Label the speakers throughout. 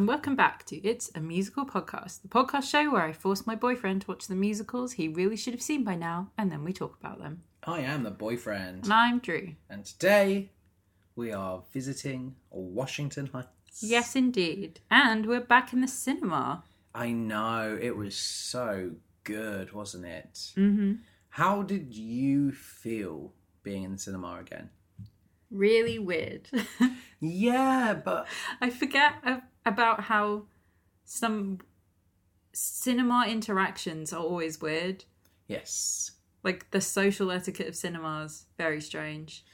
Speaker 1: welcome back to It's a Musical Podcast, the podcast show where I force my boyfriend to watch the musicals he really should have seen by now, and then we talk about them.
Speaker 2: I am the boyfriend,
Speaker 1: And I'm Drew.
Speaker 2: and today we are visiting Washington Heights.
Speaker 1: Yes, indeed. And we're back in the cinema.
Speaker 2: I know, it was so good, wasn't it?
Speaker 1: Mm-hmm.
Speaker 2: How did you feel being in the cinema again?
Speaker 1: Really weird.
Speaker 2: Yeah, but
Speaker 1: I forget a- about how some cinema interactions are always weird.
Speaker 2: yes.
Speaker 1: Like the social etiquette of cinemas, very strange.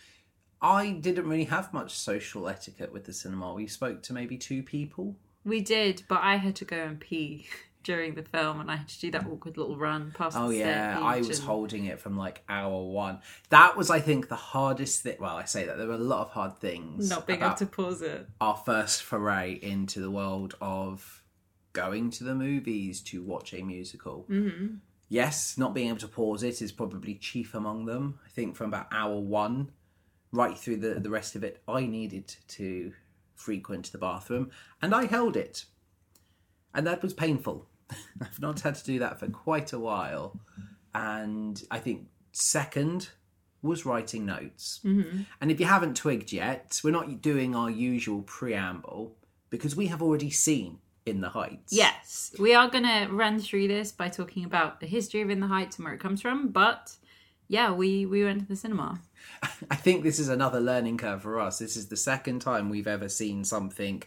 Speaker 2: I didn't really have much social etiquette with the cinema. We spoke to maybe two people.
Speaker 1: We did, but I had to go and pee during the film, and I had to do that awkward little run past.
Speaker 2: Oh
Speaker 1: the
Speaker 2: yeah, I
Speaker 1: stage
Speaker 2: was
Speaker 1: and-
Speaker 2: holding it from like hour one. That was, I think, the hardest thing. Well, I say that there were a lot of hard things.
Speaker 1: not being
Speaker 2: about
Speaker 1: able to pause it.
Speaker 2: our first foray into the world of going to the movies to watch a musical.
Speaker 1: hmm
Speaker 2: Yes, not being able to pause it is probably chief among them. I think from about hour one right through the, the rest of it, I needed to frequent the bathroom and I held it. And that was painful. I've not had to do that for quite a while. And I think second was writing notes. And if you haven't twigged yet, we're not doing our usual preamble because we have already seen In the Heights.
Speaker 1: Yes, we are gonna run through this by talking about the history of In the Heights and where it comes from. But yeah, we we went to the cinema.
Speaker 2: I think this is another learning curve for us. This is the second time we've ever seen something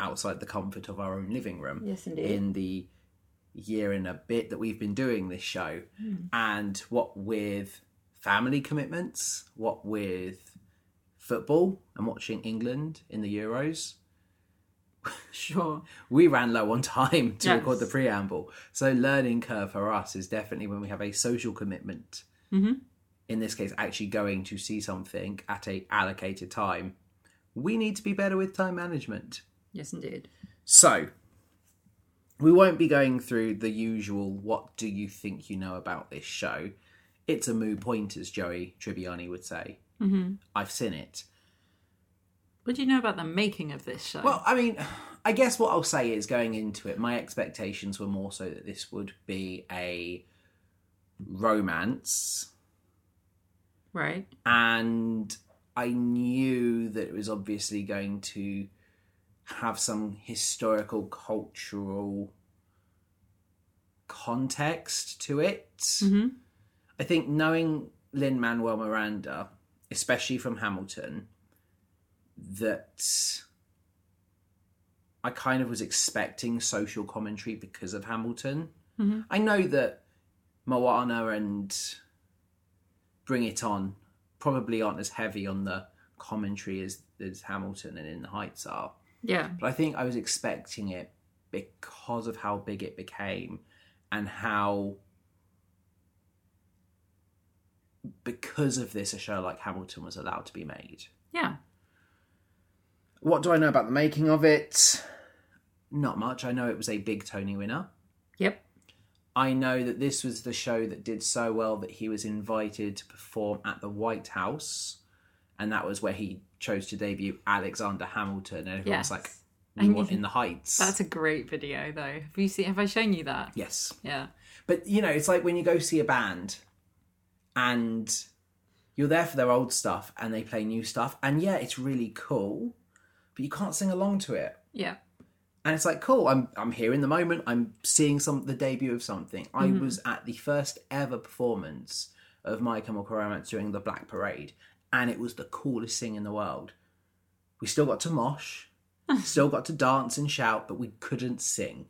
Speaker 2: outside the comfort of our own living room.
Speaker 1: Yes,
Speaker 2: In the year and a bit that we've been doing this show, and what with family commitments, what with football and watching England in the Euros,
Speaker 1: Sure.
Speaker 2: we ran low on time to
Speaker 1: Yes.
Speaker 2: record the preamble. So learning curve for us is definitely when we have a social commitment.
Speaker 1: Mhm.
Speaker 2: In this case, actually going to see something at a allocated time. We need to be better with time management.
Speaker 1: Yes, indeed.
Speaker 2: So we won't be going through the usual what do you think you know about this show. It's a moot point, as Joey Tribbiani would say.
Speaker 1: hmm
Speaker 2: I've seen it.
Speaker 1: What do you know about the making of this show?
Speaker 2: Well, I mean, I guess what I'll say is going into it, my expectations were more so that this would be a romance,
Speaker 1: right.
Speaker 2: and I knew that it was obviously going to have some historical, cultural context to it.
Speaker 1: hmm
Speaker 2: I think knowing Lin Manuel Miranda, especially from Hamilton, that I kind of was expecting social commentary because of Hamilton.
Speaker 1: Mhm.
Speaker 2: I know that Moana and Bring It On probably aren't as heavy on the commentary as, as Hamilton and In the Heights are.
Speaker 1: Yeah.
Speaker 2: But I think I was expecting it because of how big it became and how because of this a show like Hamilton was allowed to be made.
Speaker 1: Yeah.
Speaker 2: What do I know about the making of it? Not much. I know it was a big Tony winner.
Speaker 1: Yep.
Speaker 2: I know that this was the show that did so well that he was invited to perform at the White House, and that was where he chose to debut Alexander Hamilton, and everyone
Speaker 1: Yes.
Speaker 2: was like,
Speaker 1: I
Speaker 2: "We want
Speaker 1: mean,
Speaker 2: in the Heights."
Speaker 1: That's a great video, though. Have you seen? Have I shown you that?
Speaker 2: yes.
Speaker 1: Yeah.
Speaker 2: But you know, it's like when you go see a band and you're there for their old stuff and they play new stuff and yeah, it's really cool, but you can't sing along to it.
Speaker 1: Yeah.
Speaker 2: And it's like, cool, I'm I'm here in the moment, I'm seeing some the debut of something.
Speaker 1: Mm-hmm.
Speaker 2: I was at the first ever performance of My Chemical Romance during the Black Parade, and it was the coolest thing in the world. We still got to mosh, still got to dance and shout, but we couldn't sing.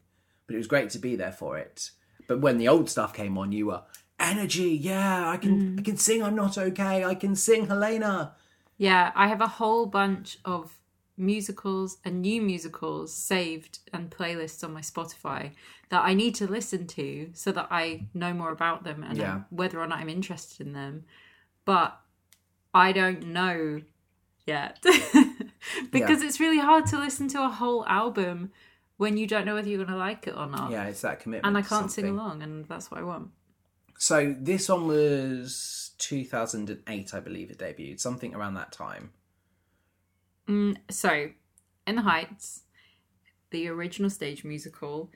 Speaker 2: But it was great to be there for it. But when the old stuff came on, you were energy. Yeah, I can
Speaker 1: Mm.
Speaker 2: I can sing. I'm not okay. I can sing, Helena.
Speaker 1: Yeah, I have a whole bunch of musicals and new musicals saved and playlists on my Spotify that I need to listen to so that I know more about them and
Speaker 2: Yeah.
Speaker 1: whether or not I'm interested in them. But I don't know yet because it's really hard to listen to a whole album when you don't know whether you're going to like it or not.
Speaker 2: Yeah, it's that commitment.
Speaker 1: Oh. And I
Speaker 2: to
Speaker 1: can't sing
Speaker 2: something.
Speaker 1: along, and that's what I want.
Speaker 2: So this one was 2008, I believe it debuted, something around that time.
Speaker 1: Mm, so, in the Heights, the original stage musical,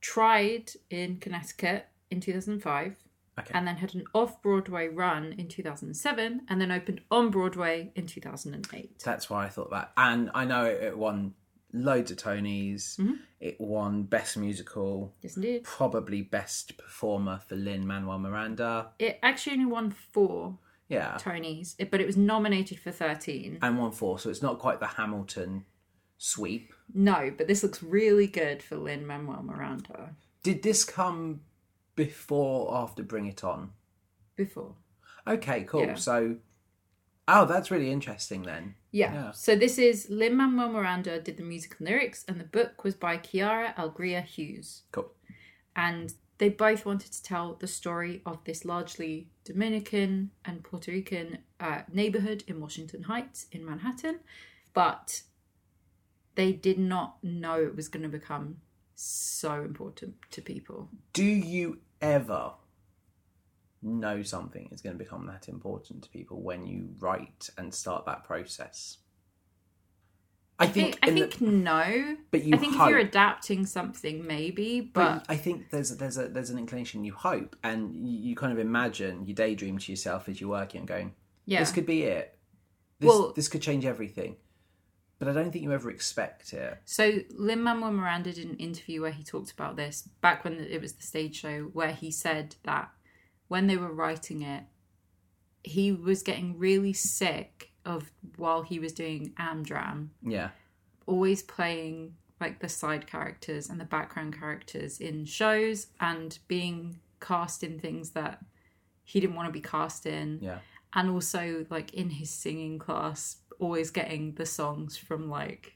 Speaker 1: tried in Connecticut in 2005,
Speaker 2: Okay.
Speaker 1: and then had an off Broadway run in 2007, and then opened on Broadway in 2008.
Speaker 2: That's why I thought that. And I know it, it won loads of Tonys.
Speaker 1: Mm-hmm.
Speaker 2: It won Best Musical,
Speaker 1: Yes, indeed.
Speaker 2: probably Best Performer for Lynn Manuel Miranda.
Speaker 1: It actually only won four
Speaker 2: Yeah.
Speaker 1: Tonys, it- but it was nominated for 13.
Speaker 2: And won four, so it's not quite the Hamilton sweep.
Speaker 1: No, but this looks really good for Lin Manuel Miranda.
Speaker 2: Did this come before or after Bring It On?
Speaker 1: Before.
Speaker 2: Okay, cool.
Speaker 1: Yeah.
Speaker 2: So, oh, that's really interesting then.
Speaker 1: Yeah.
Speaker 2: Yeah.
Speaker 1: So this is Lin Manuel Miranda did the music and lyrics, and the book was by Chiara Algria Hughes.
Speaker 2: Cool.
Speaker 1: And they both wanted to tell the story of this largely Dominican and Puerto Rican uh, neighborhood in Washington Heights in Manhattan, but they did not know it was going to become so important to people.
Speaker 2: Do you ever know something is going to become that important to people when you write and start that process? I
Speaker 1: I think
Speaker 2: think,
Speaker 1: I
Speaker 2: in the-
Speaker 1: think no.
Speaker 2: But you
Speaker 1: I think if you're
Speaker 2: hope.
Speaker 1: adapting something, maybe, but,
Speaker 2: but I think there's there's a there's an inclination you hope and you, you kind of imagine you daydream to yourself as you're working and going,
Speaker 1: yeah,
Speaker 2: this could be it. This,
Speaker 1: Well-
Speaker 2: this could change everything. But I don't think you ever expect it.
Speaker 1: So Lin Manuel Miranda did an interview where he talked about this back when it was the stage show, where he said that when they were writing it, he was getting really sick of while he was doing Amdram,
Speaker 2: Yeah.
Speaker 1: always playing like the side characters and the background characters in shows and being cast in things that he didn't want to be cast in
Speaker 2: Yeah.
Speaker 1: and also like in his singing class always getting the songs from like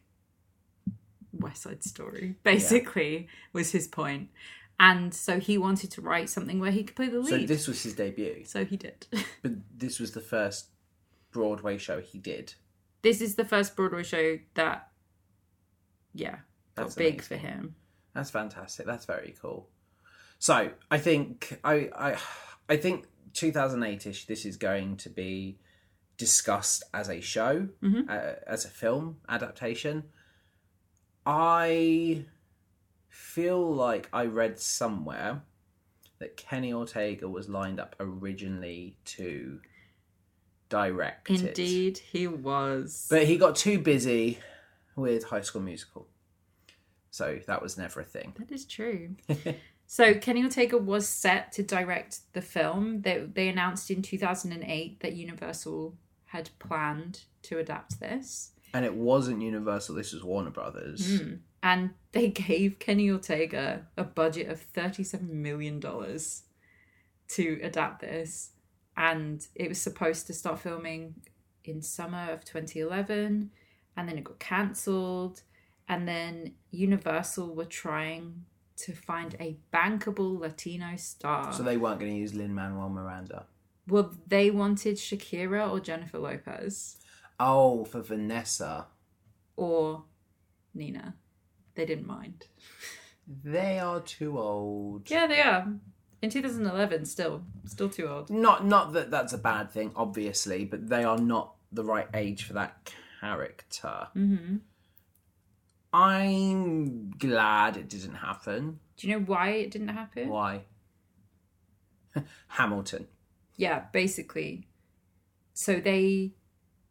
Speaker 1: west side story basically was his point and so he wanted to write something where he could play the
Speaker 2: So
Speaker 1: lead so,
Speaker 2: this was his debut.
Speaker 1: he did
Speaker 2: But this was the first Broadway show he did.
Speaker 1: this is the first broadway show that yeah got
Speaker 2: That's
Speaker 1: big
Speaker 2: amazing.
Speaker 1: for him
Speaker 2: That's fantastic. That's very cool. So I think I I I think 2008ish. This is going to be discussed as a show,
Speaker 1: Mhm.
Speaker 2: uh, as a film adaptation. I feel like I read somewhere that Kenny Ortega was lined up originally to direct it.
Speaker 1: indeed he was
Speaker 2: But he got too busy with High School Musical. So that was never a thing.
Speaker 1: That is true. so Kenny Ortega was set to direct the film. They, they announced in 2008 that Universal had planned to adapt this.
Speaker 2: And it wasn't Universal, this was Warner Brothers.
Speaker 1: Mm. And they gave Kenny Ortega a budget of $37 million to adapt this. And it was supposed to start filming in summer of 2011. And then it got cancelled. And then Universal were trying to find a bankable Latino star.
Speaker 2: So they weren't going to use Lin Manuel Miranda.
Speaker 1: well, they wanted Shakira or Jennifer Lopez
Speaker 2: Oh, for Vanessa.
Speaker 1: or Nina. They didn't mind.
Speaker 2: They are too old.
Speaker 1: Yeah, they are. In 2011, still, still too old.
Speaker 2: Not not that that's a bad thing, obviously, but they are not the right age for that character.
Speaker 1: Mm-hmm.
Speaker 2: I'm glad it didn't happen.
Speaker 1: Do you know why it didn't happen?
Speaker 2: Why? Hamilton.
Speaker 1: Yeah, basically. So they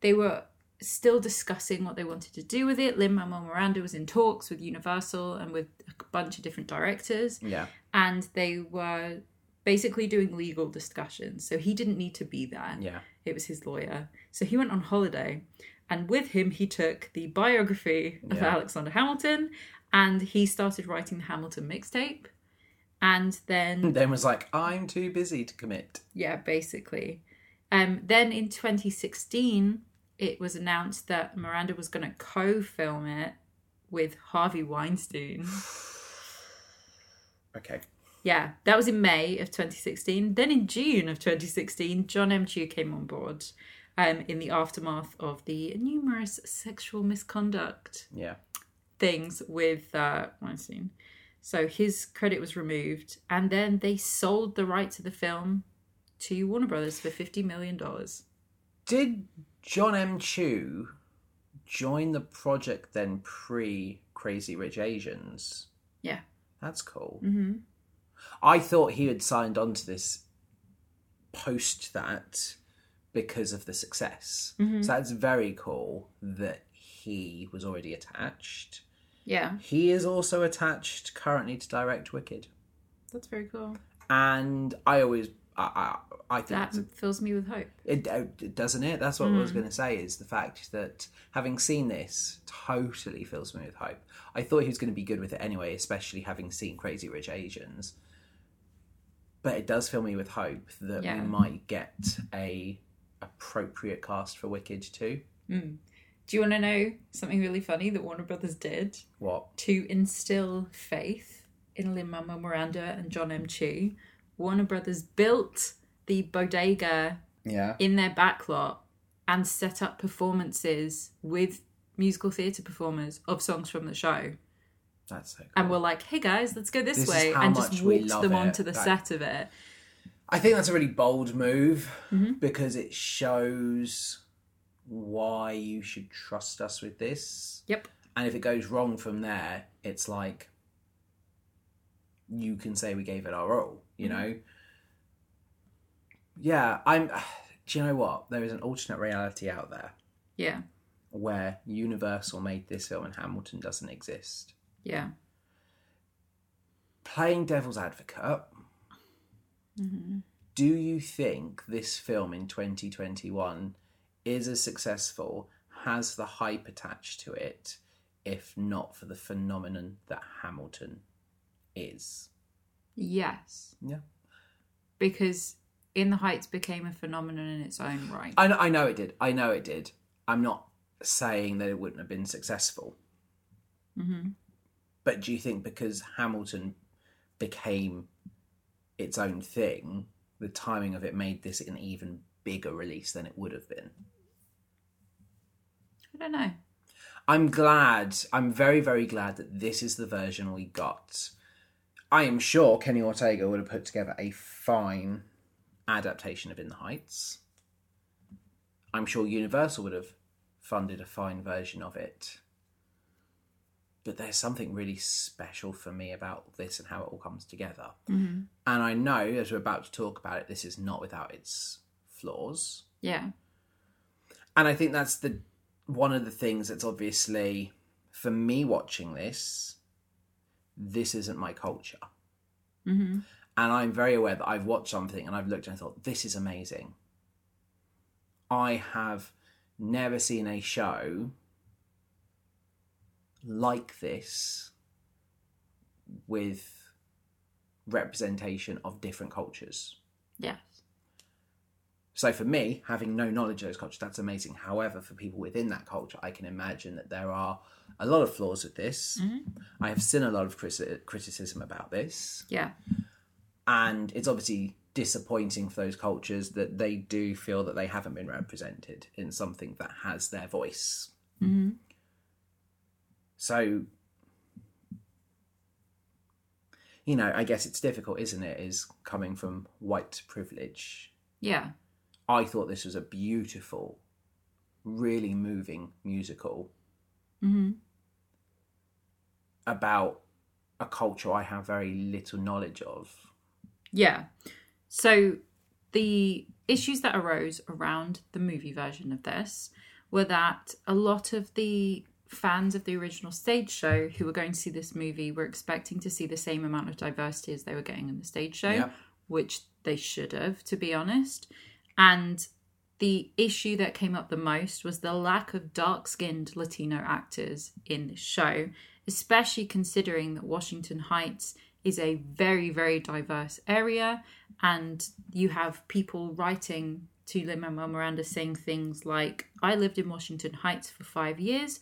Speaker 1: they were still discussing what they wanted to do with it. Lin Manuel Miranda was in talks with Universal and with a bunch of different directors,
Speaker 2: Yeah.
Speaker 1: and they were basically doing legal discussions. So he didn't need to be there.
Speaker 2: Yeah.
Speaker 1: It was his lawyer. So he went on holiday, and with him, he took the biography of
Speaker 2: Yeah.
Speaker 1: Alexander Hamilton and he started writing the Hamilton mixtape. And then,
Speaker 2: Then was like, I'm too busy to commit.
Speaker 1: yeah, basically. Um, then in 2016, it was announced that Miranda was going to co film it with Harvey Weinstein.
Speaker 2: Okay.
Speaker 1: Yeah, that was in May of 2016. Then in June of 2016, John M. Chu came on board um, in the aftermath of the numerous sexual misconduct
Speaker 2: Yeah.
Speaker 1: things with uh, Weinstein. So his credit was removed, and then they sold the rights to the film to Warner Brothers for $50 million.
Speaker 2: Did John M. Chu joined the project then pre Crazy Rich Asians.
Speaker 1: Yeah.
Speaker 2: That's cool.
Speaker 1: Mm-hmm.
Speaker 2: I thought he had signed on to this post that because of the success.
Speaker 1: Mhm.
Speaker 2: So that's very cool that he was already attached.
Speaker 1: Yeah,
Speaker 2: He is also attached currently to direct Wicked,
Speaker 1: that's very cool.
Speaker 2: and I always I I, I think
Speaker 1: That
Speaker 2: it's a
Speaker 1: fills me with hope.
Speaker 2: it, uh, it doesn't it. That's what I was going to say. Is the fact that having seen this totally fills me with hope. I thought he was going to be good with it anyway, especially having seen Crazy Rich Asians. But it does fill me with hope that
Speaker 1: Yeah.
Speaker 2: we might get a appropriate cast for Wicked too.
Speaker 1: Mm. Do you want to know something really funny that Warner Brothers did
Speaker 2: What?
Speaker 1: to instill faith in Lin Manuel Miranda and John M. Chu? Warner Brothers built the bodega
Speaker 2: Yeah.
Speaker 1: in their backlot and set up performances with musical theatre performers of songs from the show.
Speaker 2: That's so. Cool.
Speaker 1: And we're like, hey guys, let's go this,
Speaker 2: This is
Speaker 1: way,
Speaker 2: how
Speaker 1: and just
Speaker 2: much we
Speaker 1: walked
Speaker 2: love
Speaker 1: them
Speaker 2: it.
Speaker 1: onto the
Speaker 2: That-
Speaker 1: set of it.
Speaker 2: I think that's a really bold move because it shows why you should trust us with this.
Speaker 1: Yep.
Speaker 2: And if it goes wrong from there, it's like you can say we gave it our all, you know? Yeah, I'm. Do you know what? There is an alternate reality out there
Speaker 1: Yeah,
Speaker 2: where Universal made this film and Hamilton doesn't exist.
Speaker 1: yeah.
Speaker 2: Playing devil's advocate, do you think this film in 2021 is as successful, has the hype attached to it, if not for the phenomenon that Hamilton is?
Speaker 1: Yes.
Speaker 2: Yeah.
Speaker 1: Because In the Heights became a phenomenon in its own right.
Speaker 2: I know, I know it did. I know it did. I'm not saying that it wouldn't have been successful.
Speaker 1: hmm
Speaker 2: But do you think because Hamilton became its own thing, the timing of it made this an even bigger release than it would have been?
Speaker 1: I don't know.
Speaker 2: I'm glad. I'm very, very glad that this is the version we got. I am sure Kenny Ortega would have put together a fine adaptation of In the Heights. I'm sure Universal would have funded a fine version of it. But there's something really special for me about this and how it all comes together. And I know, as we're about to talk about it, this is not without its flaws
Speaker 1: Yeah.
Speaker 2: and I think that's the one of the things that's obviously for me watching this. This isn't my culture,
Speaker 1: hmm
Speaker 2: and I'm very aware that I've watched something and I've looked and I thought this is amazing. I have never seen a show like this with representation of different cultures.
Speaker 1: Yes.
Speaker 2: So for me, having no knowledge of those cultures, that's amazing. However, for people within that culture, I can imagine that there are a lot of flaws with this. I have seen a lot of criti- criticism about this,
Speaker 1: Yeah.
Speaker 2: and it's obviously disappointing for those cultures that they do feel that they haven't been represented in something that has their voice.
Speaker 1: hmm
Speaker 2: So, you know, I guess it's difficult, isn't it? Is coming from white privilege
Speaker 1: Yeah.
Speaker 2: I thought this was a beautiful, really moving musical
Speaker 1: hmm
Speaker 2: about a culture I have very little knowledge of.
Speaker 1: Yeah. So the issues that arose around the movie version of this were that a lot of the fans of the original stage show who were going to see this movie were expecting to see the same amount of diversity as they were getting in the stage show,
Speaker 2: Yep.
Speaker 1: which they should have, to be honest. And the issue that came up the most was the lack of dark skinned Latino actors in this show, especially considering that Washington Heights is a very, very diverse area and you have people writing to Lin Manuel Miranda saying things like, I lived in Washington Heights for five years.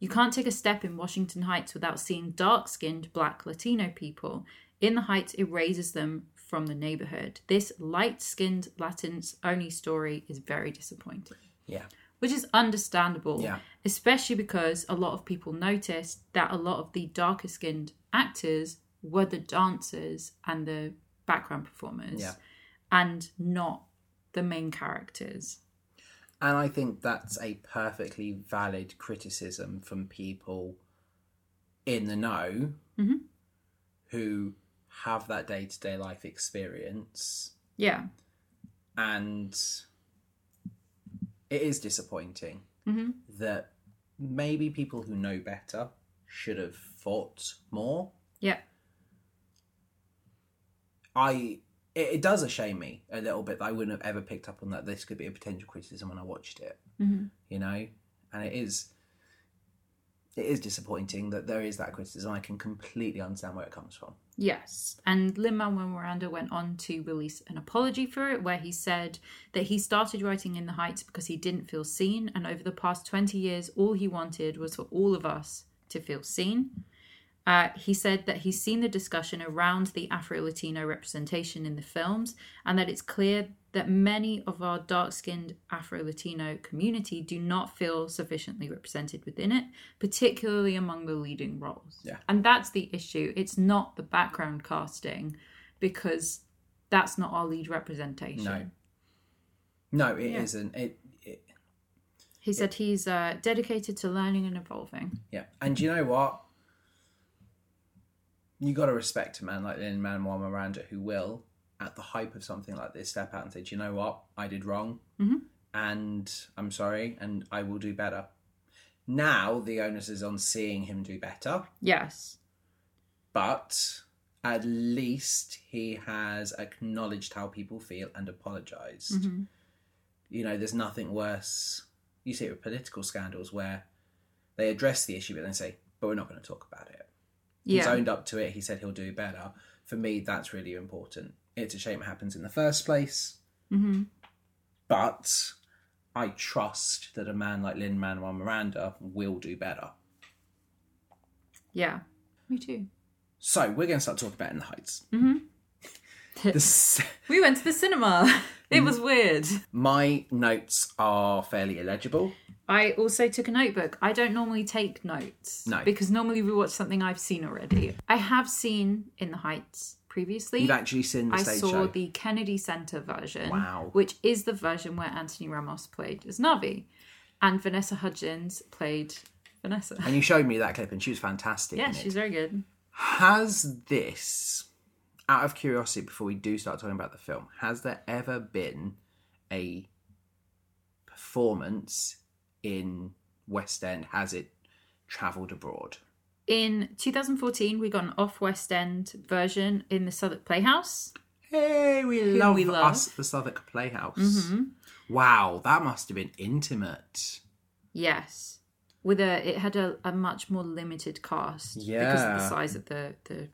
Speaker 1: You can't take a step in Washington Heights without seeing dark skinned black Latino people. In the Heights erases them from the neighborhood. This light skinned Latin's only story is very disappointing
Speaker 2: Yeah.
Speaker 1: which is understandable,
Speaker 2: Yeah.
Speaker 1: especially because a lot of people noticed that a lot of the darker skinned actors were the dancers and the background performers
Speaker 2: Yeah.
Speaker 1: and not the main characters.
Speaker 2: And I think that's a perfectly valid criticism from people in the know
Speaker 1: Mhm.
Speaker 2: who have that day to day life experience.
Speaker 1: Yeah.
Speaker 2: And it is disappointing
Speaker 1: Mhm.
Speaker 2: that maybe people who know better should have fought more.
Speaker 1: Yeah.
Speaker 2: I. It it does shame me a little bit that I wouldn't have ever picked up on that. This could be a potential criticism when I watched it.
Speaker 1: hmm
Speaker 2: you know and it is it is disappointing that there is that criticism i can completely understand where it comes from
Speaker 1: Yes. And Lin Manuel Miranda went on to release an apology for it, where he said that he started writing In the Heights because he didn't feel seen. And over the past 20 years, all he wanted was for all of us to feel seen. Uh, he said that he's seen the discussion around the Afro Latino representation in the films, and that it's clear that many of our dark skinned Afro Latino community do not feel sufficiently represented within it, particularly among the leading roles.
Speaker 2: Yeah.
Speaker 1: And that's the issue. It's not the background casting because that's not our lead representation.
Speaker 2: No. no it
Speaker 1: Yeah.
Speaker 2: not it, it
Speaker 1: He said he's uh, dedicated to learning and evolving.
Speaker 2: yeah and you know what you got to respect a man like lin manuel miranda who will at the hype of something like this step out and say Do you know what i did wrong
Speaker 1: Mhm.
Speaker 2: and i'm sorry and i will do better now the onus is on seeing him do better
Speaker 1: Yes.
Speaker 2: but at least he has acknowledged how people feel and apologized
Speaker 1: Mhm.
Speaker 2: you know there's nothing worse you see it with political scandals where they address the issue but then say but we're not going to talk about it he's
Speaker 1: Yeah.
Speaker 2: owned up to it he said he'll do better for me that's really important it's a shame it happens in the first place
Speaker 1: Mhm.
Speaker 2: but i trust that a man like lynn manuel miranda will do better
Speaker 1: Yeah. Me too.
Speaker 2: so we're going to start talking about in the heights
Speaker 1: Mm-hmm.
Speaker 2: the se-
Speaker 1: We went to the cinema.
Speaker 2: Mm-hmm.
Speaker 1: It was weird.
Speaker 2: My notes are fairly illegible.
Speaker 1: I also took a notebook. I don't normally take notes.
Speaker 2: No.
Speaker 1: Because normally we watch something I've seen already. I have seen In the Heights previously.
Speaker 2: You've actually seen the
Speaker 1: I
Speaker 2: stage
Speaker 1: saw
Speaker 2: show.
Speaker 1: the Kennedy Center version,
Speaker 2: Wow.
Speaker 1: which is the version where Anthony Ramos played as Navi, and Vanessa Hudgens played Vanessa.
Speaker 2: And you showed me that clip, and she was fantastic.
Speaker 1: Yeah,
Speaker 2: in it.
Speaker 1: she's very good.
Speaker 2: Has this, out of curiosity, before we do start talking about the film, has there ever been a performance in West End? Has it travelled abroad?
Speaker 1: In 2014, we got an off West End version in the Southwark Playhouse.
Speaker 2: Hey, we
Speaker 1: Who
Speaker 2: love,
Speaker 1: we love. Mm-hmm.
Speaker 2: us, the Southwark Playhouse. Wow, that must have been intimate.
Speaker 1: Yes. With a it had a, a much more limited cast because of the
Speaker 2: Yeah.
Speaker 1: size of the, the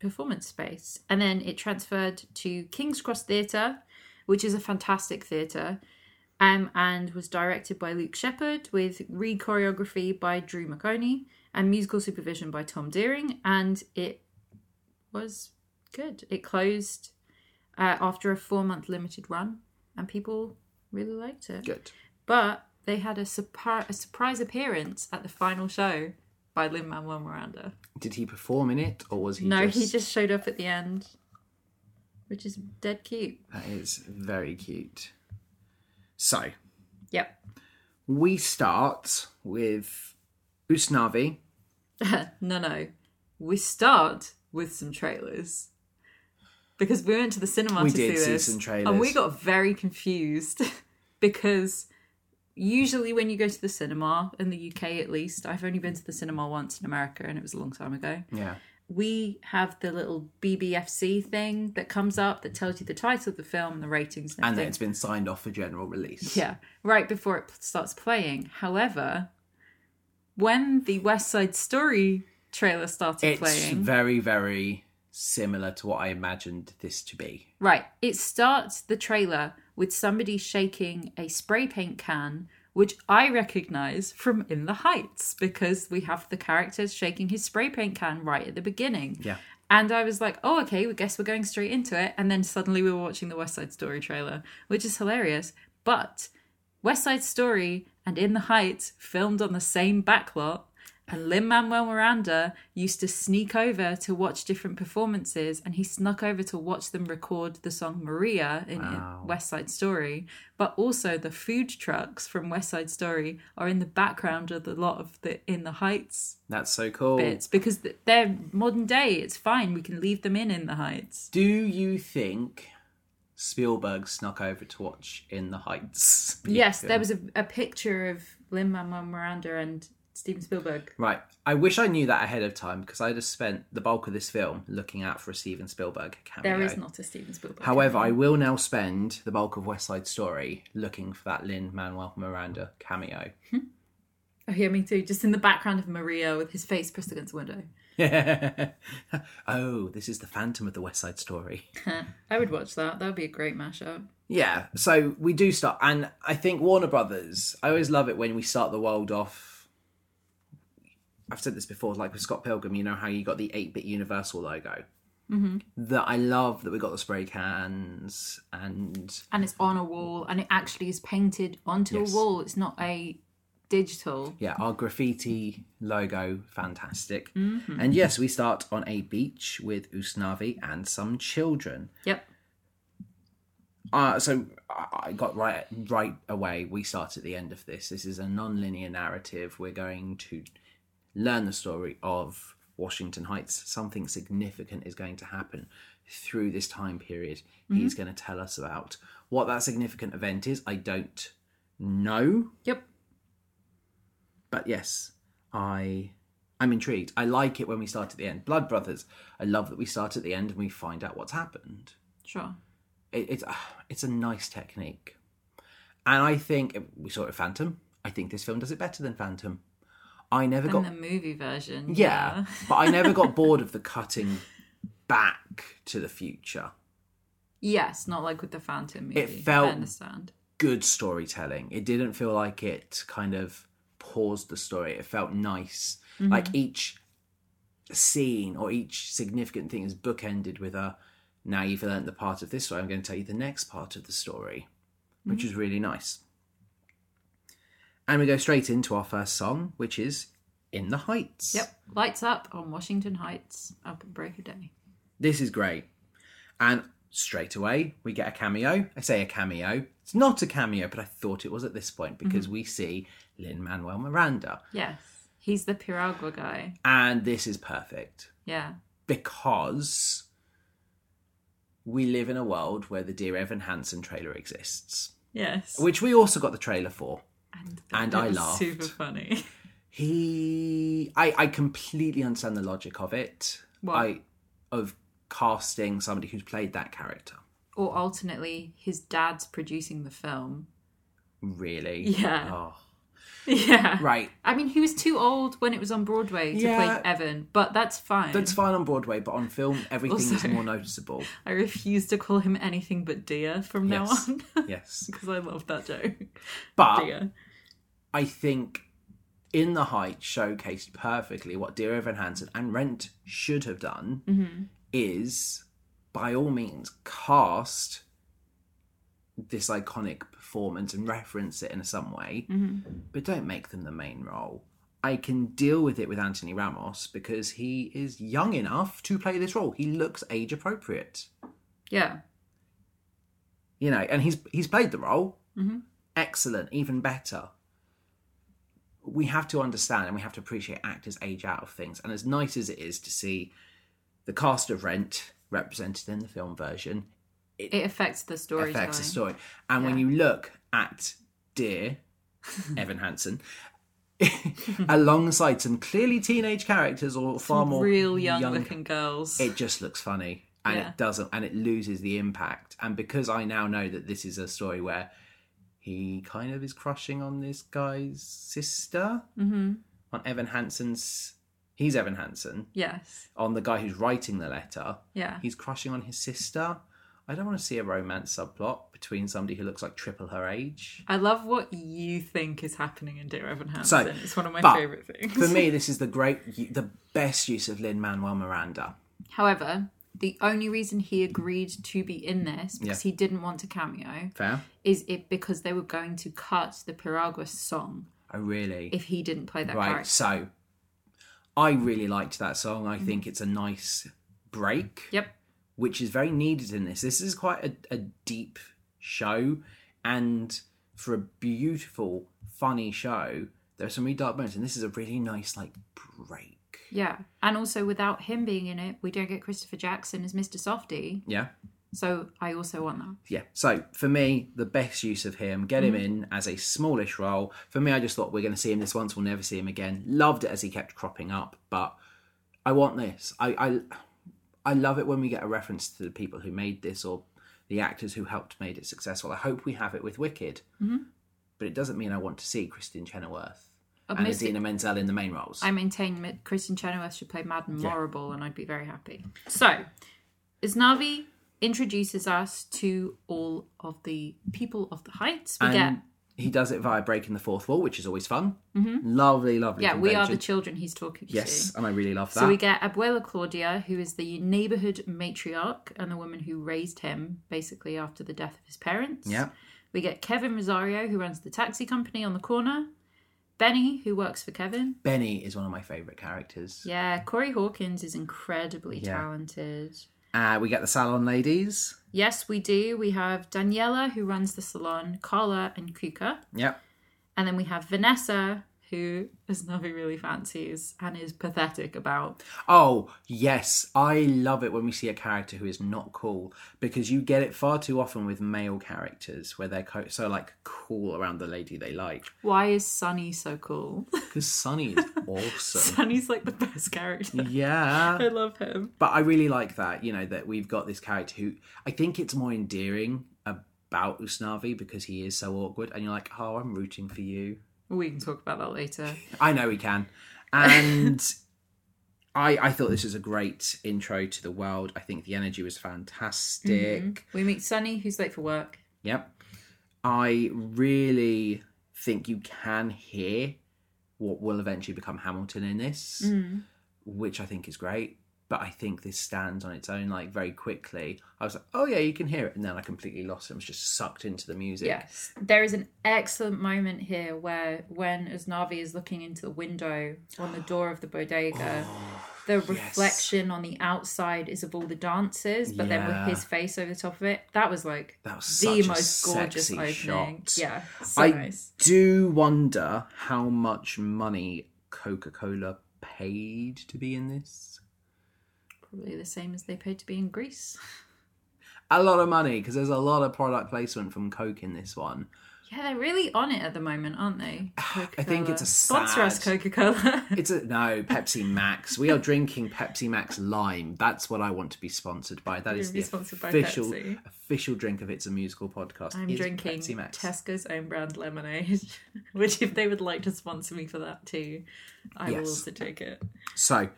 Speaker 1: performance space. And then it transferred to King's Cross Theatre, which is a fantastic theatre. Um, and was directed by Luke Shepherd with re choreography by Drew McConey and musical supervision by Tom Deering. And it was good. It closed uh, after a four month limited run, and people really liked it
Speaker 2: Good.
Speaker 1: but they had a, surpri- a surprise appearance at the final show by Lin Manuel Miranda.
Speaker 2: Did he perform in it, or was he?
Speaker 1: no,
Speaker 2: just...
Speaker 1: he just showed up at the end, which is dead cute.
Speaker 2: That is very cute. So
Speaker 1: Yep.
Speaker 2: we start with Usnavi.
Speaker 1: no, no. We start with some trailers because we went to the cinema
Speaker 2: We
Speaker 1: to
Speaker 2: did
Speaker 1: see
Speaker 2: see
Speaker 1: this,
Speaker 2: some
Speaker 1: and
Speaker 2: trailers.
Speaker 1: we got very confused because usually when you go to the cinema in the UK, at least, I've only been to the cinema once in America, and it was a long time ago.
Speaker 2: Yeah.
Speaker 1: we have the little BBFC thing that comes up that tells you the title of the film, the ratings, and
Speaker 2: And then
Speaker 1: everything.
Speaker 2: it's been signed off for general release.
Speaker 1: yeah, right before it starts playing. However, when the West Side Story trailer started
Speaker 2: It's
Speaker 1: playing,
Speaker 2: very, very similar to what I imagined this to be.
Speaker 1: right, it starts the trailer with somebody shaking a spray paint can. Which I recognize from In the Heights because we have the character shaking his spray paint can right at the beginning.
Speaker 2: Yeah.
Speaker 1: And I was like, oh, okay, we guess we're going straight into it. And then suddenly we were watching the West Side Story trailer, which is hilarious. But West Side Story and In the Heights filmed on the same backlot. And Lin Manuel Miranda used to sneak over to watch different performances, and he snuck over to watch them record the song Maria in
Speaker 2: Wow.
Speaker 1: West Side Story. But also, the food trucks from West Side Story are in the background of the lot of the In the Heights
Speaker 2: That's so cool.
Speaker 1: bits because th- they're modern day. It's fine. We can leave them in In the Heights.
Speaker 2: Do you think Spielberg snuck over to watch In the Heights?
Speaker 1: Yes, there was a, a picture of Lin Manuel Miranda and Steven Spielberg.
Speaker 2: Right. I wish I knew that ahead of time because I'd have spent the bulk of this film looking out for a Steven Spielberg cameo.
Speaker 1: There is not a Steven Spielberg.
Speaker 2: However, I will now spend the bulk of West Side Story looking for that Lynn Manuel Miranda cameo.
Speaker 1: Oh, yeah, me too. Just in the background of Maria with his face pressed against the window.
Speaker 2: oh, this is the Phantom of the West Side Story.
Speaker 1: I would watch that. That would be a great mashup.
Speaker 2: Yeah, so we do start, and I think Warner Brothers. I always love it when we start the world off. I've said this before, like with Scott Pilgrim, you know how you got the eight-bit Universal logo. Mm-hmm. That I love that we got the spray cans and
Speaker 1: And it's on a wall, and it actually is painted onto
Speaker 2: Yes.
Speaker 1: a wall. It's not a digital.
Speaker 2: yeah, our graffiti logo, fantastic. And yes, we start on a beach with Usnavi and some children.
Speaker 1: Yep.
Speaker 2: Uh, so I I got right right away. We start at the end of this. This is a non-linear narrative. We're going to learn the story of Washington Heights. Something significant is going to happen through this time period. He's going to tell us about what that significant event is. I don't know,
Speaker 1: Yep.
Speaker 2: but yes, I I'm intrigued. I like it when we start at the end. Blood Brothers. I love that we start at the end and we find out what's happened
Speaker 1: Sure.
Speaker 2: it, it's ah, it's a nice technique, and I think uh, we saw it with Phantom. I think this film does it better than Phantom. I never
Speaker 1: And
Speaker 2: got
Speaker 1: the movie version.
Speaker 2: yeah, but I never got bored of the cutting back to the future.
Speaker 1: Yes, not like with the Phantom movie.
Speaker 2: It felt-
Speaker 1: I understand.
Speaker 2: Good storytelling. It didn't feel like it kind of paused the story. It felt nice. Like each scene or each significant thing is bookended with a now you've learnt the part of this story, I'm going to tell you the next part of the story, which is really nice. And we go straight into our first song, which is In the Heights.
Speaker 1: Yep. Lights up on Washington Heights up at break of day.
Speaker 2: This is great. And straight away, we get a cameo. I say a cameo. It's not a cameo, but I thought it was at this point
Speaker 1: Mm-hmm.
Speaker 2: because we see Lin Manuel Miranda.
Speaker 1: Yes. He's the Piragua guy.
Speaker 2: And this is perfect
Speaker 1: Yeah.
Speaker 2: because we live in a world where the Dear Evan Hansen trailer exists,
Speaker 1: Yes.
Speaker 2: which we also got the trailer for.
Speaker 1: and
Speaker 2: and
Speaker 1: it
Speaker 2: I
Speaker 1: was
Speaker 2: laughed.
Speaker 1: Super funny.
Speaker 2: He, I, I completely understand the logic of it.
Speaker 1: What?
Speaker 2: I, of casting somebody who's played that character.
Speaker 1: or alternately, his dad's producing the film.
Speaker 2: Really?
Speaker 1: Yeah.
Speaker 2: Oh.
Speaker 1: Yeah.
Speaker 2: Right.
Speaker 1: I mean, he was too old when it was on Broadway to
Speaker 2: Yeah.
Speaker 1: play Evan, but that's fine.
Speaker 2: That's fine on Broadway, but on film, everything is
Speaker 1: Also-
Speaker 2: more noticeable.
Speaker 1: I refuse to call him anything but dear from
Speaker 2: Yes. Ah.
Speaker 1: now on
Speaker 2: Yes.
Speaker 1: because I love that joke.
Speaker 2: But
Speaker 1: Dear.
Speaker 2: I think In the Heights showcased perfectly what Dear Evan Hansen and Rent should have done
Speaker 1: Mm-hmm.
Speaker 2: is, by all means, cast this iconic performance and reference it in some way,
Speaker 1: Mm-hmm.
Speaker 2: but don't make them the main role. I can deal with it with Anthony Ramos because he is young enough to play this role. He looks age appropriate.
Speaker 1: Yeah.
Speaker 2: you know, and he's he's played the role. Excellent, even better. We have to understand and we have to appreciate actors age out of things. And as nice as it is to see the cast of Rent represented in the film version,
Speaker 1: It affects the story.
Speaker 2: affects the story. And when you look at Dear Evan Hansen, alongside some clearly teenage characters or far more
Speaker 1: Real young, looking girls.
Speaker 2: it just looks funny and
Speaker 1: Yeah.
Speaker 2: it doesn't and it loses the impact and because i now know that this is a story where he kind of is crushing on this guy's sister
Speaker 1: Mhm.
Speaker 2: on evan hansen's he's evan hansen
Speaker 1: Yes.
Speaker 2: on the guy who's writing the letter
Speaker 1: Yeah.
Speaker 2: he's crushing on his sister i don't want to see a romance subplot between somebody who looks like triple her age
Speaker 1: I love what you think is happening in Dear Evan Hansen.
Speaker 2: So,
Speaker 1: it's one of my
Speaker 2: but-
Speaker 1: favourite things.
Speaker 2: for me this is the great the best use of lynn manuel miranda
Speaker 1: However, the only reason he agreed to be in this because
Speaker 2: Yeah.
Speaker 1: he didn't want to cameo
Speaker 2: fair
Speaker 1: is it because they were going to cut the Piragua song
Speaker 2: i really
Speaker 1: if he didn't play that
Speaker 2: right
Speaker 1: character.
Speaker 2: so I really liked that song. I think it's a nice break,
Speaker 1: Yep.
Speaker 2: which is very needed in this. This is quite a, a deep show, and for a beautiful, funny show, there are some really dark moments, and this is a really nice like break.
Speaker 1: Yeah. And also, without him being in it, we don't get Christopher Jackson as Mr. Softy.
Speaker 2: Yeah.
Speaker 1: So I also want that.
Speaker 2: yeah. So for me, the best use of him, get
Speaker 1: Mm-hmm.
Speaker 2: him in as a smallish role. For me, I just thought we're going to see him this once, we'll never see him again. Loved it as he kept cropping up, but I want this. I I, I love it when we get a reference to the people who made this or the actors who helped made it successful. I hope we have it with Wicked,
Speaker 1: Mm-hmm.
Speaker 2: but it doesn't mean I want to see Kristen Chenoweth
Speaker 1: Of
Speaker 2: and
Speaker 1: most-
Speaker 2: Adina Menzel in the main roles.
Speaker 1: I maintain that Kristen Chenoweth should play Madden Morrible, and I'd be very happy. So, as Navi introduces us to all of the people of the Heights, we
Speaker 2: and
Speaker 1: get
Speaker 2: he does it via breaking the fourth wall, which is always fun. Lovely, lovely.
Speaker 1: Mm-hmm. yeah, we are the
Speaker 2: convention.
Speaker 1: children he's talking
Speaker 2: yes,
Speaker 1: to.
Speaker 2: and I really love that.
Speaker 1: So we get Abuela Claudia, who is the neighborhood matriarch and the woman who raised him, basically after the death of his parents.
Speaker 2: yeah.
Speaker 1: We get Kevin Rosario, who runs the taxi company on the corner. Benny, who works for Kevin.
Speaker 2: Benny is one of my favourite characters.
Speaker 1: Yeah, Corey Hawkins is incredibly
Speaker 2: Yeah.
Speaker 1: talented.
Speaker 2: Uh, we get the salon ladies.
Speaker 1: Yes, we do. We have Daniela, who runs the salon, Carla, and Kuka.
Speaker 2: Yep.
Speaker 1: And then we have Vanessa, who is Navi really fancies and is pathetic about.
Speaker 2: Oh, yes. I love it when we see a character who is not cool because you get it far too often with male characters where they're co- so like cool around the lady they like.
Speaker 1: Why is Sunny so cool?
Speaker 2: Because Sunny is awesome.
Speaker 1: Sunny's like the best character.
Speaker 2: yeah.
Speaker 1: I love him.
Speaker 2: but I really like that, you know, that we've got this character who I think it's more endearing about Usnavi because he is so awkward and you're like, oh, I'm rooting for you.
Speaker 1: We can talk about that later.
Speaker 2: I know he can. And I I thought this was a great intro to the world. I think the energy was fantastic.
Speaker 1: We meet Sunny, who's late for work.
Speaker 2: Yep. I really think you can hear what will eventually become Hamilton in this,
Speaker 1: Mm.
Speaker 2: which I think is great. But I think this stands on its own like very quickly. I was like, oh yeah, you can hear it. And then I completely lost it. I was just sucked into the music.
Speaker 1: Yes. There is an excellent moment here where when Usnavi is looking into the window on the door of the
Speaker 2: Oh.
Speaker 1: bodega, the reflection on the outside is of all the dancers, but then
Speaker 2: Yeah.
Speaker 1: with his face over the top of it. That was like
Speaker 2: That was
Speaker 1: the
Speaker 2: such a
Speaker 1: most gorgeous
Speaker 2: sexy
Speaker 1: opening.
Speaker 2: shot.
Speaker 1: Yeah. So
Speaker 2: I
Speaker 1: nice.
Speaker 2: do wonder how much money Coca Cola paid to be in this.
Speaker 1: Probably the same as they paid to be in Greece.
Speaker 2: A lot of money because there's a lot of product placement from Coke in this one.
Speaker 1: Yeah, they're really on it at the moment, aren't they? Coca-Cola.
Speaker 2: think it's a
Speaker 1: sponsor us,
Speaker 2: sad-
Speaker 1: Coca Cola.
Speaker 2: It's a no Pepsi Max. We are drinking Pepsi Max Lime. That's what I want to be sponsored by. That
Speaker 1: You're
Speaker 2: is
Speaker 1: gonna be
Speaker 2: the
Speaker 1: sponsored by
Speaker 2: official
Speaker 1: Pepsi.
Speaker 2: official drink of it's a musical podcast.
Speaker 1: I'm
Speaker 2: is
Speaker 1: drinking
Speaker 2: Pepsi Max.
Speaker 1: Tesco's own brand lemonade, which if they would like to sponsor me for that too, I will
Speaker 2: Yes.
Speaker 1: also take it.
Speaker 2: So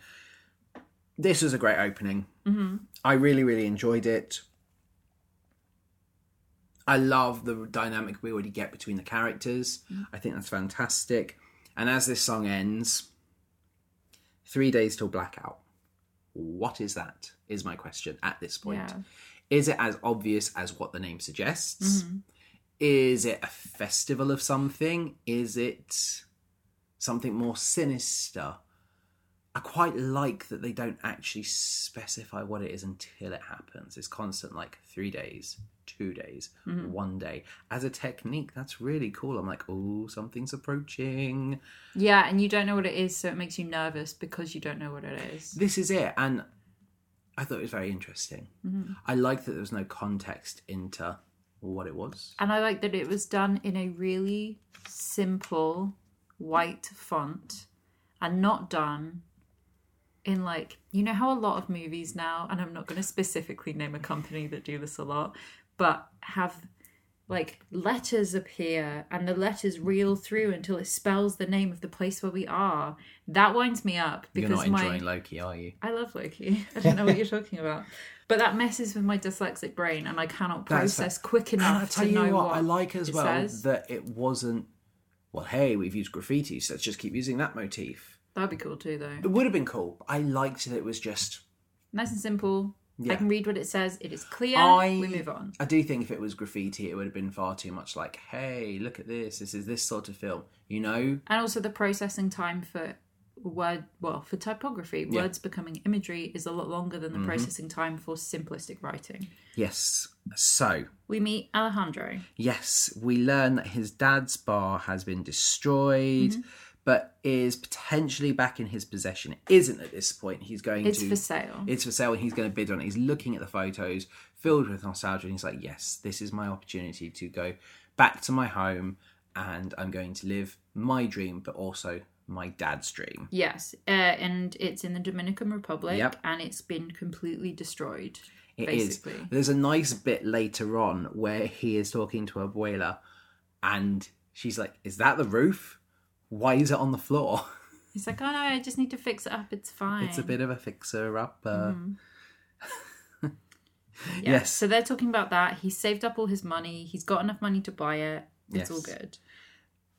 Speaker 2: this was a great opening.
Speaker 1: Mm-hmm.
Speaker 2: I really, really enjoyed it. I love the dynamic we already get between the characters. I think that's fantastic. And as this song ends, three days till blackout. What is that? Is my question at this point.
Speaker 1: Yeah.
Speaker 2: Is it as obvious as what the name suggests? Is it a festival of something? Is it something more sinister? I quite like that they don't actually specify what it is until it happens. It's constant, like three days, two days,
Speaker 1: Mm-hmm.
Speaker 2: one day. As a technique, that's really cool. I'm like, oh, something's approaching.
Speaker 1: Yeah, and you don't know what it is, so it makes you nervous because you don't know what it is.
Speaker 2: This is it. And I thought it was very interesting.
Speaker 1: Mm-hmm.
Speaker 2: I like that there was no context into what it was.
Speaker 1: And I like that it was done in a really simple white font and not done in like, you know how a lot of movies now, and I'm not going to specifically name a company that do this a lot, but have like letters appear and the letters reel through until it spells the name of the place where we are. That winds me up
Speaker 2: You're
Speaker 1: because
Speaker 2: not
Speaker 1: my
Speaker 2: enjoying Loki, are you?
Speaker 1: I love Loki. I don't know what you're talking about. But that messes with my dyslexic brain and I cannot
Speaker 2: That's
Speaker 1: process quick
Speaker 2: And I
Speaker 1: enough
Speaker 2: tell
Speaker 1: to
Speaker 2: you
Speaker 1: know
Speaker 2: what,
Speaker 1: what,
Speaker 2: I like as
Speaker 1: it
Speaker 2: well
Speaker 1: says.
Speaker 2: that it wasn't. Well, hey, we've used graffiti, so let's just keep using that motif.
Speaker 1: That'd be cool too though.
Speaker 2: It would have been cool. But I liked that it was just.
Speaker 1: Nice and simple.
Speaker 2: Yeah.
Speaker 1: I can read what it says. It is clear.
Speaker 2: I-
Speaker 1: We move on.
Speaker 2: I do think if it was graffiti, it would have been far too much like, hey, look at this. This is this sort of film. You know,
Speaker 1: And also the processing time for word well for typography
Speaker 2: Yeah. Mm-hmm.
Speaker 1: words becoming imagery is a lot longer than the processing time for simplistic writing
Speaker 2: Yes. So,
Speaker 1: we meet alejandro
Speaker 2: yes, we learn that his dad's bar has been destroyed, but is potentially back in his possession. It isn't at this point. He's going
Speaker 1: it's
Speaker 2: to.
Speaker 1: for sale
Speaker 2: it's for sale and he's going to bid on it. He's looking at the photos, filled with nostalgia, and he's like, yes, this is my opportunity to go back to my home and I'm going to live my dream, but also my dad's dream.
Speaker 1: yes uh, and it's in the dominican republic
Speaker 2: Yep.
Speaker 1: and it's been completely destroyed
Speaker 2: It is.
Speaker 1: basically
Speaker 2: There's a nice bit later on where he is talking to Abuela and she's like, is that the roof? Why is it on the floor?
Speaker 1: he's like oh no i just need to fix it up it's fine Mm-hmm.
Speaker 2: It's a bit of a fixer upper.
Speaker 1: Yeah.
Speaker 2: Yes.
Speaker 1: So they're talking about that. He's saved up all his money. He's got enough money to buy it. It's
Speaker 2: Yes.
Speaker 1: all good.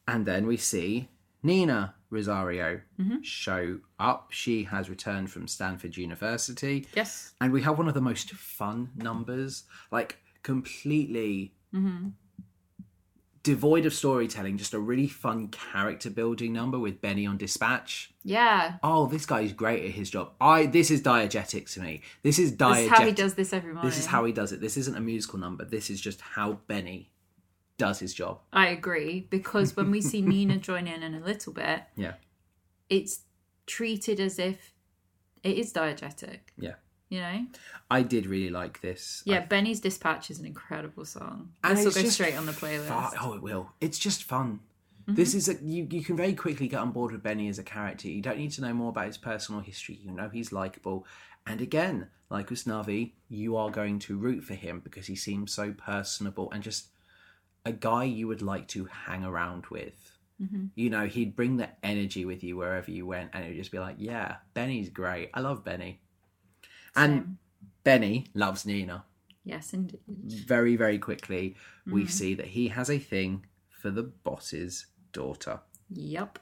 Speaker 2: And then we see Nina Rosario
Speaker 1: Mm-hmm.
Speaker 2: show up. She has returned from Stanford University.
Speaker 1: Yes.
Speaker 2: And we have one of the most fun numbers, like completely devoid of storytelling, just a really fun character building number with Benny on dispatch.
Speaker 1: Yeah.
Speaker 2: Oh, this guy is great at his job. I this is diegetic to me. This is diegetic.
Speaker 1: This is how he does this every morning.
Speaker 2: This is how he does it. This isn't a musical number. This is just how Benny does his job.
Speaker 1: I agree because when we see Nina join in in a little bit,
Speaker 2: Yeah.
Speaker 1: it's treated as if it is diegetic.
Speaker 2: Yeah.
Speaker 1: You know.
Speaker 2: I did really like this.
Speaker 1: Yeah. Benny's Dispatch is an incredible song.
Speaker 2: And
Speaker 1: This will
Speaker 2: it's
Speaker 1: go
Speaker 2: just
Speaker 1: straight on the
Speaker 2: fu-
Speaker 1: playlist. Mm-hmm.
Speaker 2: oh, it will. It's just fun. This is a you. You can very quickly get on board with Benny as a character. You don't need to know more about his personal history. You know he's likable, and again, like with Snavi, you are going to root for him because he seems so personable and just a guy you would like to hang around with.
Speaker 1: Mm-hmm.
Speaker 2: You know, he'd bring that energy with you wherever you went, and it would just be like, yeah, Benny's great. I love Benny, and
Speaker 1: Same.
Speaker 2: Benny loves Nina
Speaker 1: yes, indeed.
Speaker 2: very, very quickly, we
Speaker 1: Mm.
Speaker 2: see that he has a thing for the boss's daughter.
Speaker 1: Yep.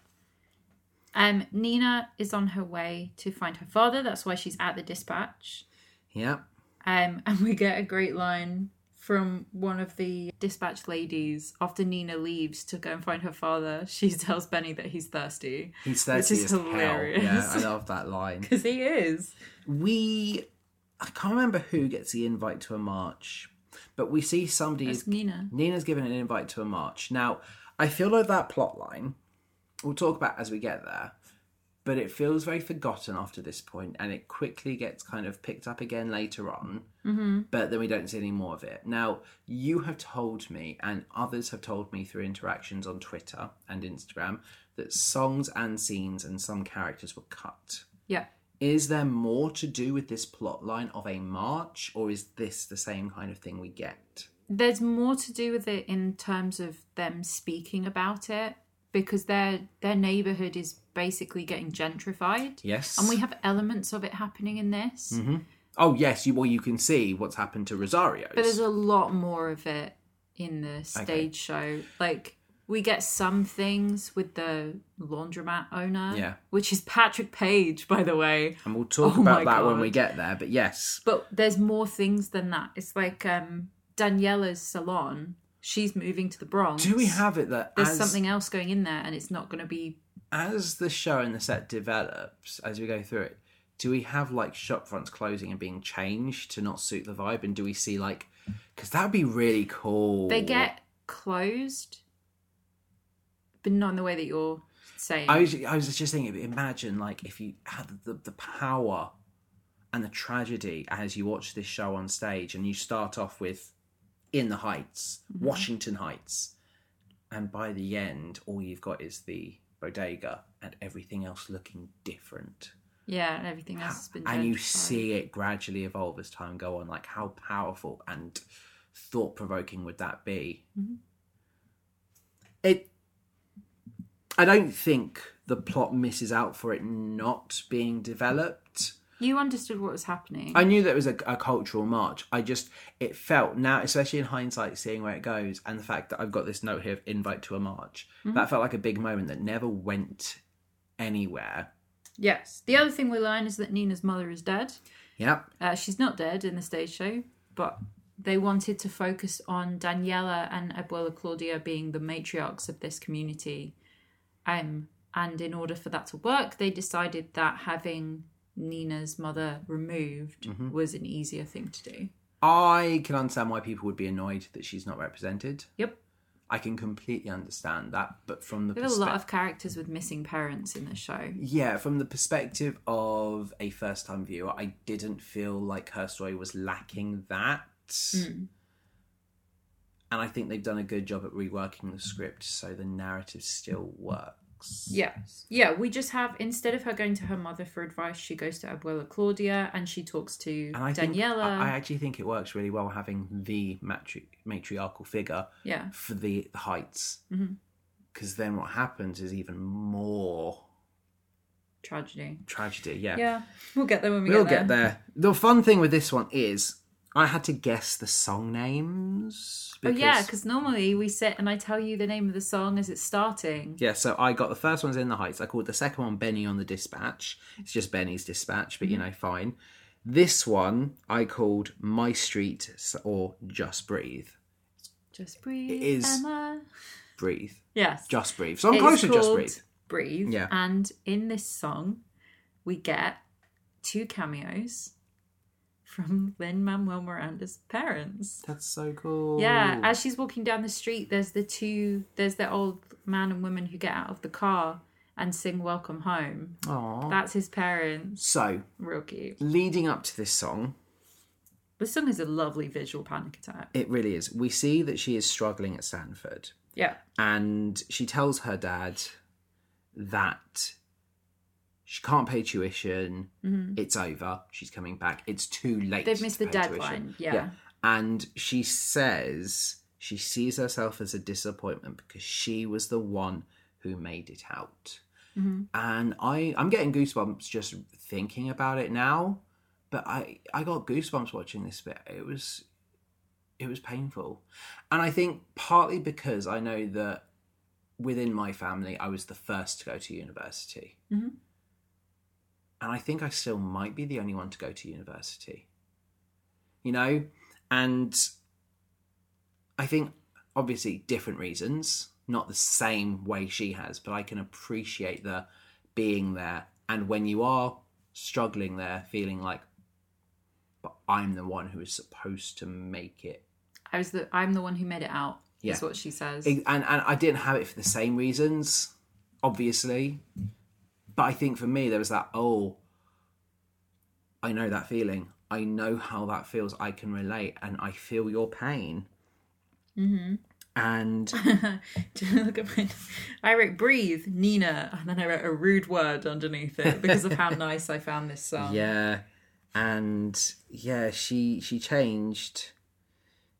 Speaker 1: Um, Nina is on her way to find her father. That's why she's at the dispatch.
Speaker 2: Yeah.
Speaker 1: Um, and we get a great line from one of the dispatch ladies after Nina leaves to go and find her father. She tells Benny that he's thirsty
Speaker 2: He's
Speaker 1: Which
Speaker 2: thirsty
Speaker 1: is
Speaker 2: as hell.
Speaker 1: hilarious.
Speaker 2: Yeah, I love that line.
Speaker 1: because he is.
Speaker 2: We, I can't remember who gets the invite to a march, but we see somebody.
Speaker 1: It's Nina.
Speaker 2: Nina's given an invite to a march. Now, I feel like that plot line, we'll talk about as we get there, but it feels very forgotten after this point, and it quickly gets kind of picked up again later on.
Speaker 1: Mm-hmm.
Speaker 2: But then we don't see any more of it. Now, you have told me, and others have told me through interactions on Twitter and Instagram, that songs and scenes and some characters were cut.
Speaker 1: Yeah.
Speaker 2: Is there more to do with this plot line of a march, or is this the same kind of thing we get?
Speaker 1: There's more to do with it in terms of them speaking about it because their their neighborhood is basically getting gentrified.
Speaker 2: Yes.
Speaker 1: And we have elements of it happening in this,
Speaker 2: Oh yes, you well you can see what's happened to Rosario's.
Speaker 1: but there's a lot more of it in the stage show. Like we get some things with the laundromat owner,
Speaker 2: Yeah.
Speaker 1: which is Patrick Page, by the way.
Speaker 2: and we'll talk
Speaker 1: Oh my
Speaker 2: about that when we
Speaker 1: God.
Speaker 2: get there. But yes,
Speaker 1: But there's more things than that. It's like um, Daniela's salon. She's moving to the Bronx.
Speaker 2: do we have it that
Speaker 1: There's
Speaker 2: as
Speaker 1: something else going in there, and it's not going to be.
Speaker 2: as the show and the set develops, as we go through it, do we have like shop fronts closing and being changed to not suit the vibe? And do we see like because that'd be really cool.
Speaker 1: They get closed, but not in the way that you're saying.
Speaker 2: I was, I was just thinking, imagine like if you had the, the power and the tragedy as you watch this show on stage and you start off with In the Heights, Washington Heights, and by the end, all you've got is the bodega and everything else looking different.
Speaker 1: yeah, and everything else has been.
Speaker 2: And you
Speaker 1: gentrified.
Speaker 2: see it gradually evolve as time go on. Like how powerful and thought provoking would that be?
Speaker 1: Mm-hmm.
Speaker 2: It. I don't think the plot misses out for it not being developed.
Speaker 1: You understood what was happening.
Speaker 2: I knew that it was a, a cultural march. I just it felt now, especially in hindsight, seeing where it goes and the fact that I've got this note here of invite to a march.
Speaker 1: Mm-hmm.
Speaker 2: That felt like a big moment that never went anywhere.
Speaker 1: Yes. The other thing we learn is that Nina's mother is dead.
Speaker 2: Yep.
Speaker 1: Uh, she's not dead in the stage show, but they wanted to focus on Daniela and Abuela Claudia being the matriarchs of this community. Um, And in order for that to work, they decided that having Nina's mother removed was an easier thing to do.
Speaker 2: I can understand why people would be annoyed that she's not represented.
Speaker 1: Yep.
Speaker 2: I can completely understand that, but from the
Speaker 1: We have a
Speaker 2: perspective,
Speaker 1: lot of characters with missing parents in the show.
Speaker 2: yeah, from the perspective of a first-time viewer, I didn't feel like her story was lacking that.
Speaker 1: Mm.
Speaker 2: And I think they've done a good job at reworking the script so the narrative still works.
Speaker 1: Yeah. Yeah, we just have instead of her going to her mother for advice, she goes to Abuela Claudia and she talks to
Speaker 2: And I think,
Speaker 1: Daniela.
Speaker 2: I I actually think it works really well having the matri- matriarchal figure
Speaker 1: yeah.
Speaker 2: for the, the heights.
Speaker 1: Mhm.
Speaker 2: Because then what happens is even more
Speaker 1: Tragedy.
Speaker 2: tragedy.
Speaker 1: Yeah. We'll get there when we
Speaker 2: we'll
Speaker 1: get there.
Speaker 2: get there. The fun thing with this one is I had to guess the song names.
Speaker 1: Oh yeah, because normally we sit and I tell you the name of the song as it's starting.
Speaker 2: yeah, so I got the first one's in the heights. I called the second one Benny on the dispatch. It's just Benny's dispatch, but you
Speaker 1: Mm-hmm.
Speaker 2: know, fine. This one I called My Street S- or Just Breathe.
Speaker 1: Just breathe,
Speaker 2: It is-
Speaker 1: Emma.
Speaker 2: Breathe.
Speaker 1: Yes.
Speaker 2: Just Breathe. So I'm
Speaker 1: It
Speaker 2: close
Speaker 1: is
Speaker 2: to Just
Speaker 1: called
Speaker 2: Breathe.
Speaker 1: Breathe.
Speaker 2: Yeah.
Speaker 1: And in this song, we get two cameos from Lin Manuel Miranda's parents.
Speaker 2: That's so cool.
Speaker 1: Yeah, as she's walking down the street, there's the two, there's the old man and woman who get out of the car and sing "Welcome Home."
Speaker 2: Aww.
Speaker 1: That's his parents.
Speaker 2: So,
Speaker 1: Real cute.
Speaker 2: leading up to this song,
Speaker 1: This song is a lovely visual panic attack.
Speaker 2: it really is. We see that she is struggling at Sanford.
Speaker 1: Yeah,
Speaker 2: and she tells her dad that she can't pay tuition. It's over. She's coming back. It's too
Speaker 1: Mm-hmm.
Speaker 2: late.
Speaker 1: They've missed
Speaker 2: to
Speaker 1: the
Speaker 2: pay
Speaker 1: deadline,
Speaker 2: tuition.
Speaker 1: yeah.
Speaker 2: And she says she sees herself as a disappointment because she was the one who made it out.
Speaker 1: Mm-hmm,
Speaker 2: And I, I'm getting goosebumps just thinking about it now. But I, I got goosebumps watching this bit. It was it was painful. And I think partly because I know that within my family, I was the first to go to university.
Speaker 1: Mhm.
Speaker 2: And I think I still might be the only one to go to university. You know? And I think, obviously, different reasons, not the same way she has, but I can appreciate the being there. And when you are struggling there, feeling like, but I'm the one who is supposed to make it
Speaker 1: I was the I'm the one who made it out. Is
Speaker 2: Yeah.
Speaker 1: what she says.
Speaker 2: It- and and I didn't have it for the same reasons, obviously. But I think for me there was that oh, I know that feeling. I know how that feels. I can relate, and I feel your pain. Mm-hmm. And
Speaker 1: Look at my. I wrote "breathe," Nina, and then I wrote a rude word underneath it because of how nice I found this song.
Speaker 2: yeah, and yeah, she she changed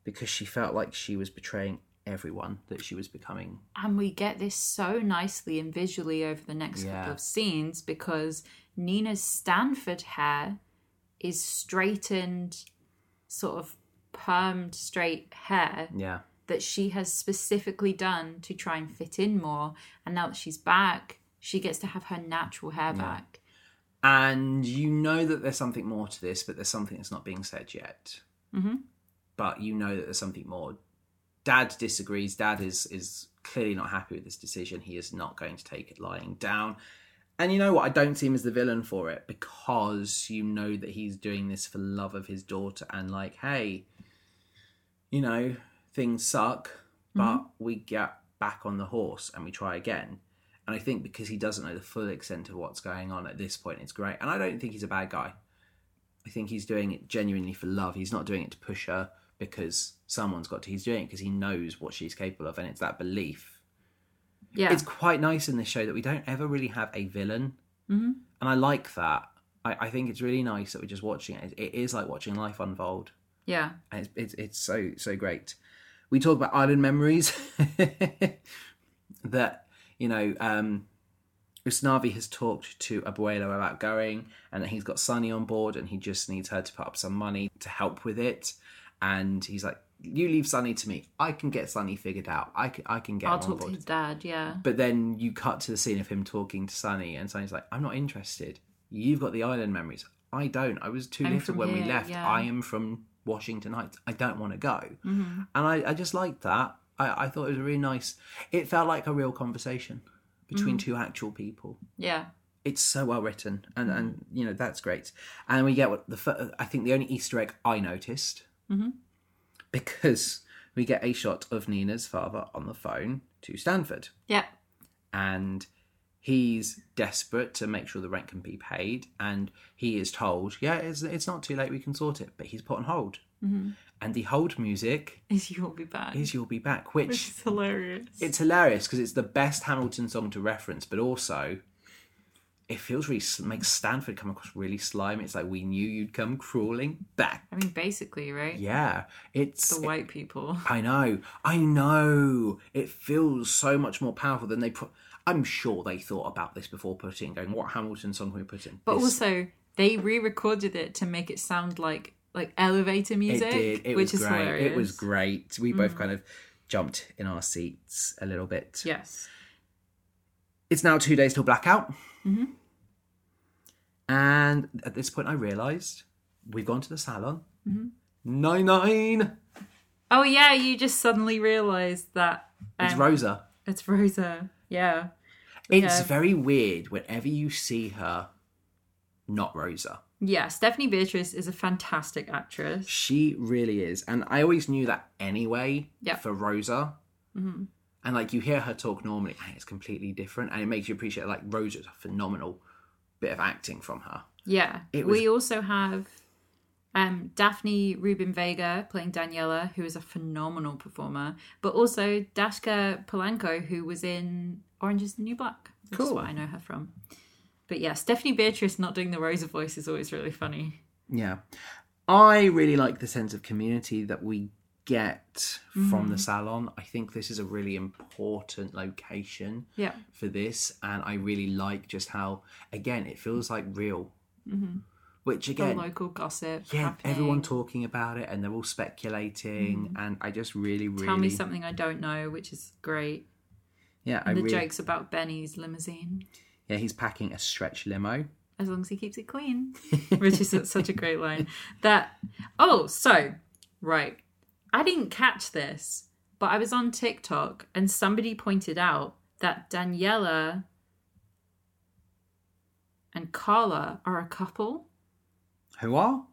Speaker 2: because she felt like she was betraying everyone that she was becoming.
Speaker 1: And we get this so nicely and visually over the next
Speaker 2: Yeah.
Speaker 1: couple of scenes because Nina's Stanford hair is straightened, sort of permed straight hair
Speaker 2: Yeah,
Speaker 1: that she has specifically done to try and fit in more. And now that she's back, she gets to have her natural hair back.
Speaker 2: and you know that there's something more to this, but there's something that's not being said yet.
Speaker 1: Mm-hmm.
Speaker 2: but you know that there's something more. Dad disagrees. Dad is is clearly not happy with this decision. He is not going to take it lying down. And you know what? I don't see him as the villain for it because you know that he's doing this for love of his daughter and like, hey, you know, things suck, but we get back on the horse and we try again. And I think because he doesn't know the full extent of what's going on at this point, it's great. And I don't think he's a bad guy. I think he's doing it genuinely for love. He's not doing it to push her because someone's got to. He's doing it because he knows what she's capable of, and it's that belief.
Speaker 1: Yeah.
Speaker 2: It's quite nice in this show that we don't ever really have a villain,
Speaker 1: Mhm.
Speaker 2: and I like that. I, I think it's really nice that we're just watching it. It is like watching life unfold,
Speaker 1: Yeah.
Speaker 2: and it's it's, it's so so great. We talk about island memories that you know. um Usnavi has talked to Abuelo about going and that he's got Sunny on board and he just needs her to put up some money to help with it. And he's like, You leave Sunny to me. I can get Sunny figured out. I can, I can get
Speaker 1: I'll
Speaker 2: him on
Speaker 1: talk to
Speaker 2: board.
Speaker 1: his dad. Yeah.
Speaker 2: But then you cut to the scene of him talking to Sunny and Sunny's like, I'm not interested. You've got the island memories. I don't. I was too
Speaker 1: I'm
Speaker 2: little
Speaker 1: from
Speaker 2: when we
Speaker 1: here,
Speaker 2: left.
Speaker 1: yeah.
Speaker 2: I am from Washington Heights. I don't want to go.
Speaker 1: Mm-hmm.
Speaker 2: And I, I just liked that. I, I thought it was really nice. It felt like a real conversation
Speaker 1: Mm.
Speaker 2: between two actual people.
Speaker 1: Yeah.
Speaker 2: It's so well written, and
Speaker 1: Mm.
Speaker 2: and you know that's great. And we get what the fir- I think the only Easter egg I noticed
Speaker 1: Mm-hmm.
Speaker 2: because we get a shot of Nina's father on the phone to Stanford,
Speaker 1: Yeah.
Speaker 2: and he's desperate to make sure the rent can be paid, and he is told, yeah, it's it's not too late, we can sort it, but he's put on hold, and the hold music
Speaker 1: Is Mm-hmm. you'll be back.
Speaker 2: is "You'll Be Back," which
Speaker 1: It's hilarious.
Speaker 2: it's hilarious because it's the best Hamilton song to reference, but also it feels really sl- makes Stanford come across really slimy. It's like we knew you'd come crawling back.
Speaker 1: I mean, basically, right?
Speaker 2: Yeah, it's.
Speaker 1: The white people.
Speaker 2: I know, I know. It feels so much more powerful than they. Pro- I'm sure they thought about this before putting, going, "What Hamilton song can we put in?"
Speaker 1: But
Speaker 2: This-
Speaker 1: also, they re-recorded it to make it sound like like elevator
Speaker 2: it
Speaker 1: music,
Speaker 2: did. It
Speaker 1: which
Speaker 2: was
Speaker 1: is
Speaker 2: great.
Speaker 1: hilarious. Mm.
Speaker 2: It was great. We both kind of jumped in our seats a little bit.
Speaker 1: Yes.
Speaker 2: It's now two days till blackout.
Speaker 1: Mm-hmm.
Speaker 2: And at this point, I realised we've gone to the salon.
Speaker 1: Mm-hmm.
Speaker 2: Nine nine.
Speaker 1: Oh yeah, you just suddenly realised that um,
Speaker 2: It's Rosa.
Speaker 1: it's Rosa. Yeah.
Speaker 2: It's
Speaker 1: yeah.
Speaker 2: very weird whenever you see her, not Rosa.
Speaker 1: Yeah, Stephanie Beatrice is a fantastic actress.
Speaker 2: She really is, and I always knew that anyway.
Speaker 1: Yeah.
Speaker 2: For Rosa. And like you hear her talk normally, and it's completely different, and it makes you appreciate like Rosa's a phenomenal bit of acting from her.
Speaker 1: Yeah.
Speaker 2: It was-
Speaker 1: We also have um, Daphne Rubin Vega playing Daniela, who is a phenomenal performer, but also Dashka Polanco, who was in Orange is the New Black. Which is
Speaker 2: Cool.
Speaker 1: what I know her from. But yeah, Stephanie Beatrice not doing the Rosa voice is always really funny.
Speaker 2: Yeah. I really like the sense of community that we get from the salon. I think this is a really important location
Speaker 1: Yeah.
Speaker 2: for this. And I really like just how, again, it feels like real. Which,
Speaker 1: The
Speaker 2: again,
Speaker 1: local gossip.
Speaker 2: yeah,
Speaker 1: happening.
Speaker 2: everyone talking about it and they're all speculating. And I just really, really.
Speaker 1: Mm-hmm. Tell me something I don't know, which is great.
Speaker 2: Yeah, I
Speaker 1: And the
Speaker 2: really.
Speaker 1: jokes about Benny's limousine,
Speaker 2: Yeah, he's packing a stretch limo.
Speaker 1: as long as he keeps it clean, which is such a great line. That oh, so right, I didn't catch this, but I was on TikTok and somebody pointed out that Daniela and Carla are a couple.
Speaker 2: Who are?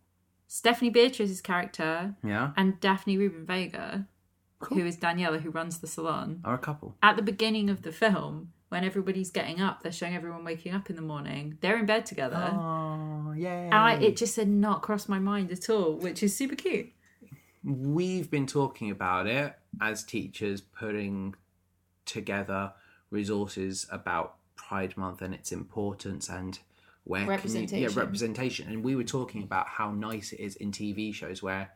Speaker 1: Stephanie Beatrice's character
Speaker 2: Yeah.
Speaker 1: and Daphne Rubin Vega,
Speaker 2: Cool.
Speaker 1: who is Daniela, who runs the salon.
Speaker 2: Are a couple.
Speaker 1: at the beginning of the film, when everybody's getting up, they're showing everyone waking up in the morning. They're in bed together.
Speaker 2: Oh, yeah.
Speaker 1: And Uh, I, it just had not crossed my mind at all, which is super cute.
Speaker 2: we've been talking about it as teachers putting together resources about pride month and its importance and where commu-
Speaker 1: Representation.
Speaker 2: yeah, representation and we were talking about how nice it is in tv shows where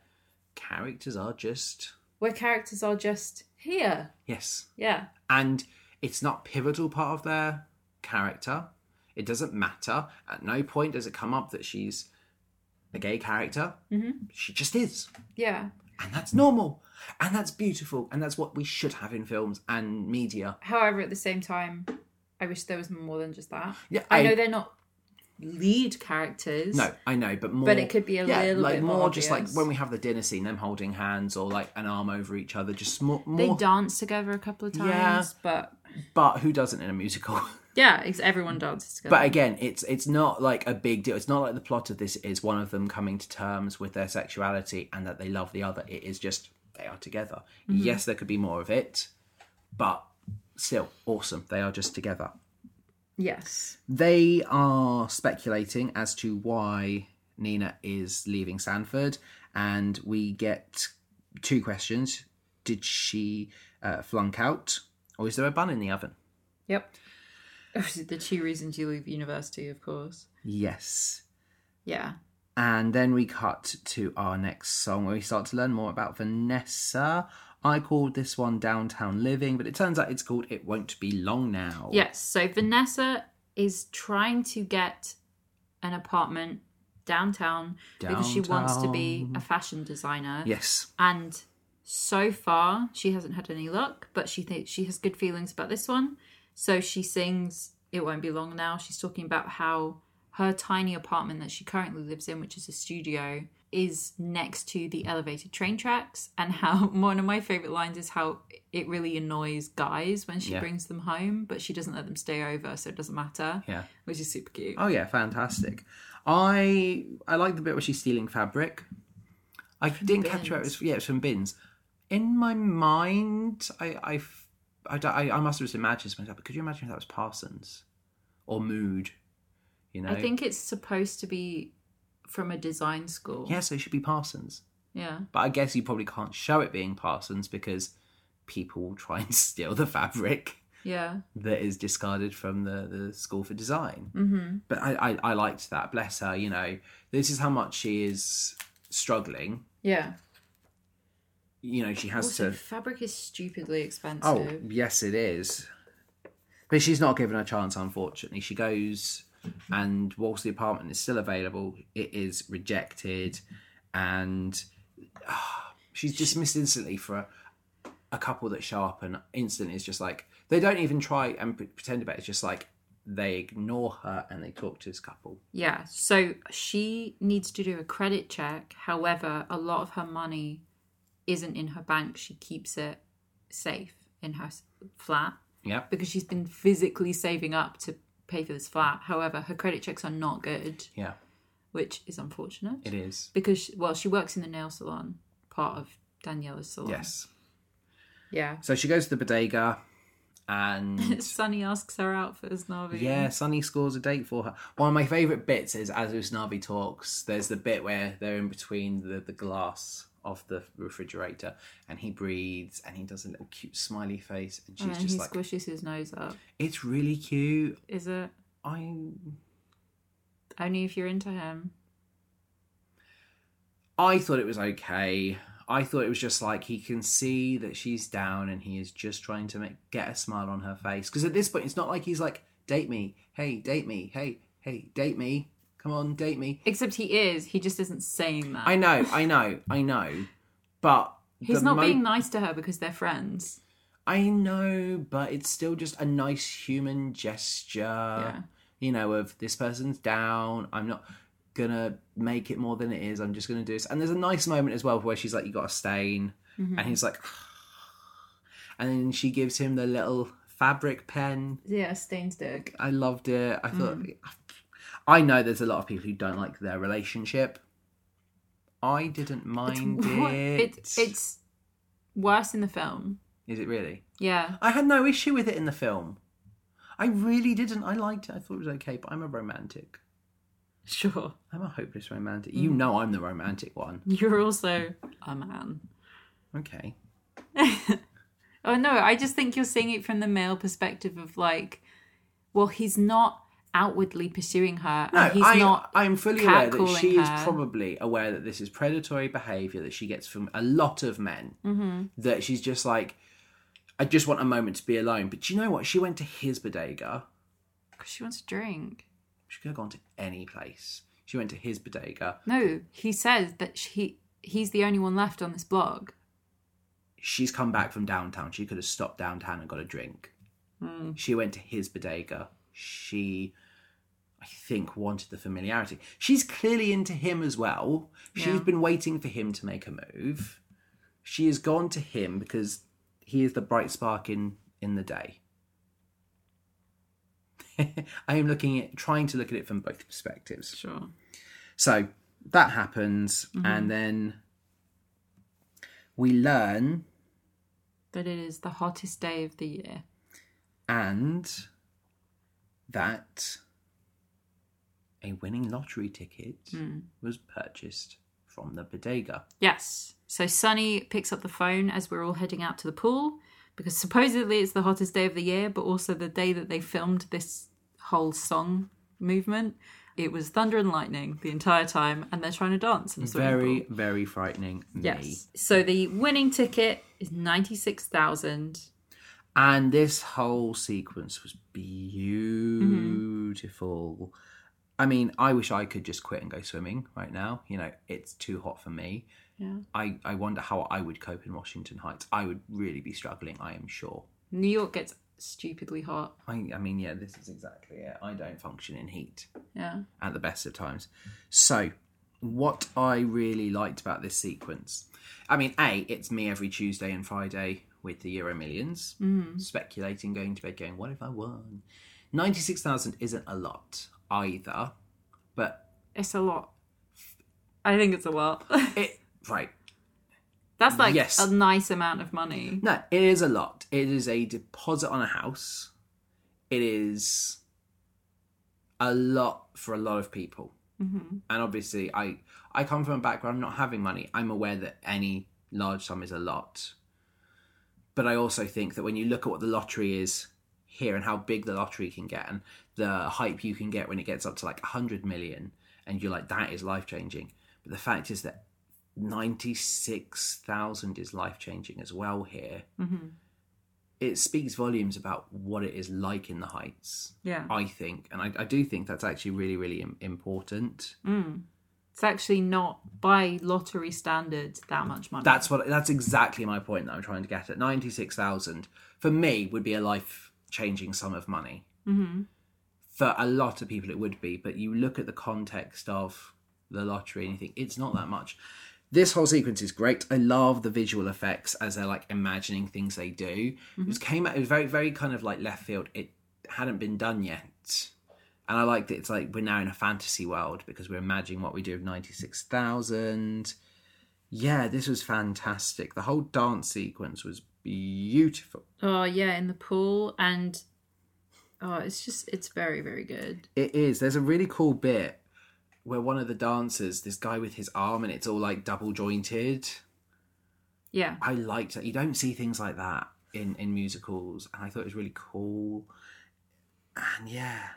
Speaker 2: characters are just
Speaker 1: Where characters are just here.
Speaker 2: yes
Speaker 1: Yeah.
Speaker 2: and it's not pivotal part of their character. It doesn't matter. At no point does it come up that she's a gay character. Mm-hmm. She just is,
Speaker 1: Yeah.
Speaker 2: and that's normal, and that's beautiful, and that's what we should have in films and media.
Speaker 1: However, at the same time, I wish there was more than just that.
Speaker 2: Yeah,
Speaker 1: I,
Speaker 2: I-
Speaker 1: know they're not lead characters.
Speaker 2: No, I know, but more.
Speaker 1: it could be a
Speaker 2: yeah,
Speaker 1: little
Speaker 2: like
Speaker 1: bit
Speaker 2: more,
Speaker 1: more
Speaker 2: just like
Speaker 1: obvious.
Speaker 2: when we have the dinner scene, them holding hands or like an arm over each other, just more.
Speaker 1: They
Speaker 2: more
Speaker 1: dance together a couple of
Speaker 2: Yeah.
Speaker 1: times, but
Speaker 2: but who doesn't in a musical?
Speaker 1: yeah, it's, everyone dances together.
Speaker 2: But again, it's it's not like a big deal. It's not like the plot of this is one of them coming to terms with their sexuality and that they love the other. It is just they are together. Yes, there could be more of it, but still awesome. They are just together.
Speaker 1: yes.
Speaker 2: They are speculating as to why Nina is leaving Sanford, and we get two questions: Did she uh, flunk out, or is there a bun in the oven?
Speaker 1: Yep. The two reasons you leave university, of course.
Speaker 2: Yes.
Speaker 1: Yeah.
Speaker 2: And then we cut to our next song where we start to learn more about Vanessa. I called this one Downtown Living, but it turns out it's called It Won't Be Long Now.
Speaker 1: Yes. So Vanessa is trying to get an apartment downtown, because she wants to be a fashion designer.
Speaker 2: Yes.
Speaker 1: And so far, she hasn't had any luck, but she thinks she has good feelings about this one. So she sings "It Won't Be Long Now." She's talking about how her tiny apartment that she currently lives in, which is a studio, is next to the elevated train tracks. And how one of my favorite lines is how it really annoys guys when she
Speaker 2: Yeah.
Speaker 1: brings them home, but she doesn't let them stay over, so it doesn't matter,
Speaker 2: Yeah.
Speaker 1: which is super cute.
Speaker 2: Oh yeah, fantastic. I I like the bit where she's stealing fabric. I didn't catch where it was. Yeah, it's from bins. In my mind, I I f- I d- I- I must have just imagined this myself. But could you imagine if that was Parsons or Mood? You know.
Speaker 1: I think it's supposed to be from a design school.
Speaker 2: Yeah, so it should be Parsons.
Speaker 1: Yeah.
Speaker 2: But I guess you probably can't show it being Parsons because people will try and steal the fabric
Speaker 1: Yeah.
Speaker 2: that is discarded from the, the school for design.
Speaker 1: Mm-hmm.
Speaker 2: But I, I, I liked that. Bless her, you know. This is how much she is struggling.
Speaker 1: Yeah.
Speaker 2: You know, she has
Speaker 1: Also,
Speaker 2: to.
Speaker 1: fabric is stupidly
Speaker 2: Oh,
Speaker 1: expensive.
Speaker 2: yes, it is. But she's not given a chance, unfortunately. She goes, and whilst the apartment is still available, it is rejected, and ah, she's dismissed instantly for a, a couple that show up, and instantly it's just like they don't even try and pre- pretend about it. It's just like they ignore her and they talk to this couple.
Speaker 1: Yeah. So she needs to do a credit check. However, a lot of her money isn't in her bank. She keeps it safe in her s- flat
Speaker 2: Yep.
Speaker 1: because she's been physically saving up to pay for this flat. However, her credit checks are not good,
Speaker 2: Yeah,
Speaker 1: which is unfortunate.
Speaker 2: it is.
Speaker 1: because well, she works in the nail salon part of Daniela's salon.
Speaker 2: Yes.
Speaker 1: Yeah.
Speaker 2: So she goes to the bodega, and
Speaker 1: Sunny asks her out for Usnavi.
Speaker 2: Yeah, Sunny scores a date for her. One of my favourite bits is as Usnavi talks, there's the bit where they're in between the, the glass of the refrigerator and he breathes and he does a little cute smiley face and she's
Speaker 1: and
Speaker 2: just
Speaker 1: he
Speaker 2: like,
Speaker 1: squishes his nose up.
Speaker 2: it's really cute.
Speaker 1: Is it
Speaker 2: I
Speaker 1: only if you're into him?
Speaker 2: I thought it was okay. I thought it was just like he can see that she's down and he is just trying to make get a smile on her face. Because at this point, it's not like he's like, date me, hey, date me, hey, hey, date me, come on, date me.
Speaker 1: Except he is. He just isn't saying that.
Speaker 2: I know, I know, I know. But
Speaker 1: He's
Speaker 2: the
Speaker 1: not
Speaker 2: mo-
Speaker 1: being nice to her because they're friends.
Speaker 2: I know, but it's still just a nice human gesture.
Speaker 1: Yeah.
Speaker 2: You know, of this person's down. I'm not gonna make it more than it is. I'm just gonna do this. And there's a nice moment as well where she's like, "You got a stain,"
Speaker 1: Mm-hmm.
Speaker 2: and he's like, and then she gives him the little fabric pen.
Speaker 1: Yeah, Stain's dick.
Speaker 2: I loved it.
Speaker 1: Mm.
Speaker 2: I thought. I know there's a lot of people who don't like their relationship. I didn't mind it.
Speaker 1: It, it's worse in the film.
Speaker 2: Is it really?
Speaker 1: Yeah.
Speaker 2: I had no issue with it in the film. I really didn't. I liked it. I thought it was okay, but I'm a romantic.
Speaker 1: Sure.
Speaker 2: I'm a hopeless romantic.
Speaker 1: Mm.
Speaker 2: You know I'm the romantic one.
Speaker 1: You're also a man.
Speaker 2: Okay.
Speaker 1: Oh no, I just think you're seeing it from the male perspective of like, well, he's not outwardly pursuing her,
Speaker 2: No,
Speaker 1: and he's
Speaker 2: I,
Speaker 1: not.
Speaker 2: I'm fully aware that
Speaker 1: catcalling
Speaker 2: she is
Speaker 1: her.
Speaker 2: probably aware that this is predatory behavior that she gets from a lot of men.
Speaker 1: Mm-hmm.
Speaker 2: That she's just like, I just want a moment to be alone. But do you know what? She went to his bodega.
Speaker 1: She wants a drink.
Speaker 2: She could have gone to any place. She went to his bodega.
Speaker 1: No, he says that she he's the only one left on this blog.
Speaker 2: She's come back from downtown. She could have stopped downtown and got a drink. She went to his bodega. She, I think, wanted the familiarity. She's clearly into him as well.
Speaker 1: Yeah.
Speaker 2: She's been waiting for him to make a move. She has gone to him because he is the bright spark in in the day. I am looking at trying to look at it from both perspectives.
Speaker 1: Sure. Mm-hmm.
Speaker 2: So that happens, and then we learn,
Speaker 1: That it is the hottest day of the year.
Speaker 2: and that a winning lottery ticket
Speaker 1: Hmm.
Speaker 2: was purchased from the bodega.
Speaker 1: Yes. So Sunny picks up the phone as we're all heading out to the pool because supposedly it's the hottest day of the year, but also the day that they filmed this whole song movement. It was thunder and lightning the entire time, and they're trying to dance. In a swimming
Speaker 2: Very,
Speaker 1: pool.
Speaker 2: very frightening me.
Speaker 1: Yes. So the winning ticket is ninety six thousand.
Speaker 2: And this whole sequence was beautiful. I mean, I wish I could just quit and go swimming right now. You know, it's too hot for me.
Speaker 1: Yeah.
Speaker 2: I, I wonder how I would cope in Washington Heights. I would really be struggling, I am sure.
Speaker 1: New York gets stupidly hot.
Speaker 2: I, I mean, yeah, this is exactly it. I don't function in heat
Speaker 1: Yeah.
Speaker 2: at the best of times. So, what I really liked about this sequence, I mean, A, it's me every Tuesday and Friday with the Euro Millions, speculating, going to bed, going, what if I won? 96,000 isn't a lot either, but
Speaker 1: It's a lot. I think it's a lot.
Speaker 2: it, right,
Speaker 1: That's like
Speaker 2: Yes.
Speaker 1: a nice amount of money.
Speaker 2: No, it is a lot. It is a deposit on a house. It is a lot for a lot of people. Mm-hmm. And obviously, I I come from a background not having money. I'm aware that any large sum is a lot. But I also think that when you look at what the lottery is here and how big the lottery can get and the hype you can get when it gets up to like 100 million and you're like that is life changing. But the fact is that 96,000 is life changing as well here.
Speaker 1: mm-hmm.
Speaker 2: It speaks volumes about what it is like in the Heights,
Speaker 1: Yeah.
Speaker 2: I think. And I, I do think that's actually really, really im- important.
Speaker 1: Mm. It's actually not by lottery standards that much money.
Speaker 2: That's what that's exactly my point that I'm trying to get at. 96,000 for me would be a life changing sum of money. Mm-hmm. For a lot of people, it would be, but you look at the context of the lottery and you think it's not that much. This whole sequence is great. I love the visual effects as they're like imagining things they do. It was came out it was very, very kind of like left field. It hadn't been done yet. And I like that it's like we're now in a fantasy world because we're imagining what we do with 96,000. Yeah, this was fantastic. The whole dance sequence was beautiful.
Speaker 1: oh yeah, in the pool and oh, it's just it's very very good.
Speaker 2: It is. There's a really cool bit where one of the dancers, this guy with his arm, and it's all like double jointed.
Speaker 1: Yeah.
Speaker 2: I liked that. You don't see things like that in in musicals, and I thought it was really cool. And yeah,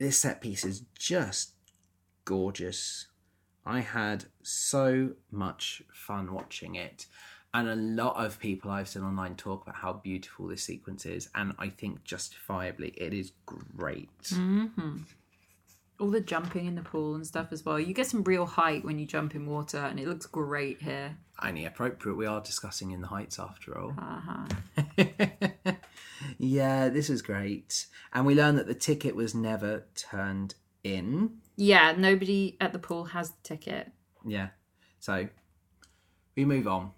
Speaker 2: this set piece is just gorgeous. I had so much fun watching it. And a lot of people I've seen online talk about how beautiful this sequence is, and I think justifiably, it is great.
Speaker 1: Mm-hmm. All the jumping in the pool and stuff as well. You get some real height when you jump in water, and it looks great here.
Speaker 2: only appropriate we are discussing in the heights after all
Speaker 1: Oh. Uh-huh.
Speaker 2: yeah this is great and we learned that the ticket was never turned in
Speaker 1: Yeah, nobody at the pool has the ticket.
Speaker 2: yeah so we move on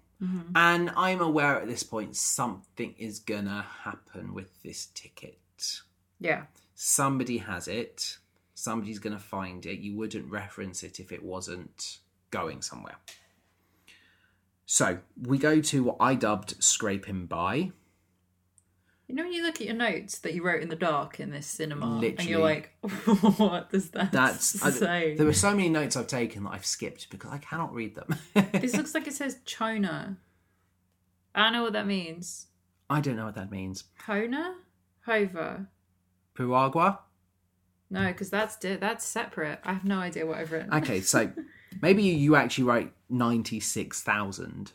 Speaker 2: and i'm aware at this point something is gonna happen with this ticket
Speaker 1: Yeah.
Speaker 2: somebody has it somebody's going to find it you wouldn't reference it if it wasn't going somewhere so we go to what i dubbed scraping by
Speaker 1: You know when you look at your notes that you wrote in the dark in this cinema, and you're
Speaker 2: Literally.
Speaker 1: like, "What does that
Speaker 2: that's I-
Speaker 1: say?"
Speaker 2: there were so many notes i've taken that i've skipped because i cannot read them
Speaker 1: This looks like it says Chona. I don't know what that means.
Speaker 2: i don't know what that means
Speaker 1: Hona? Hova?
Speaker 2: piragua
Speaker 1: No, because that's di- that's separate. I have no idea what I've written. I,
Speaker 2: okay so maybe you, you actually write 96000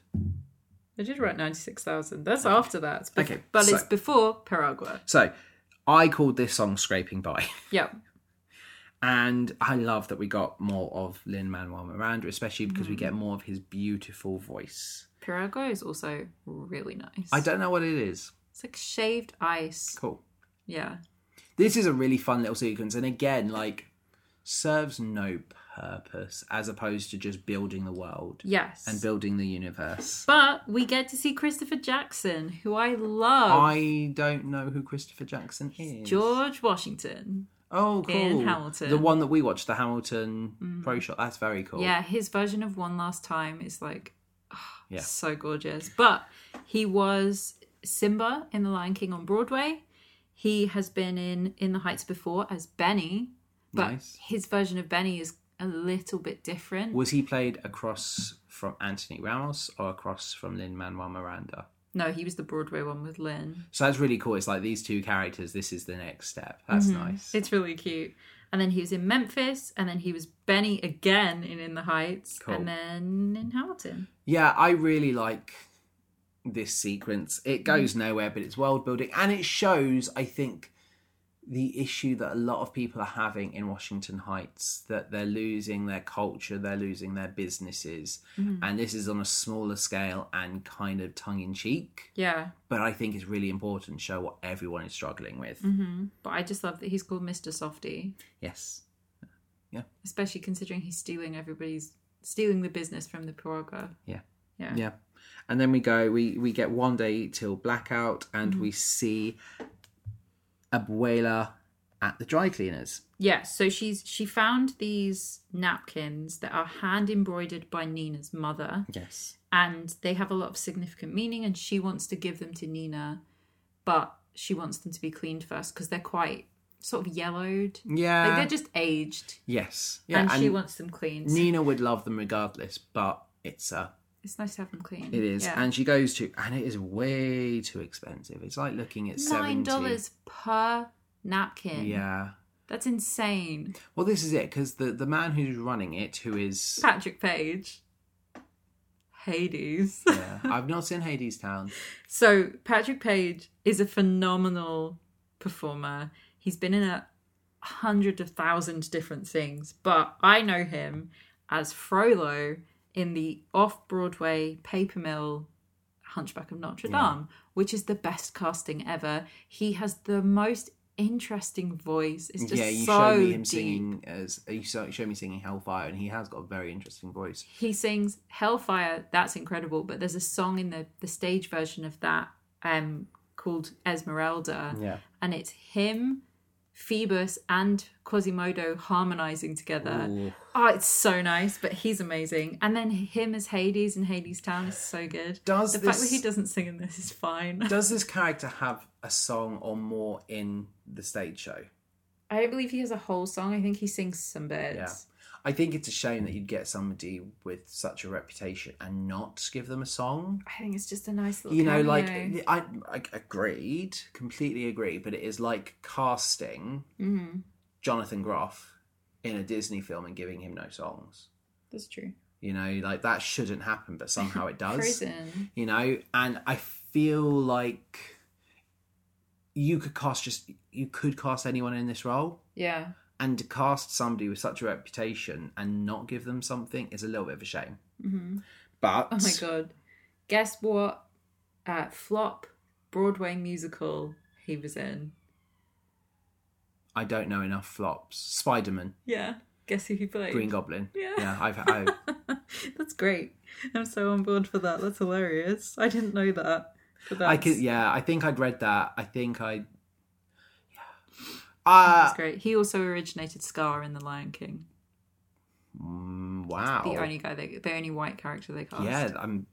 Speaker 1: did write ninety six thousand. That's after that. It's bef-
Speaker 2: Okay,
Speaker 1: but
Speaker 2: so-
Speaker 1: it's before Paragua.
Speaker 2: so i called this song scraping by
Speaker 1: Yeah,
Speaker 2: And I love that we got more of Lin Manuel Miranda, especially because we get more of his beautiful voice.
Speaker 1: Paragua is also really nice.
Speaker 2: I don't know what it is.
Speaker 1: It's like shaved ice.
Speaker 2: Cool.
Speaker 1: Yeah,
Speaker 2: This is a really fun little sequence. And again, like, serves no purpose as opposed to just building the world
Speaker 1: yes.
Speaker 2: and building the universe.
Speaker 1: but we get to see Christopher Jackson, who I love.
Speaker 2: I don't know who Christopher Jackson is.
Speaker 1: George Washington.
Speaker 2: oh, cool.
Speaker 1: in Hamilton. Mm.
Speaker 2: The one that we watched, the Hamilton Pro Shot. That's very cool.
Speaker 1: Yeah, his version of One Last Time is like
Speaker 2: Yeah.
Speaker 1: so gorgeous. But he was Simba in The Lion King on Broadway. He has been in In the Heights before as Benny, but
Speaker 2: Nice.
Speaker 1: his version of Benny is a little bit different.
Speaker 2: Was he played across from Anthony Ramos or across from Lin Manuel Miranda?
Speaker 1: No, he was the Broadway one with Lynn.
Speaker 2: So that's really cool. It's like these two characters. This is the next step. That's nice.
Speaker 1: It's really cute. And then he was in Memphis, and then he was Benny again in In the Heights,
Speaker 2: Cool.
Speaker 1: and then in Hamilton.
Speaker 2: yeah, I really like this sequence. It goes nowhere, but it's world building, and it shows. I think the issue that a lot of people are having in Washington Heights that they're losing their culture, they're losing their businesses, and this is on a smaller scale and kind of tongue in cheek.
Speaker 1: Yeah.
Speaker 2: But I think it's really important to show what everyone is struggling with.
Speaker 1: Mm. mm-hmm. But I just love that he's called Mr. Softy,
Speaker 2: Yes,
Speaker 1: especially considering he's stealing everybody's stealing the business from the Pirogua.
Speaker 2: Yeah.
Speaker 1: Yeah.
Speaker 2: yeah. And then we go, we we get one day till blackout, and we
Speaker 1: Mm-hmm.
Speaker 2: see Abuela at the dry cleaners.
Speaker 1: Yeah, so she's she found these napkins that are hand embroidered by Nina's mother
Speaker 2: Yes.
Speaker 1: and they have a lot of significant meaning and she wants to give them to Nina, but she wants them to be cleaned first because they're quite sort of yellowed.
Speaker 2: Yeah.
Speaker 1: Like they're just aged.
Speaker 2: yes. Yeah.
Speaker 1: and she wants them cleaned.
Speaker 2: Nina would love them regardless, but it's uh
Speaker 1: it's nice to have them cleaned.
Speaker 2: it is,
Speaker 1: Yeah.
Speaker 2: and she goes to, and it is way too expensive. It's like looking at
Speaker 1: nine
Speaker 2: seventy
Speaker 1: dollars per napkin.
Speaker 2: Yeah.
Speaker 1: That's insane.
Speaker 2: Well, this is it because the the man who's running it, who is.
Speaker 1: Patrick Page. Hades.
Speaker 2: Yeah, I've not seen Hades Town.
Speaker 1: So Patrick Page is a phenomenal performer. He's been in a hundred of thousand different things, but I know him as Frollo in the off-Broadway paper mill Hunchback of Notre Dame, which is the best casting ever. He has the most interesting voice. It's just
Speaker 2: yeah, you
Speaker 1: so
Speaker 2: showed me him
Speaker 1: deep.
Speaker 2: singing as you show- showed me singing Hellfire, and he has got a very interesting voice.
Speaker 1: he sings Hellfire. That's incredible. But there's a song in the the stage version of that um called Esmeralda.
Speaker 2: Yeah.
Speaker 1: and it's him, Phoebus, and Quasimodo harmonizing together.
Speaker 2: Ooh.
Speaker 1: Oh, it's so nice, but he's amazing. And then him as Hades in Hades Town is so good.
Speaker 2: Does
Speaker 1: the fact
Speaker 2: this-
Speaker 1: that he doesn't sing in this is fine.
Speaker 2: Does this character have a song or more in the stage show?
Speaker 1: I don't believe he has a whole song. I think he sings some bits.
Speaker 2: Yeah. I think it's a shame that you'd get somebody with such a reputation and not give them a song.
Speaker 1: I think it's just a nice little
Speaker 2: You know,
Speaker 1: cameo. Mm-hmm.
Speaker 2: like I, I agreed, completely agree, but it is like casting
Speaker 1: Mhm,
Speaker 2: Jonathan Groff in a Disney film and giving him no songs.
Speaker 1: that's true.
Speaker 2: You know, like that shouldn't happen, but somehow it does.
Speaker 1: Frozen.
Speaker 2: you know and i feel like you could cast just you could cast anyone in this role
Speaker 1: Yeah.
Speaker 2: and to cast somebody with such a reputation and not give them something is a little bit of a shame
Speaker 1: hmm
Speaker 2: but
Speaker 1: Oh my god. Guess what? Uh, flop Broadway musical he was in.
Speaker 2: i don't know enough flops spider-man
Speaker 1: Yeah. Guess who he played?
Speaker 2: green goblin
Speaker 1: Yeah.
Speaker 2: yeah i've, I've
Speaker 1: that's great. I'm so on board for that. That's hilarious. I didn't know that. But
Speaker 2: i
Speaker 1: that's,
Speaker 2: could yeah i think i'd read that i think Uh, i yeah uh,
Speaker 1: that's great. He also originated Scar in The Lion King.
Speaker 2: mm, wow
Speaker 1: The only guy, they, the only white character they cast.
Speaker 2: yeah i'm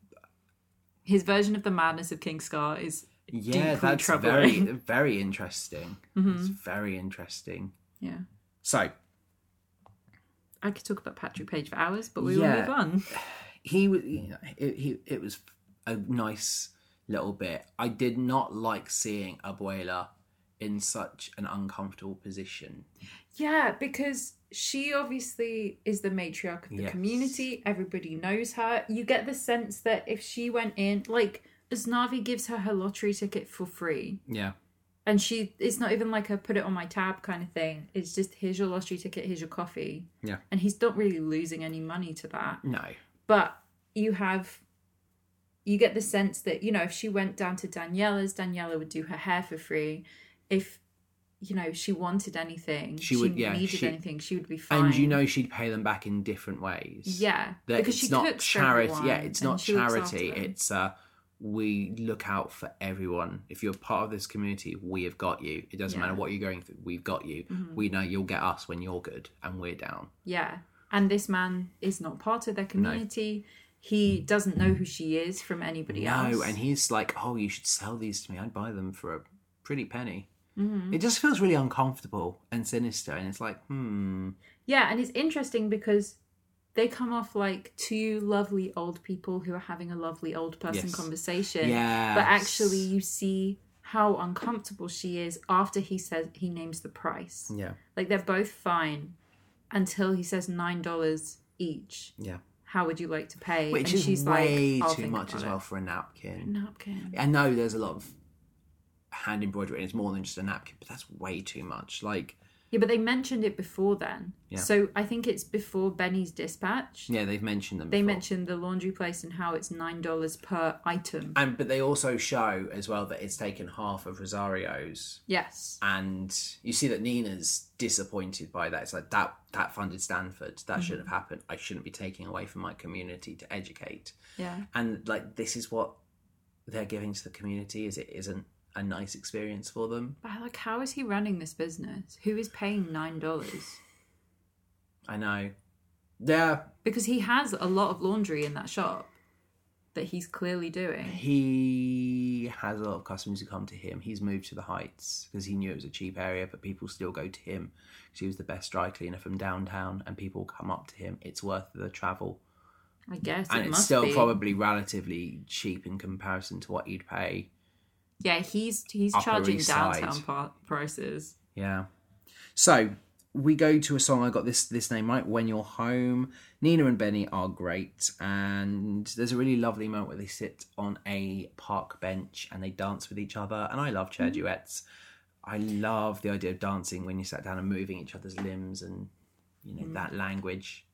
Speaker 1: His version of the madness of King Scar is
Speaker 2: yeah
Speaker 1: Deeply
Speaker 2: that's very
Speaker 1: troubling.
Speaker 2: very interesting it's
Speaker 1: Hmm.
Speaker 2: very interesting
Speaker 1: yeah.
Speaker 2: so
Speaker 1: I could talk about Patrick Page for hours, but we
Speaker 2: Yeah.
Speaker 1: will move on.
Speaker 2: he was you know, it, he, it was a nice little bit i did not like seeing abuela in such an uncomfortable position
Speaker 1: Yeah, because she obviously is the matriarch of the
Speaker 2: Yes.
Speaker 1: community. Everybody knows her. You get the sense that if she went in, like, Usnavi gives her her lottery ticket for free.
Speaker 2: yeah
Speaker 1: And she, it's not even like a put it on my tab kind of thing. It's just here's your lottery ticket, here's your coffee.
Speaker 2: Yeah.
Speaker 1: And he's not really losing any money to that.
Speaker 2: no
Speaker 1: But you have, you get the sense that, you know, if she went down to Daniela's, Daniela would do her hair for free. If, you know, she wanted anything,
Speaker 2: She would- yeah,
Speaker 1: needed
Speaker 2: she-
Speaker 1: anything, she would be fine.
Speaker 2: and you know she'd pay them back in different ways
Speaker 1: yeah.
Speaker 2: that
Speaker 1: because
Speaker 2: it's
Speaker 1: she
Speaker 2: not
Speaker 1: cooks for
Speaker 2: charity yeah
Speaker 1: everyone
Speaker 2: it's
Speaker 1: and
Speaker 2: not
Speaker 1: she looks after
Speaker 2: charity
Speaker 1: them.
Speaker 2: it's uh we look out for everyone if you're part of this community we have got you it doesn't
Speaker 1: Yeah. Mm-hmm.
Speaker 2: matter what you're going through we've got you we know you'll get us when you're good and we're down
Speaker 1: Yeah. And this man is not part of their community. He doesn't know who she is from anybody else.
Speaker 2: No, and he's like, "Oh, you should sell these to me. I'd buy them for a pretty penny." It just feels really uncomfortable and sinister, and it's like, hmm,
Speaker 1: Yeah, and it's interesting because they come off like two lovely old people who are having a lovely old person
Speaker 2: Yes.
Speaker 1: conversation.
Speaker 2: yeah.
Speaker 1: But actually, you see how uncomfortable she is after he says he names the price.
Speaker 2: yeah,
Speaker 1: Like they're both fine until he says nine dollars each.
Speaker 2: yeah,
Speaker 1: How would you like to pay?
Speaker 2: which
Speaker 1: and
Speaker 2: is
Speaker 1: she's
Speaker 2: way
Speaker 1: like, "I'll
Speaker 2: too
Speaker 1: think
Speaker 2: much
Speaker 1: about
Speaker 2: as
Speaker 1: it."
Speaker 2: well for a napkin.
Speaker 1: Napkin.
Speaker 2: I know there's a lot of hand embroidery and it's more than just a napkin, but that's way too much. Like,
Speaker 1: Yeah, but they mentioned it before then.
Speaker 2: Yeah.
Speaker 1: So I think it's before Benny's dispatch.
Speaker 2: yeah, they've mentioned them.
Speaker 1: They
Speaker 2: before.
Speaker 1: mentioned the laundry place and how it's nine dollars per item.
Speaker 2: and but they also show as well that it's taken half of Rosario's,
Speaker 1: Yes.
Speaker 2: and you see that Nina's disappointed by that. It's like that that funded Stanford. That shouldn't have happened. I shouldn't be taking away from my community to educate.
Speaker 1: Yeah.
Speaker 2: and like this is what they're giving to the community is it isn't a nice experience for them
Speaker 1: But like, how is he running this business? Who is paying nine dollars?
Speaker 2: i know yeah
Speaker 1: Because he has a lot of laundry in that shop that he's clearly doing.
Speaker 2: he has a lot of customers who come to him he's moved to the heights because he knew it was a cheap area but people still go to him because he was the best dry cleaner from downtown and people come up to him it's worth the travel
Speaker 1: I guess
Speaker 2: and
Speaker 1: it
Speaker 2: it's
Speaker 1: must
Speaker 2: still
Speaker 1: be.
Speaker 2: probably relatively cheap in comparison to what you'd pay
Speaker 1: yeah, he's he's
Speaker 2: Upper
Speaker 1: charging
Speaker 2: East Side.
Speaker 1: downtown par- prices.
Speaker 2: Yeah. So we go to a song. I got this this name right. When you're home, Nina and Benny are great, and there's a really lovely moment where they sit on a park bench and they dance with each other. And I love chair
Speaker 1: Mm-hmm.
Speaker 2: duets. I love the idea of dancing when you sat down and moving each other's limbs and you
Speaker 1: Mm.
Speaker 2: know that language.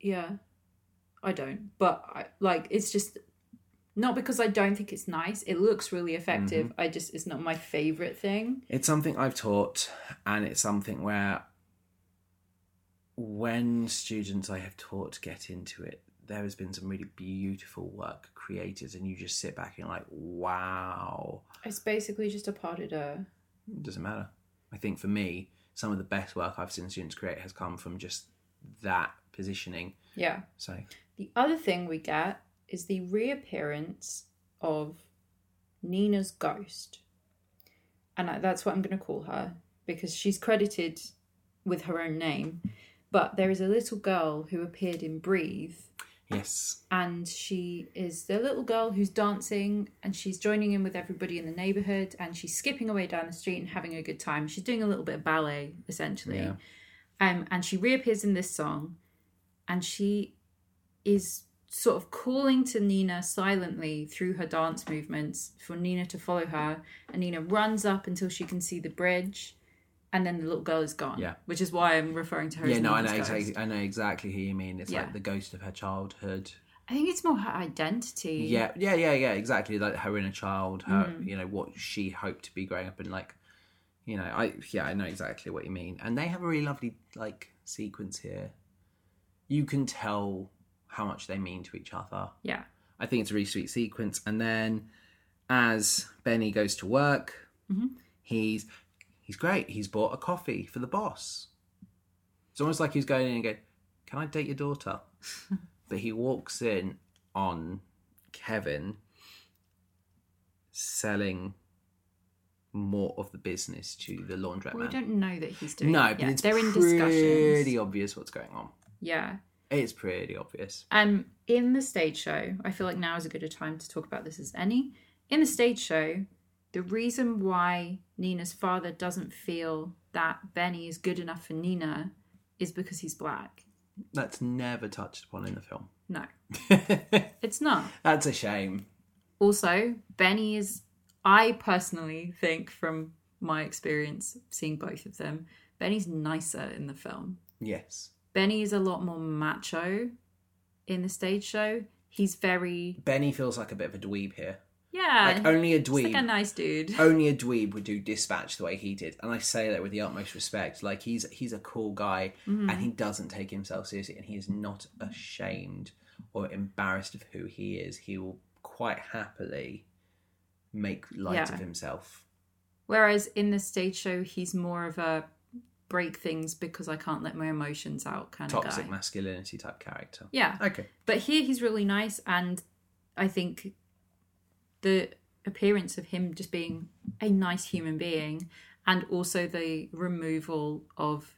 Speaker 1: Yeah, I don't. But I, like, it's just not because I don't think it's nice. It looks really effective.
Speaker 2: Mm-hmm.
Speaker 1: I just it's not my favorite thing.
Speaker 2: It's something I've taught, and it's something where when students I have taught get into it, there has been some really beautiful work created, and you just sit back and you're like, wow,
Speaker 1: It's basically just a part of the
Speaker 2: it doesn't matter. I think for me, some of the best work I've seen students create has come from just that positioning.
Speaker 1: yeah.
Speaker 2: So,
Speaker 1: The other thing we get is the reappearance of Nina's ghost. And I, that's what I'm going to call her because she's credited with her own name. But there is a little girl who appeared in Breathe,
Speaker 2: yes,
Speaker 1: and she is the little girl who's dancing and she's joining in with everybody in the neighborhood and she's skipping away down the street and having a good time. She's doing a little bit of ballet, essentially.
Speaker 2: Yeah.
Speaker 1: Um, and she reappears in this song and she is sort of calling to Nina silently through her dance movements for Nina to follow her. And Nina runs up until she can see the bridge. And then the little girl is gone.
Speaker 2: Yeah.
Speaker 1: Which is why I'm referring to her
Speaker 2: yeah,
Speaker 1: as
Speaker 2: no, I
Speaker 1: Nina's
Speaker 2: know
Speaker 1: ghost.
Speaker 2: exactly. I know exactly who you mean. It's
Speaker 1: Yeah.
Speaker 2: like the ghost of her childhood.
Speaker 1: I think it's more her identity.
Speaker 2: Yeah, yeah, yeah, yeah, exactly. Like her inner child, her, you know, what she hoped to be growing up and like, you know, I, yeah, I know exactly what you mean. And they have a really lovely, like, sequence here. You can tell how much they mean to each other.
Speaker 1: Yeah.
Speaker 2: I think it's a really sweet sequence. And then as Benny goes to work,
Speaker 1: Mm-hmm.
Speaker 2: he's, he's great. He's bought a coffee for the boss. It's almost like he's going in and going, Can I date your daughter? but he walks in on Kevin selling more of the business to the laundrette
Speaker 1: We
Speaker 2: man.
Speaker 1: don't know that he's doing.
Speaker 2: No,
Speaker 1: it
Speaker 2: but
Speaker 1: yet.
Speaker 2: it's
Speaker 1: they're in
Speaker 2: pretty
Speaker 1: discussions.
Speaker 2: obvious what's going on.
Speaker 1: Yeah.
Speaker 2: It's pretty obvious.
Speaker 1: Um, in the stage show, I feel like now is a good a time to talk about this as any. In the stage show, the reason why Nina's father doesn't feel that Benny is good enough for Nina is because he's black.
Speaker 2: That's never touched upon in the film.
Speaker 1: No, it's not.
Speaker 2: That's a shame.
Speaker 1: Also, Benny is, I personally think from my experience seeing both of them, Benny's nicer in the film.
Speaker 2: Yes.
Speaker 1: Benny is a lot more macho in the stage show. He's very
Speaker 2: Benny feels like a bit of a dweeb here.
Speaker 1: yeah,
Speaker 2: Like oh, only a
Speaker 1: he's
Speaker 2: dweeb.
Speaker 1: Uh, like a nice dude.
Speaker 2: only a dweeb would do dispatch the way he did and i say that with the utmost respect like he's he's a cool guy
Speaker 1: Mhm. Hmm.
Speaker 2: and he doesn't take himself seriously and he is not ashamed or embarrassed of who he is he will quite happily make light
Speaker 1: Yeah.
Speaker 2: of himself
Speaker 1: Whereas in the stage show, he's more of a break things because I can't let my emotions out kind
Speaker 2: toxic
Speaker 1: of guy.
Speaker 2: masculinity type character
Speaker 1: Yeah,
Speaker 2: okay
Speaker 1: but here he's really nice, and I think the appearance of him just being a nice human being, and also the removal of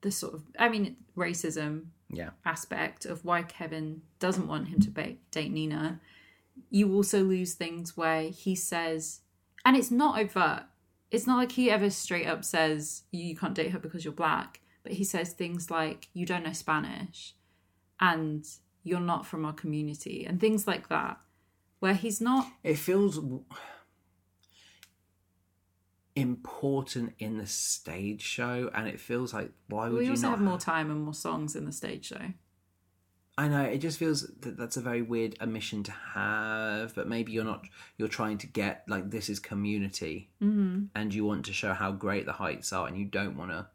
Speaker 1: the sort of I mean racism
Speaker 2: yeah
Speaker 1: aspect of why Kevin doesn't want him to ba- date Nina, you also lose things where he says, and it's not overt. It's not like he ever straight up says, you can't date her because you're black, but he says things like, you don't know Spanish and you're not from our community and things like that, where he's not,
Speaker 2: it feels important in the stage show, and it feels like why would
Speaker 1: we
Speaker 2: you
Speaker 1: also
Speaker 2: not
Speaker 1: have more time and more songs in the stage show.
Speaker 2: I know it just feels that that's a very weird omission to have, but maybe you're not. You're trying to get like this is community,
Speaker 1: Mm-hmm.
Speaker 2: and you want to show how great the heights are, and you don't want to.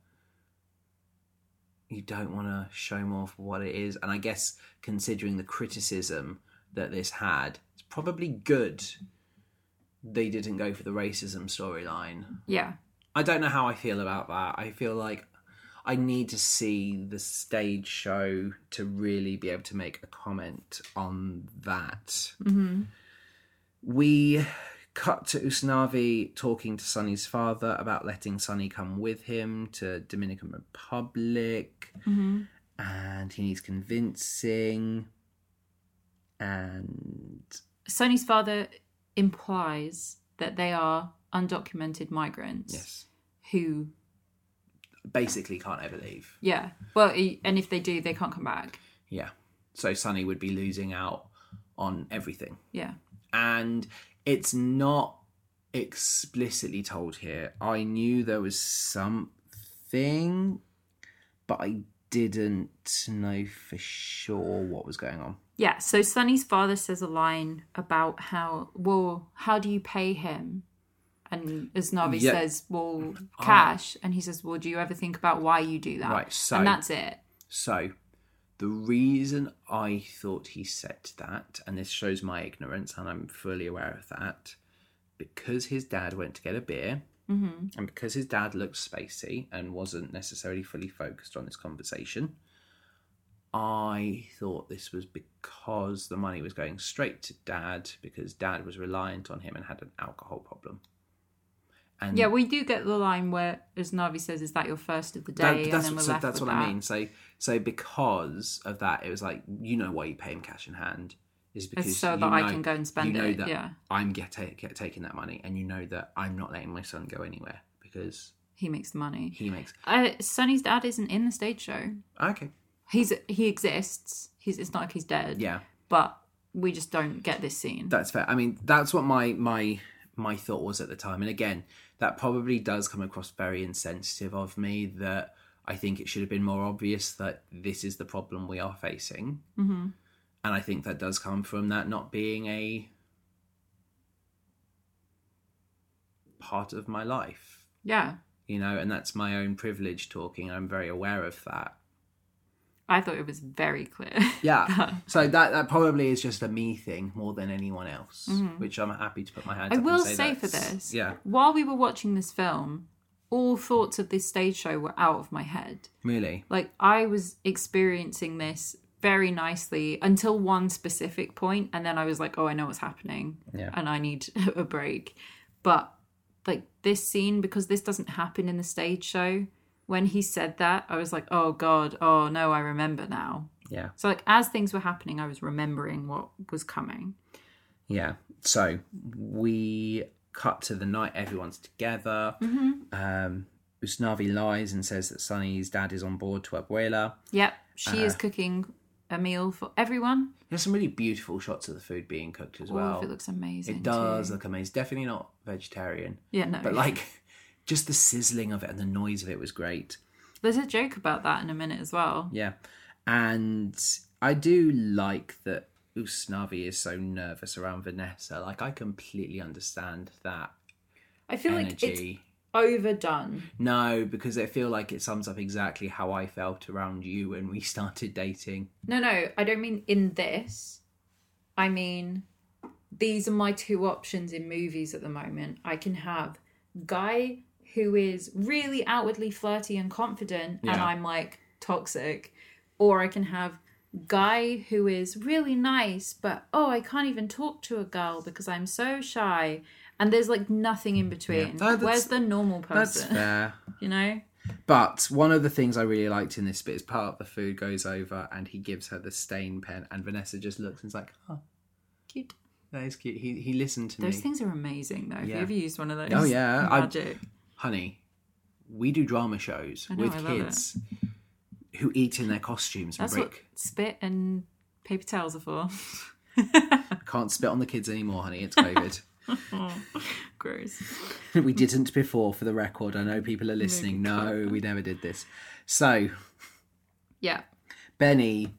Speaker 2: You don't want to show more for what it is, and I guess considering the criticism that this had, it's probably good. They didn't go for the racism storyline.
Speaker 1: Yeah.
Speaker 2: I don't know how I feel about that. I feel like I need to see the stage show to really be able to make a comment on that.
Speaker 1: Mm-hmm.
Speaker 2: We cut to Usnavi talking to Sonny's father about letting Sonny come with him to Dominican Republic
Speaker 1: Mm-hmm.
Speaker 2: and he needs convincing and
Speaker 1: Sonny's father implies that they are undocumented migrants
Speaker 2: yes,
Speaker 1: who,
Speaker 2: basically can't ever leave.
Speaker 1: yeah, well, e- and if they do, they can't come back.
Speaker 2: Yeah. So Sonny would be losing out on everything.
Speaker 1: Yeah.
Speaker 2: and it's not explicitly told here. I knew there was something, but I didn't know for sure what was going on.
Speaker 1: Yeah, so Sonny's father says a line about how, well, how do you pay him? And Usnavi
Speaker 2: Yeah. Ah.
Speaker 1: says, well, cash. And he says, well, do you ever think about why you do that?
Speaker 2: Right, so-
Speaker 1: and that's it.
Speaker 2: So, the reason I thought he said that, and this shows my ignorance, and I'm fully aware of that, because his dad went to get a beer,
Speaker 1: Mm-hmm.
Speaker 2: and because his dad looked spacey and wasn't necessarily fully focused on this conversation, I thought this was because the money was going straight to dad because dad was reliant on him and had an alcohol problem. And
Speaker 1: Yeah, we do get the line where Usnavi says, is that your first of the
Speaker 2: that-
Speaker 1: day? and
Speaker 2: that's,
Speaker 1: then we're
Speaker 2: so
Speaker 1: left
Speaker 2: that's
Speaker 1: with
Speaker 2: what I
Speaker 1: that.
Speaker 2: mean. So, so because of that, it was like you know why you pay him cash in hand is because
Speaker 1: It's so
Speaker 2: you
Speaker 1: that I
Speaker 2: know-
Speaker 1: can go and spend
Speaker 2: you know
Speaker 1: it.
Speaker 2: that
Speaker 1: Yeah,
Speaker 2: I'm get, ta- get taking that money, and you know that I'm not letting my son go anywhere because
Speaker 1: he makes the money.
Speaker 2: he makes
Speaker 1: Uh, Sonny's dad isn't in the stage show.
Speaker 2: okay,
Speaker 1: He's he exists. He's it's not like he's dead.
Speaker 2: yeah.
Speaker 1: but we just don't get this scene.
Speaker 2: That's fair. I mean, that's what my my my thought was at the time. And again, that probably does come across very insensitive of me. That I think it should have been more obvious that this is the problem we are facing.
Speaker 1: mm-hmm.
Speaker 2: And I think that does come from that not being a part of my life,
Speaker 1: Yeah,
Speaker 2: you know. And that's my own privilege talking. I'm very aware of that.
Speaker 1: I thought it was very clear.
Speaker 2: Yeah. so that that probably is just a me thing more than anyone else, which I'm happy to put my hands.
Speaker 1: Mm-hmm. I
Speaker 2: up
Speaker 1: will
Speaker 2: and say,
Speaker 1: say for
Speaker 2: that's-
Speaker 1: this,
Speaker 2: yeah,
Speaker 1: while we were watching this film, all thoughts of this stage show were out of my head.
Speaker 2: really.
Speaker 1: Like I was experiencing this very nicely until one specific point, and then I was like, "Oh, I know what's happening,
Speaker 2: Yeah.
Speaker 1: and I need a break." But like this scene, because this doesn't happen in the stage show. When he said that, I was like, "Oh God, oh no, I remember now."
Speaker 2: Yeah.
Speaker 1: So like as things were happening, I was remembering what was coming.
Speaker 2: Yeah. So we cut to the night everyone's together.
Speaker 1: Mm-hmm.
Speaker 2: Um, Usnavi lies and says that Sonny's dad is on board to Abuela.
Speaker 1: Yep, she
Speaker 2: Uh,
Speaker 1: is cooking a meal for everyone.
Speaker 2: There's some really beautiful shots of the food being cooked as
Speaker 1: All
Speaker 2: well.
Speaker 1: of it looks amazing.
Speaker 2: It does
Speaker 1: too.
Speaker 2: look amazing. It's Definitely not vegetarian,
Speaker 1: Yeah, no.
Speaker 2: but like just the sizzling of it and the noise of it was great.
Speaker 1: There's a joke about that in a minute as well.
Speaker 2: Yeah. And I do like that Usnavi is so nervous around Vanessa. Like, I completely understand that
Speaker 1: I feel like it's
Speaker 2: energy.
Speaker 1: overdone.
Speaker 2: No, because I feel like it sums up exactly how I felt around you when we started dating.
Speaker 1: No, no, I don't mean in this. I mean, these are my two options in movies at the moment. I can have guy who is really outwardly flirty and confident, and
Speaker 2: Yeah.
Speaker 1: I'm like toxic, or I can have guy who is really nice, but oh, I can't even talk to a girl because I'm so shy. And there's like nothing in between.
Speaker 2: No, that's-
Speaker 1: Where's the normal
Speaker 2: That's
Speaker 1: person?
Speaker 2: fair.
Speaker 1: You know?
Speaker 2: But one of the things I really liked in this bit is part of the food goes over and he gives her the stain pen, and Vanessa just looks and is like, oh,
Speaker 1: Cute.
Speaker 2: that is cute. He, he listened to
Speaker 1: Those
Speaker 2: me.
Speaker 1: things are amazing though. If you
Speaker 2: Yeah.
Speaker 1: ever used one of those,
Speaker 2: Oh, yeah. I-
Speaker 1: magic.
Speaker 2: Honey, we do drama shows
Speaker 1: I know,
Speaker 2: with
Speaker 1: I love it.
Speaker 2: kids who eat in their costumes and
Speaker 1: That's
Speaker 2: break.
Speaker 1: what spit and paper towels are for. Oh.
Speaker 2: Can't spit on the kids anymore, honey. It's COVID.
Speaker 1: Gross.
Speaker 2: we didn't before for the record. I know people are listening. No, we never did this. So
Speaker 1: Yeah.
Speaker 2: Benny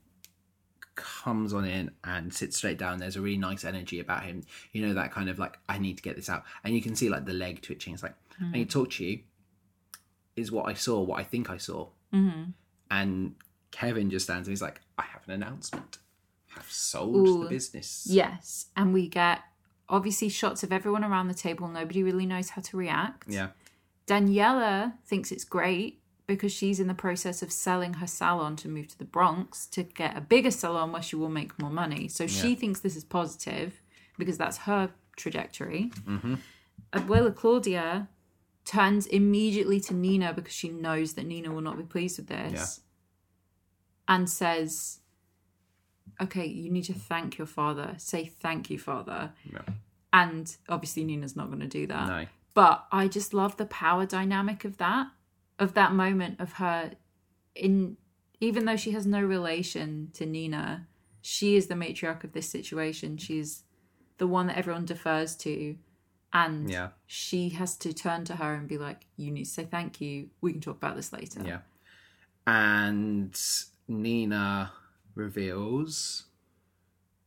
Speaker 2: comes on in and sits straight down. There's a really nice energy about him. You know, that kind of like, I need to get this out. And you can see like the leg twitching. It's like, I need to talk to you. Is what I saw, what I think I saw.
Speaker 1: Mm-hmm.
Speaker 2: And Kevin just stands and he's like, I have an announcement. I've sold the
Speaker 1: Ooh.
Speaker 2: business.
Speaker 1: Yes. And we get obviously shots of everyone around the table. Nobody really knows how to react.
Speaker 2: Yeah.
Speaker 1: Daniela thinks it's great because she's in the process of selling her salon to move to the Bronx to get a bigger salon where she will make more money. So she thinks this is positive because that's her trajectory. Abuela Claudia turns immediately to Nina because she knows that Nina will not be pleased with this and says, Okay, you need to thank your father. Say thank you, father.
Speaker 2: Yeah.
Speaker 1: And obviously, Nina's not going to do that
Speaker 2: No.
Speaker 1: but i just love the power dynamic of that of that moment of her in even though she has no relation to nina she is the matriarch of this situation she's the one that everyone defers to and
Speaker 2: Yeah.
Speaker 1: she has to turn to her and be like you need to say thank you we can talk about this later
Speaker 2: Yeah. And Nina reveals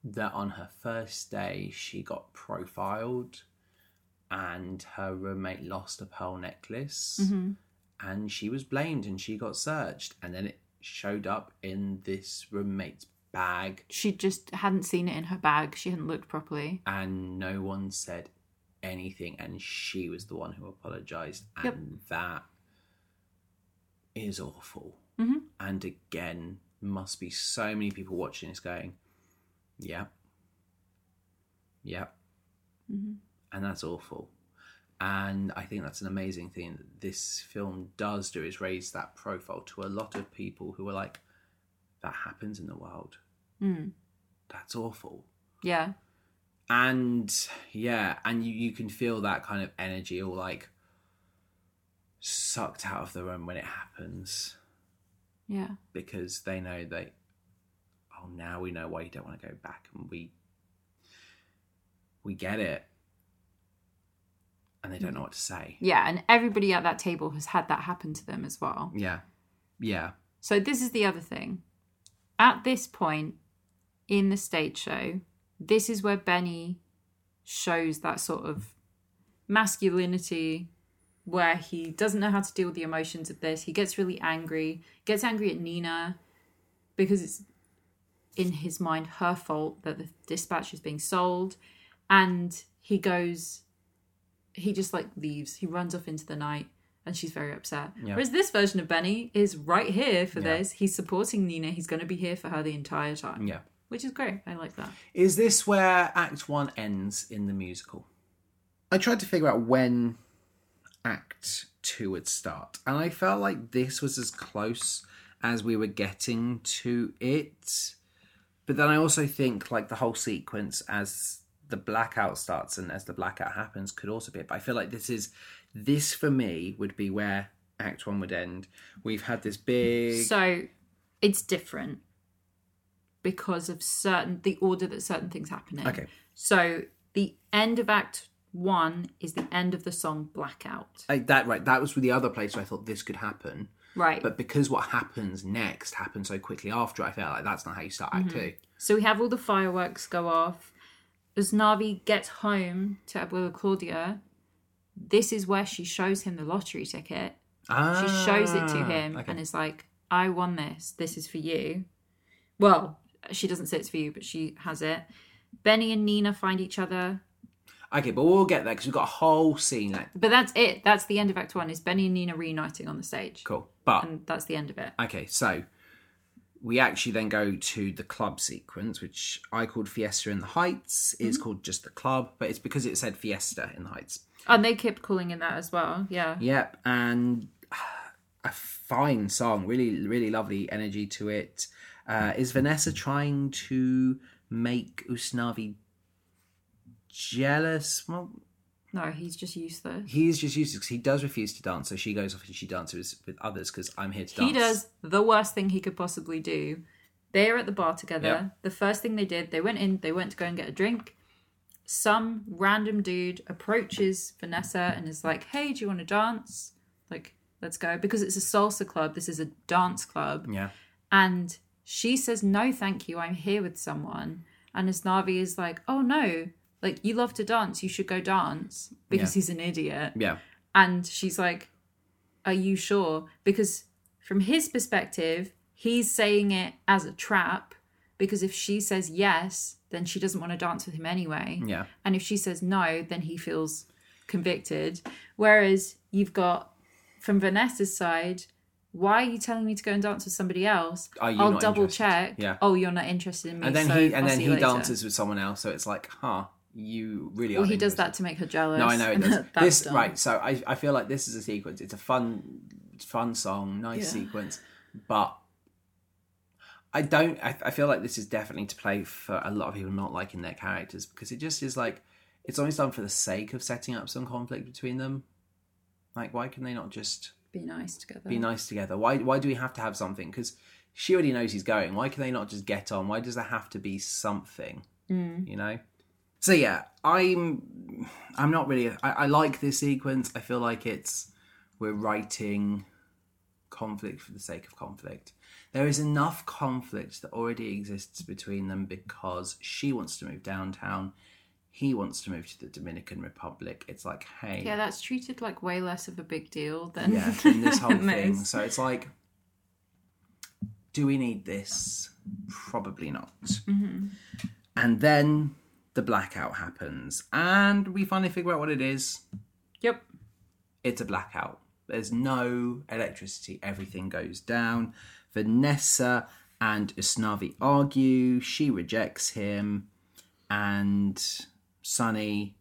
Speaker 2: that on her first day she got profiled and her roommate lost a pearl necklace and she was blamed and she got searched and then it showed up in this roommate's bag
Speaker 1: she just hadn't seen it in her bag she hadn't looked properly
Speaker 2: and no one said anything and she was the one who apologized and
Speaker 1: Yep.
Speaker 2: that is awful
Speaker 1: Mhm.
Speaker 2: and again must be so many people watching this going yeah yeah and that's awful and i think that's an amazing thing that this film does do is raise that profile to a lot of people who are like that happens in the world
Speaker 1: mm.
Speaker 2: that's awful
Speaker 1: yeah
Speaker 2: and yeah and you, you can feel that kind of energy all like sucked out of the room when it happens
Speaker 1: yeah
Speaker 2: because they know they oh now we know why you don't want to go back and we we get it and they don't know what to say
Speaker 1: yeah and everybody at that table has had that happen to them as well
Speaker 2: yeah yeah
Speaker 1: So this is the other thing. At this point in the stage show, this is where Benny shows that sort of masculinity where he doesn't know how to deal with the emotions of this. He gets really angry, gets angry at Nina because it's in his mind her fault that the dispatch is being sold and he goes he just like leaves. He runs off into the night and she's very upset.
Speaker 2: Yeah.
Speaker 1: Whereas this version of Benny is right here for
Speaker 2: Yeah.
Speaker 1: this. He's supporting Nina. He's going to be here for her the entire time,
Speaker 2: yeah
Speaker 1: which is great. I like that.
Speaker 2: Is this where Act One ends in the musical? I tried to figure out when Act Two would start, and I felt like this was as close as we were getting to it. But then I also think like the whole sequence as the blackout starts and as the blackout happens could also be it. But I feel like this is this for me would be where Act One would end. We've had this big
Speaker 1: So it's different because of certain the order that certain things happen in.
Speaker 2: Okay.
Speaker 1: So the end of Act One is the end of the song Blackout.
Speaker 2: I, that right, that was the other place where I thought this could happen.
Speaker 1: Right.
Speaker 2: But because what happens next happens so quickly after, I felt like that's not how you start Act
Speaker 1: Mm-hmm.
Speaker 2: Two.
Speaker 1: So we have all the fireworks go off. As Navi gets home to Abuela Claudia, this is where she shows him the lottery ticket.
Speaker 2: Ah,
Speaker 1: She shows it to him
Speaker 2: okay.
Speaker 1: and is like, I won this. This is for you. Well, she doesn't say it's for you, but she has it. Benny and Nina find each other.
Speaker 2: okay, but we'll get there because we've got a whole scene. Like,
Speaker 1: But that's it. That's the end of Act One is Benny and Nina reuniting on the stage.
Speaker 2: cool, but
Speaker 1: And that's the end of it.
Speaker 2: okay, so we actually then go to the club sequence, which I called Fiesta in the Heights.
Speaker 1: Mm-hmm.
Speaker 2: Is called just the club, but it's because it said Fiesta in the Heights.
Speaker 1: And they kept calling it that as well. Yeah.
Speaker 2: Yep, and uh, a fine song, really, really lovely energy to it. Uh, is Vanessa trying to make Usnavi jealous? Well,
Speaker 1: No, he's just useless.
Speaker 2: he's just useless 'cause he does refuse to dance, so she goes off and she dances with others because I'm here to dance.
Speaker 1: He does the worst thing he could possibly do. They're at the bar together.
Speaker 2: Yeah.
Speaker 1: The first thing they did, they went in, they went to go and get a drink. some random dude approaches Vanessa and is like, "Hey, do you want to dance? Like, let's go." Because it's a salsa club. This is a dance club,
Speaker 2: Yeah.
Speaker 1: and she says, "No, thank you. I'm here with someone." And Isnavi is like, "Oh no." Like you love to dance, you should go dance because he's an idiot.
Speaker 2: Yeah.
Speaker 1: And she's like, Are you sure? Because from his perspective, he's saying it as a trap. Because if she says yes, then she doesn't want to dance with him anyway.
Speaker 2: Yeah.
Speaker 1: And if she says no, then he feels convicted. Whereas you've got from Vanessa's side, why are you telling me to go and dance with somebody else?
Speaker 2: Are you
Speaker 1: I'll
Speaker 2: Oh, not
Speaker 1: double
Speaker 2: interested?
Speaker 1: check.
Speaker 2: Yeah.
Speaker 1: Oh, you're not interested in me.
Speaker 2: And then
Speaker 1: so
Speaker 2: he and
Speaker 1: I'll
Speaker 2: then
Speaker 1: see
Speaker 2: he
Speaker 1: you later.
Speaker 2: dances with someone else, so it's like, huh, you really
Speaker 1: Well,
Speaker 2: are.
Speaker 1: he does that to make her jealous.
Speaker 2: No, I know it does.
Speaker 1: That's
Speaker 2: this
Speaker 1: dumb.
Speaker 2: right, so I I feel like this is a sequence. It's a fun fun song, nice
Speaker 1: Yeah.
Speaker 2: sequence, but I don't I, I feel like this is definitely to play for a lot of people not liking their characters because it just is like it's almost done for the sake of setting up some conflict between them. Like why can they not just
Speaker 1: Be nice together.
Speaker 2: be nice together? Why why do we have to have something? Because she already knows he's going. Why can they not just get on? Why does there have to be something?
Speaker 1: Mm.
Speaker 2: You know. So yeah, I'm I'm not really. I, I like this sequence. I feel like it's we're writing conflict for the sake of conflict. There is enough conflict that already exists between them because she wants to move downtown. He wants to move to the Dominican Republic. It's like, hey,
Speaker 1: Yeah, that's treated like way less of a big deal than
Speaker 2: yeah, in this whole
Speaker 1: than
Speaker 2: thing.
Speaker 1: this.
Speaker 2: So it's like, do we need this? Probably not. And then the blackout happens, and we finally figure out what it is.
Speaker 1: Yep.
Speaker 2: It's a blackout. There's no electricity. Everything goes down. Vanessa and Usnavi argue. She rejects him, and Sunny,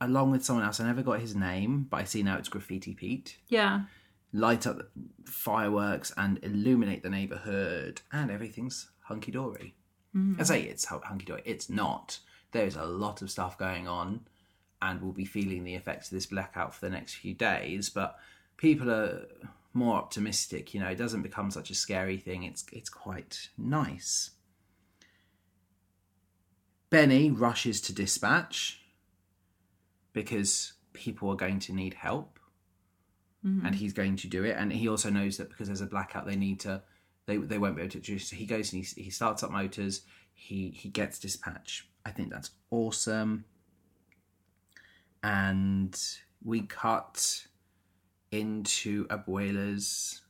Speaker 2: along with someone else, I never got his name, but I see now it's Graffiti Pete
Speaker 1: Yeah.
Speaker 2: light up the fireworks and illuminate the neighborhood, and everything's hunky dory. I say it's hunky dory. It's not. There's a lot of stuff going on, and we'll be feeling the effects of this blackout for the next few days. But people are more optimistic. You know, it doesn't become such a scary thing. It's it's quite nice. Benny rushes to dispatch because people are going to need help
Speaker 1: Mm-hmm.
Speaker 2: and he's going to do it. And he also knows that because there's a blackout, they need to, they they won't be able to. do it. So he goes and he, he starts up motors. He he gets dispatch. I think that's awesome. And we cut into Abuela's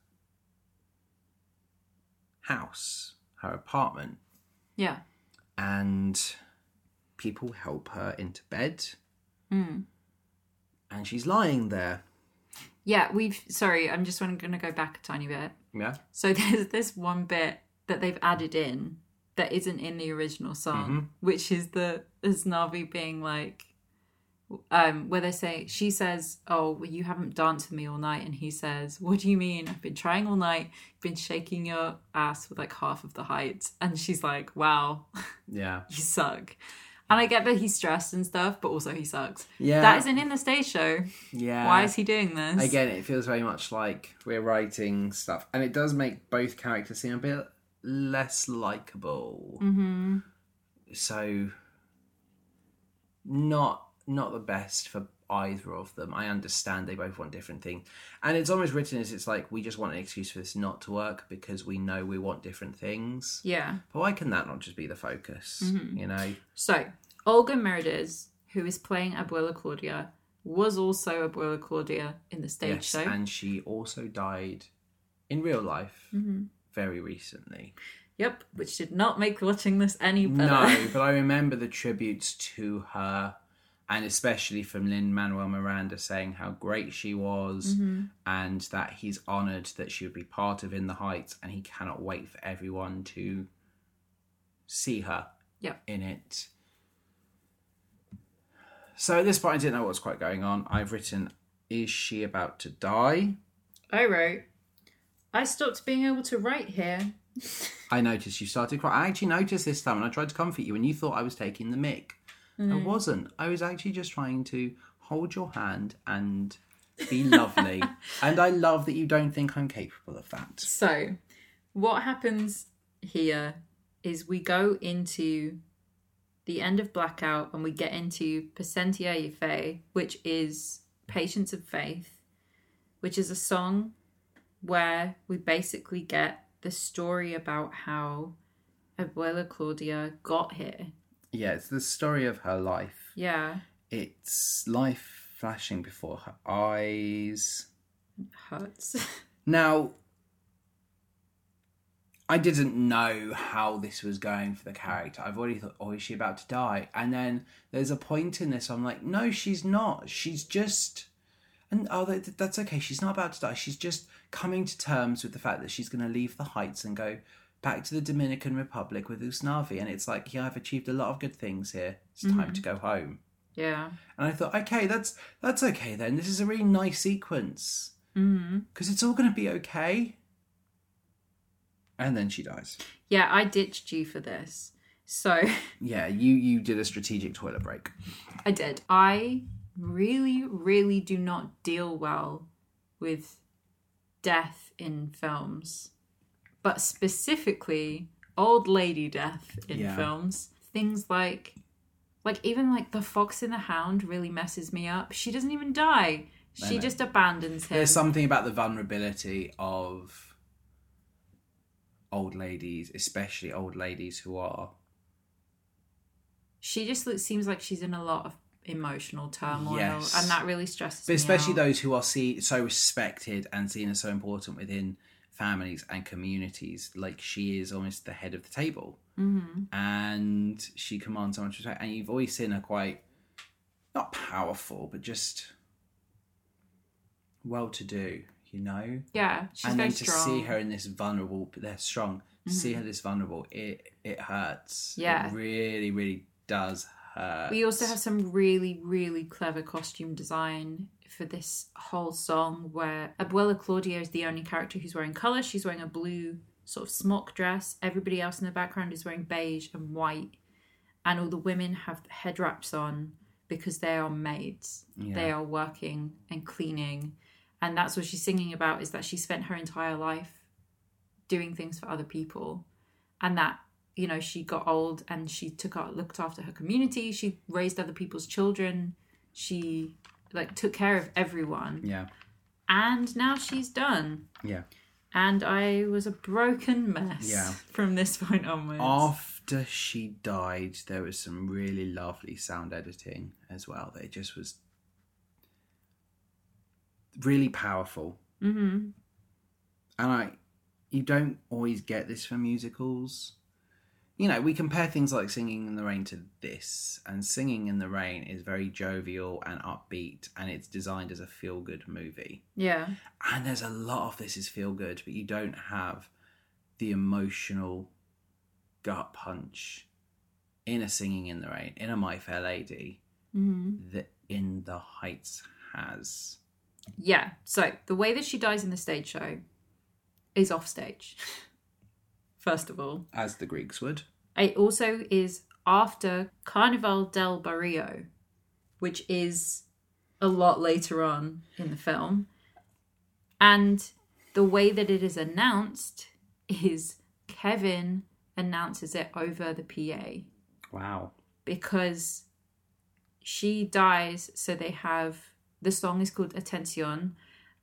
Speaker 2: house, her apartment,
Speaker 1: Yeah.
Speaker 2: and people help her into bed.
Speaker 1: Mm.
Speaker 2: And she's lying there.
Speaker 1: Yeah, we've sorry, I'm just going to go back a tiny bit.
Speaker 2: Yeah.
Speaker 1: So there's this one bit that they've added in that isn't in the original song,
Speaker 2: Mm-hmm.
Speaker 1: which is the Isnavi being like um where they say she says, "Oh, well, you haven't danced with me all night." And he says, "What do you mean? I've been trying all night. Been shaking your ass with like half of the height." And she's like, "Wow,
Speaker 2: Yeah.
Speaker 1: you suck. And I get that he's stressed and stuff, but also he sucks.
Speaker 2: Yeah.
Speaker 1: That isn't in the stage show.
Speaker 2: Yeah.
Speaker 1: Why is he doing this?
Speaker 2: Again, it feels very much like we're writing stuff, and it does make both characters seem a bit less likable. Mm-hmm. So, not not the best for either of them. I understand they both want different things, and it's almost written as it's like we just want an excuse for this not to work because we know we want different things.
Speaker 1: Yeah.
Speaker 2: But why can that not just be the focus? You know?
Speaker 1: So, Olga Meredes, who is playing Abuela Claudia, was also Abuela Claudia in the stage
Speaker 2: Yes,
Speaker 1: show.
Speaker 2: and she also died in real life very recently.
Speaker 1: yep, which did not make watching this any better.
Speaker 2: No, but I remember the tributes to her, and especially from Lynn Manuel Miranda saying how great she was, and that he's honoured that she would be part of In the Heights, and he cannot wait for everyone to see her
Speaker 1: Yep.
Speaker 2: in it. So at this point, I didn't know what was quite going on. I've written, "Is she about to die?"
Speaker 1: I wrote, I stopped being able to write here.
Speaker 2: I noticed you started crying. I actually noticed this time and I tried to comfort you and you thought I was taking the mic. I wasn't. I was actually just trying to hold your hand and be lovely. and I love that you don't think I'm capable of that.
Speaker 1: So, what happens here is we go into the end of Blackout, and we get into Percentia Fe, which is Patience of Faith, which is a song where we basically get the story about how Abuela Claudia got here.
Speaker 2: Yeah, it's the story of her life.
Speaker 1: Yeah,
Speaker 2: It's life flashing before her eyes.
Speaker 1: it hurts.
Speaker 2: Now, I didn't know how this was going for the character. I've already thought, oh, is she about to die? And then there's a point in this, I'm like, no, she's not. She's just. And oh, that, that- that's okay. She's not about to die. She's just coming to terms with the fact that she's going to leave the heights and go back to the Dominican Republic with Usnavi. And it's like, yeah, I've achieved a lot of good things here. It's time to go home.
Speaker 1: yeah,
Speaker 2: And I thought, okay, that's that's okay then. This is a really nice sequence
Speaker 1: mm.
Speaker 2: because it's all going to be okay. And then she dies.
Speaker 1: yeah. I ditched you for this, so.
Speaker 2: Yeah, you you did a strategic toilet break.
Speaker 1: I did. I really, really do not deal well with death in films, but specifically old lady death in
Speaker 2: Yeah.
Speaker 1: films. Things like, like even like the fox and the hound really messes me up. She doesn't even die. She
Speaker 2: know.
Speaker 1: just abandons him.
Speaker 2: There's something about the vulnerability of old ladies, especially old ladies who are
Speaker 1: she just looks, seems like she's in a lot of emotional turmoil,
Speaker 2: Yes.
Speaker 1: and that really stresses
Speaker 2: but
Speaker 1: me.
Speaker 2: especially
Speaker 1: out.
Speaker 2: those who are see, so respected and seen as so important within families and communities. Like she is almost the head of the table, mm-hmm. and she commands so much respect. And you've always seen her quite not powerful, but just well to do. You know,
Speaker 1: yeah, she's
Speaker 2: and
Speaker 1: very
Speaker 2: then to
Speaker 1: strong. Mm-hmm.
Speaker 2: see her in this vulnerable, but they're strong. To see her this vulnerable, it it hurts.
Speaker 1: Yeah.
Speaker 2: it really, really does hurt.
Speaker 1: We also have some really, really clever costume design for this whole song where Abuela Claudia is the only character who's wearing colour. She's wearing a blue sort of smock dress. Everybody else in the background is wearing beige and white. And all the women have head wraps on because they are maids. They are working and cleaning. And that's what she's singing about is that she spent her entire life doing things for other people and that you know she got old and she took out looked after her community she raised other people's children she like took care of everyone
Speaker 2: yeah,
Speaker 1: and now she's done
Speaker 2: yeah.
Speaker 1: and i was a broken mess
Speaker 2: Yeah.
Speaker 1: from this point onwards
Speaker 2: After she died, there was some really lovely sound editing as well. That it just was really powerful.
Speaker 1: hmm
Speaker 2: and I, you don't always get this from musicals. You know, we compare things like Singing in the Rain to this, and Singing in the Rain is very jovial and upbeat, and it's designed as a feel good movie.
Speaker 1: yeah
Speaker 2: And there's a lot of this is feel good, but you don't have the emotional gut punch in a Singing in the Rain, in a My Fair Lady,
Speaker 1: hmm
Speaker 2: that In the Heights has.
Speaker 1: yeah so the way that she dies in the stage show is off stage first of all
Speaker 2: As the Greeks would.
Speaker 1: It also is after Carnival del Barrio, which is a lot later on in the film. And the way that it is announced is Kevin announces it over the PA
Speaker 2: Wow.
Speaker 1: because she dies, so they have the song is called Atencion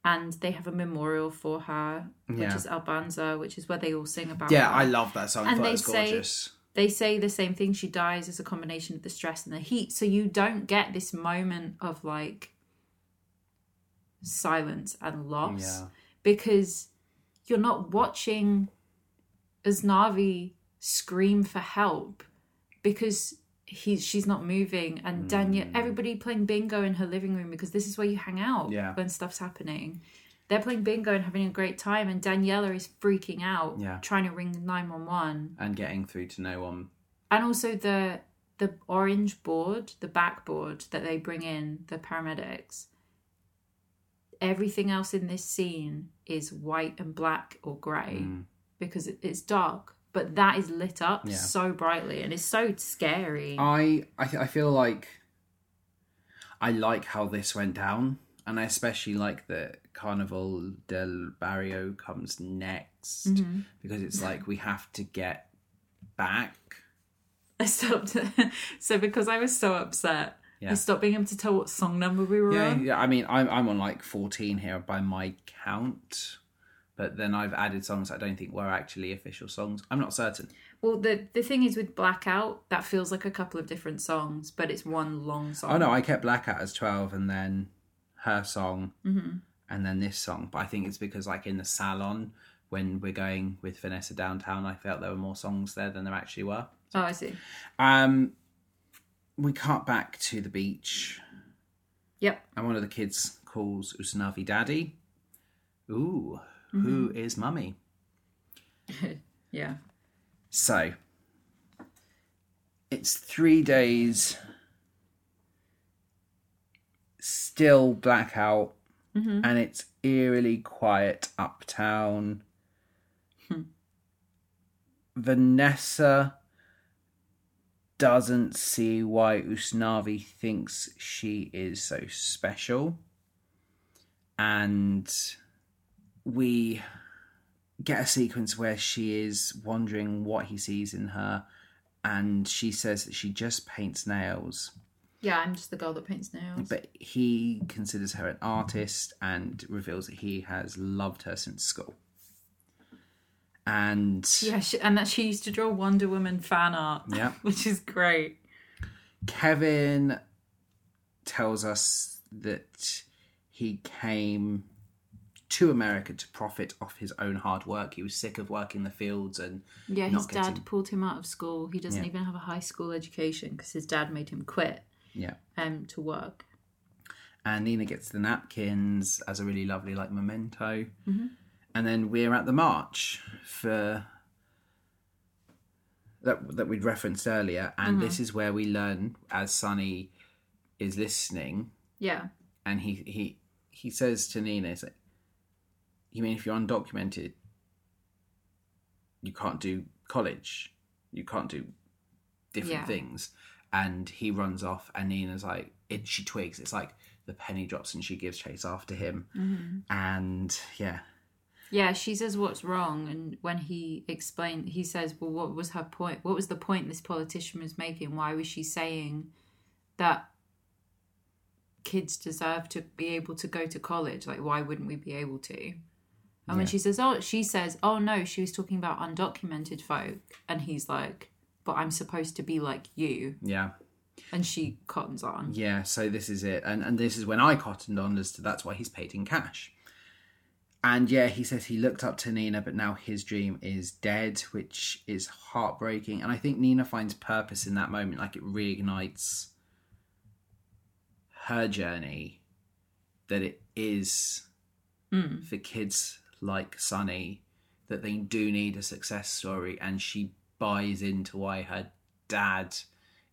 Speaker 1: and they have a memorial for her, which
Speaker 2: Yeah.
Speaker 1: is Albanza, which is where they all sing about
Speaker 2: Yeah,
Speaker 1: her
Speaker 2: I love that song. I
Speaker 1: And
Speaker 2: thought
Speaker 1: they
Speaker 2: it was
Speaker 1: say-
Speaker 2: gorgeous.
Speaker 1: they say the same thing she dies as a combination of the stress and the heat so you don't get this moment of like silence and loss
Speaker 2: Yeah.
Speaker 1: because you're not watching Aznavi scream for help because he's she's not moving and
Speaker 2: Hmm.
Speaker 1: Daniel everybody playing bingo in her living room because this is where you hang out
Speaker 2: Yeah.
Speaker 1: when stuff's happening. They're playing bingo and having a great time and Daniela is freaking out
Speaker 2: Yeah.
Speaker 1: trying to ring 911
Speaker 2: and getting through to no one.
Speaker 1: and also the the orange board, the backboard that they bring in the paramedics. Everything else in this scene is white and black or grey because it, it's dark, but that is lit up
Speaker 2: Mm. Yeah. Oh.
Speaker 1: so brightly and it's so scary.
Speaker 2: I I, I feel like I like how this went down, and I especially like that Carnival del Barrio comes
Speaker 1: Mm-hmm.
Speaker 2: next because it's like we have to get back
Speaker 1: I stopped. so because I was so upset,
Speaker 2: Yeah.
Speaker 1: I stopped being able to tell what song number we were
Speaker 2: Yeah,
Speaker 1: on.
Speaker 2: yeah. I mean, I'm I'm on like 14 here by my count, but then I've added songs I don't think were actually official songs. I'm not certain.
Speaker 1: Well, the the thing is with Blackout, that feels like a couple of different songs, but it's one long song.
Speaker 2: Oh no, I kept Blackout as 12, and then her song, and then this song. But I think it's because like in the salon when we're going with Vanessa downtown, I felt there were more songs there than there actually were.
Speaker 1: Oh, I see.
Speaker 2: Um, we cut back to the beach.
Speaker 1: Yep.
Speaker 2: And one of the kids calls Usnavi daddy. Ooh, who is mummy?
Speaker 1: Yeah.
Speaker 2: So, it's three days still blackout, and it's eerily quiet uptown. Vanessa doesn't see why Usnavi thinks she is so special. And we get a sequence where she is wondering what he sees in her, and she says that she just paints nails,
Speaker 1: Yeah, I'm just the girl that paints nails.
Speaker 2: but he considers her an artist and reveals that he has loved her since school. And
Speaker 1: yeah, she, and that she used to draw Wonder Woman fan art.
Speaker 2: Yeah.
Speaker 1: which is great.
Speaker 2: Kevin tells us that he came to America to profit off his own hard work. He was sick of working the fields and
Speaker 1: Yeah, his
Speaker 2: Not getting-
Speaker 1: dad pulled him out of school. He doesn't
Speaker 2: Yeah.
Speaker 1: even have a high school education because his dad made him quit
Speaker 2: yeah.
Speaker 1: um, to work.
Speaker 2: and Nina gets the napkins as a really lovely like memento. And then we're at the march for that that we'd referenced earlier, and this is where we learn as Sunny is listening,
Speaker 1: Yeah,
Speaker 2: and he he he says to Nina, he's like, "You mean if you're undocumented, you can't do college, you can't do different
Speaker 1: Yeah.
Speaker 2: things." And he runs off, and Nina's like, it, she twigs. It's like the penny drops, and she gives chase after him. And yeah,
Speaker 1: yeah. She says what's wrong, and when he explained, he says, "Well, what was her point? What was the point this politician was making? Why was she saying that?" Kids deserve to be able to go to college. Like, why wouldn't we be able to? And
Speaker 2: Yeah.
Speaker 1: when she says, "Oh," she says, "Oh no," she was talking about undocumented folk, and he's like, "But I'm supposed to be like you,"
Speaker 2: yeah,
Speaker 1: and she cottons on.
Speaker 2: yeah. So this is it, and and this is when I cottoned on as to that's why he's paid in cash. And yeah, he says he looked up to Nina, but now his dream is dead, which is heartbreaking. And I think Nina finds purpose in that moment, like it reignites her journey. That it is
Speaker 1: Hmm.
Speaker 2: for kids like Sunny that they do need a success story, and she buys into why her dad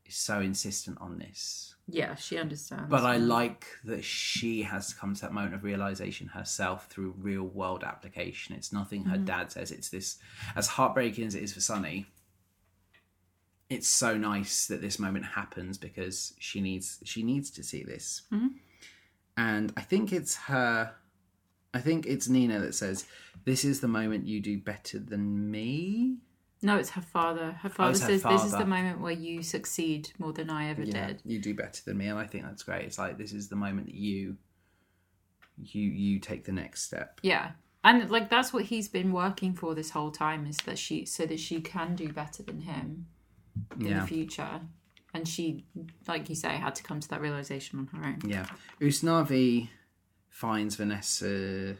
Speaker 2: is so insistent on this.
Speaker 1: Yeah, she understands.
Speaker 2: But I like that she has come to that moment of realization herself through real world application. It's nothing her dad says. It's this, as heartbreaking as it is for Sunny, it's so nice that this moment happens because she needs she needs to see this. And I think it's her. I think it's Nina that says, "This is the moment you do better than me."
Speaker 1: no, it's her father. Her father
Speaker 2: Oh, it's her
Speaker 1: says this is
Speaker 2: father."
Speaker 1: the moment where you succeed more than I ever did.
Speaker 2: you do better than me, and I think that's great. It's like this is the moment that you you you take the next step.
Speaker 1: Yeah. And like that's what he's been working for this whole time is that she so that she can do better than him in
Speaker 2: Yeah.
Speaker 1: the future. And she like you say had to come to that realization on her own.
Speaker 2: Yeah. Usnavi finds Vanessa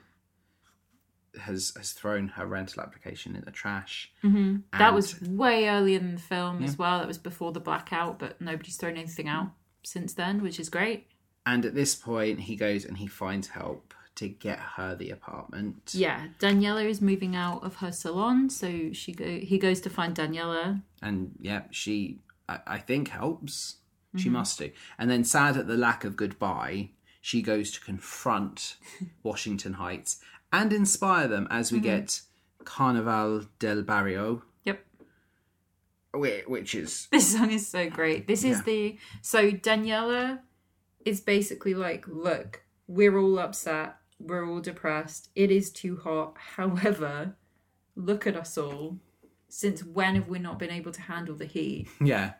Speaker 2: has has thrown her rental application in the trash. Mm-hmm.
Speaker 1: That was way earlier in the film as well. That was before the blackout, but nobody's thrown anything out since then, which is great.
Speaker 2: and at this point he goes and he finds help to get her the apartment.
Speaker 1: Yeah, Daniela is moving out of her salon, so she go he goes to find Daniela.
Speaker 2: And yeah, she I, I think helps. She must do. And then sad at the lack of goodbye, she goes to confront Washington Heights and inspire them as we get Carnaval del Barrio,
Speaker 1: Yep.
Speaker 2: whi- which is
Speaker 1: This song is so great. This is the so Daniela is basically like, look, we're all upset, we're all depressed, it is too hot. However, look at us all. since when have we not been able to handle the heat?
Speaker 2: Yeah.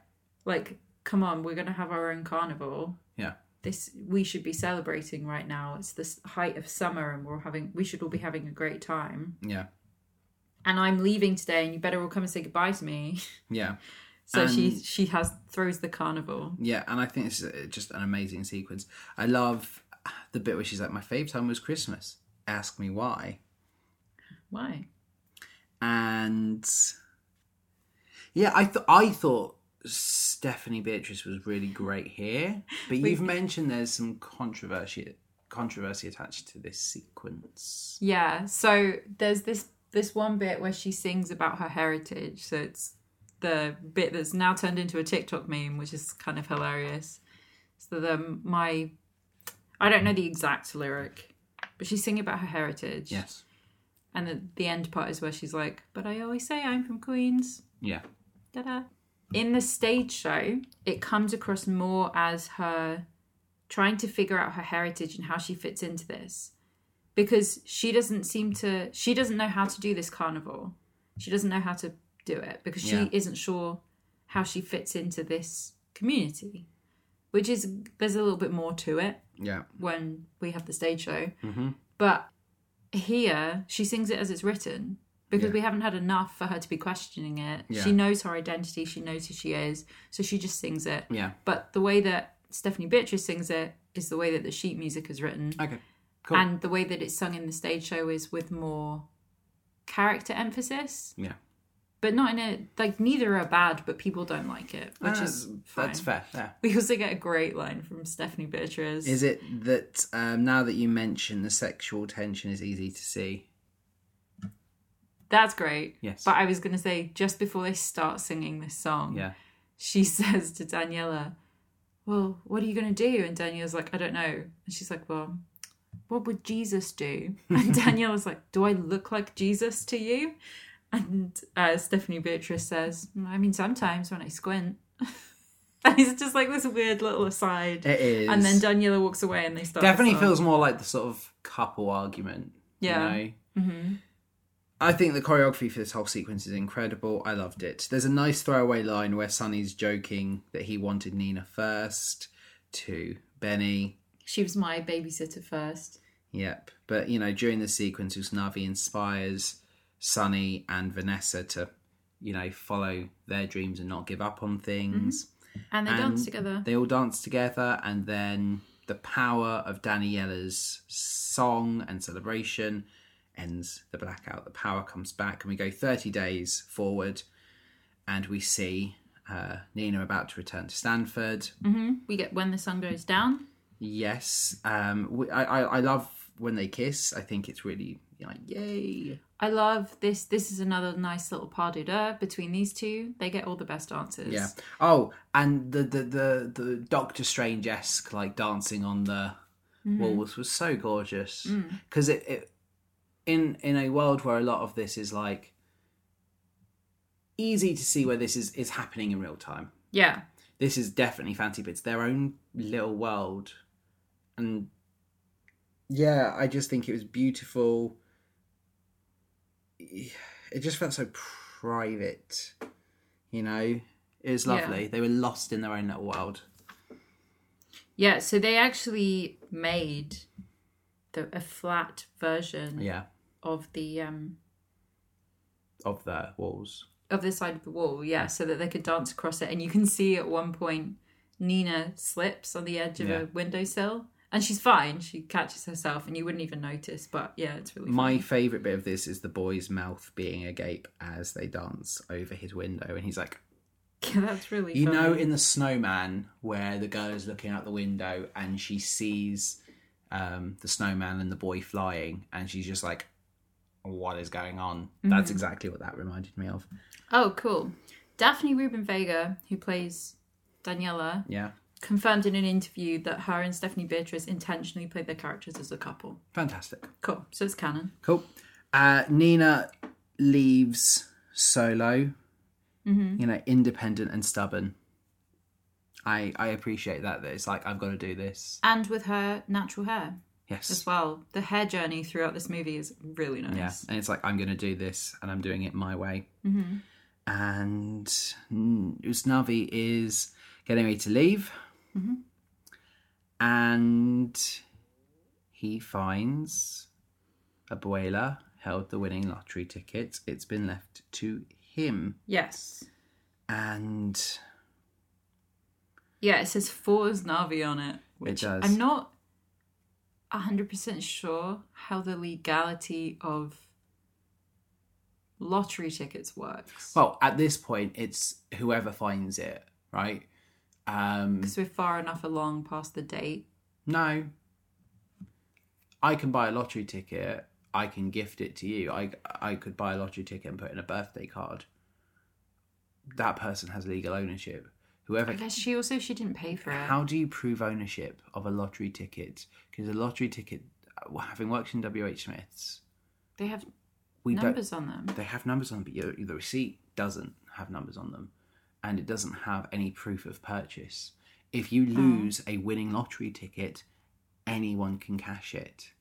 Speaker 1: Like, come on, we're gonna have our own carnival.
Speaker 2: Yeah.
Speaker 1: This we should be celebrating right now. It's this height of summer, and we're having we should all be having a great time.
Speaker 2: Yeah.
Speaker 1: And I'm leaving today, and you better all come and say goodbye to me.
Speaker 2: Yeah.
Speaker 1: So she
Speaker 2: And-
Speaker 1: she has throws the carnival.
Speaker 2: Yeah, and I think it's uh, just an amazing sequence. I love the bit where she's like, "My fave time was Christmas. Ask me why."
Speaker 1: Why?
Speaker 2: And yeah, I th- I thought Stephanie Beatrice was really great here, but you've mentioned there's some controversy controversy attached to this sequence.
Speaker 1: Yeah. So there's this this one bit where she sings about her heritage. So it's the bit that's now turned into a TikTok meme, which is kind of hilarious. So the my I don't know the exact lyric, but she's singing about her heritage.
Speaker 2: Yes.
Speaker 1: And the, the end part is where she's like, "But I always say I'm from Queens."
Speaker 2: Yeah.
Speaker 1: Da-da. In the stage show, it comes across more as her trying to figure out her heritage and how she fits into this. Because she doesn't seem to, she doesn't know how to do this carnival. She doesn't know how to do it because she
Speaker 2: Yeah.
Speaker 1: isn't sure how she fits into this community, which is, there's a little bit more to it
Speaker 2: Yeah.
Speaker 1: when we have the stage show.
Speaker 2: Mm-hmm.
Speaker 1: But here, she sings it as it's written because
Speaker 2: Yeah.
Speaker 1: we haven't had enough for her to be questioning it.
Speaker 2: Yeah.
Speaker 1: She knows her identity, she knows who she is, so she just sings it.
Speaker 2: Yeah.
Speaker 1: But the way that Stephanie Beatrice sings it is the way that the sheet music is written.
Speaker 2: Okay. Cool.
Speaker 1: And the way that it's sung in the stage show is with more character emphasis,
Speaker 2: yeah.
Speaker 1: but not in a like neither are bad, but people don't like it, which
Speaker 2: Ah,
Speaker 1: is fine.
Speaker 2: that's fair. Yeah.
Speaker 1: We also get a great line from Stephanie Beatrice.
Speaker 2: Is it that um, now that you mention the sexual tension is easy to see?
Speaker 1: That's great.
Speaker 2: Yes.
Speaker 1: But I was going to say, just before they start singing this song,
Speaker 2: Yeah.
Speaker 1: she says to Daniela, Well, what are you going to do? And Daniela's like, I don't know. And she's like, Well, what would Jesus do? And Daniela's like, Do I look like Jesus to you? And uh, Stephanie Beatrice says, "Mm, I mean, sometimes when I squint. and it's just like this weird little aside.
Speaker 2: It is.
Speaker 1: and then Daniela walks away and they start. the
Speaker 2: definitely
Speaker 1: song.
Speaker 2: feels more like the sort of couple argument.
Speaker 1: Yeah.
Speaker 2: You know? I think the choreography for this whole sequence is incredible. I loved it. There's a nice throwaway line where Sonny's joking that he wanted Nina first to Benny.
Speaker 1: She was my babysitter first.
Speaker 2: Yep. But, you know, during the sequence, Usnavi inspires Sonny and Vanessa to, you know, follow their dreams and not give up on things.
Speaker 1: And they
Speaker 2: And
Speaker 1: dance together.
Speaker 2: They all dance together, and then the power of Daniela's song and celebration ends the blackout. The power comes back, and we go 30 days forward, and we see uh, Nina about to return to Stanford.
Speaker 1: Mm-hmm. We get When the Sun Goes Down.
Speaker 2: Yes, um, we, I, I, I love when they kiss. I think it's really like, yay.
Speaker 1: I love this. This is another nice little pas de deux between these two. They get all the best answers.
Speaker 2: Yeah. Oh, and the the the, the Doctor Strange esque like dancing on the
Speaker 1: Mm-hmm.
Speaker 2: walls was so gorgeous
Speaker 1: Mm.
Speaker 2: because it, it in in a world where a lot of this is like easy to see where this is is happening in real time.
Speaker 1: Yeah.
Speaker 2: This is definitely Fancy Bits, their own little world, and yeah, I just think it was beautiful. It just felt so private, you know. It was lovely. They were lost in their own little world.
Speaker 1: Yeah. So they actually made the, a flat version
Speaker 2: Yeah,
Speaker 1: of the um
Speaker 2: of the walls.
Speaker 1: of the side of the wall. Yeah. So that they could dance across it, and you can see at one point Nina slips on the edge of
Speaker 2: Yeah.
Speaker 1: a windowsill, and she's fine. She catches herself, and you wouldn't even notice. But yeah, it's really
Speaker 2: My favourite bit of this is the boy's mouth being agape as they dance over his window, and he's like,
Speaker 1: funny. that's really
Speaker 2: You know,
Speaker 1: funny.
Speaker 2: in the snowman, where the girl is looking out the window and she sees um, the snowman and the boy flying, and she's just like, "What is going on?" That's exactly what that reminded me of.
Speaker 1: Oh, cool. Daphne Rubin Vega, who plays Daniela,
Speaker 2: Yeah,
Speaker 1: confirmed in an interview that her and Stephanie Beatrice intentionally played their characters as a couple.
Speaker 2: fantastic,
Speaker 1: Cool. So it's canon.
Speaker 2: cool. Uh, Nina leaves solo. You know, independent and stubborn. I I appreciate that. That it's like I've got to do this.
Speaker 1: And with her natural hair
Speaker 2: Yes.
Speaker 1: as well. The hair journey throughout this movie is really nice.
Speaker 2: Yeah, and it's like I'm going to do this, and I'm doing it my way. and mm, Usnavi is getting ready to leave, and he finds Abuela held the winning lottery ticket. It's been left to him,
Speaker 1: Yes.
Speaker 2: and
Speaker 1: Yeah, it says Fours Navi on it. Which
Speaker 2: does.
Speaker 1: I'm not 100% sure how the legality of lottery tickets works.
Speaker 2: well, at this point, it's whoever finds it, right? Um,
Speaker 1: Because we're far enough along past the date.
Speaker 2: No. I can buy a lottery ticket. I can gift it to you. I I could buy a lottery ticket and put in a birthday card. That person has legal ownership. Whoever.
Speaker 1: I guess she also she didn't pay for it.
Speaker 2: How do you prove ownership of a lottery ticket? Because a lottery ticket, having worked in WH Smiths,
Speaker 1: they have
Speaker 2: we don't
Speaker 1: numbers on them.
Speaker 2: they have numbers on them, but your, the receipt doesn't have numbers on them, and it doesn't have any proof of purchase. If
Speaker 1: Mm.
Speaker 2: you lose a winning lottery ticket, anyone can cash it.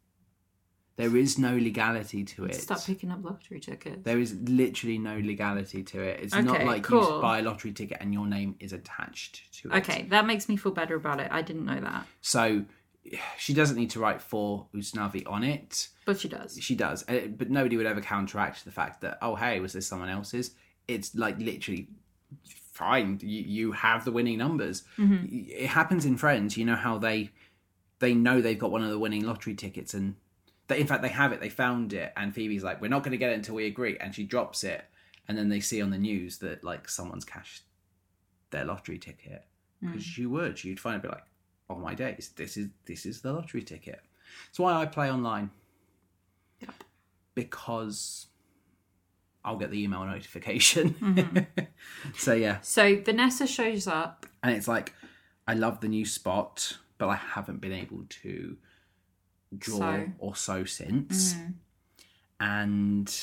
Speaker 2: There is no legality to it.
Speaker 1: Stop picking up lottery tickets.
Speaker 2: There is literally no legality to it. It's not
Speaker 1: Okay,
Speaker 2: like you
Speaker 1: cool.
Speaker 2: just buy a lottery ticket and your name is attached to it.
Speaker 1: Okay, that makes me feel better about it. I didn't know that.
Speaker 2: So she doesn't need to write for Usnavi on it.
Speaker 1: But she does.
Speaker 2: She does, Uh, but nobody would ever counteract the fact that oh hey, was this someone else's? It's like literally fine. You you have the winning numbers. It happens in Friends. You know how they they know they've got one of the winning lottery tickets, and they, in fact they have it. They found it, and Phoebe's like, we're not going to get it until we agree, and she drops it, and then they see on the news that like someone's cashed their lottery ticket because you would you'd find it be like, oh my days, this is this is the lottery ticket. It's why I play online because I'll get the email notification.
Speaker 1: Mm-hmm.
Speaker 2: so yeah,
Speaker 1: So Vanessa shows up.
Speaker 2: and it's like I love the new spot, but I haven't been able to draw
Speaker 1: Sew. Mm-hmm.
Speaker 2: or sew since. And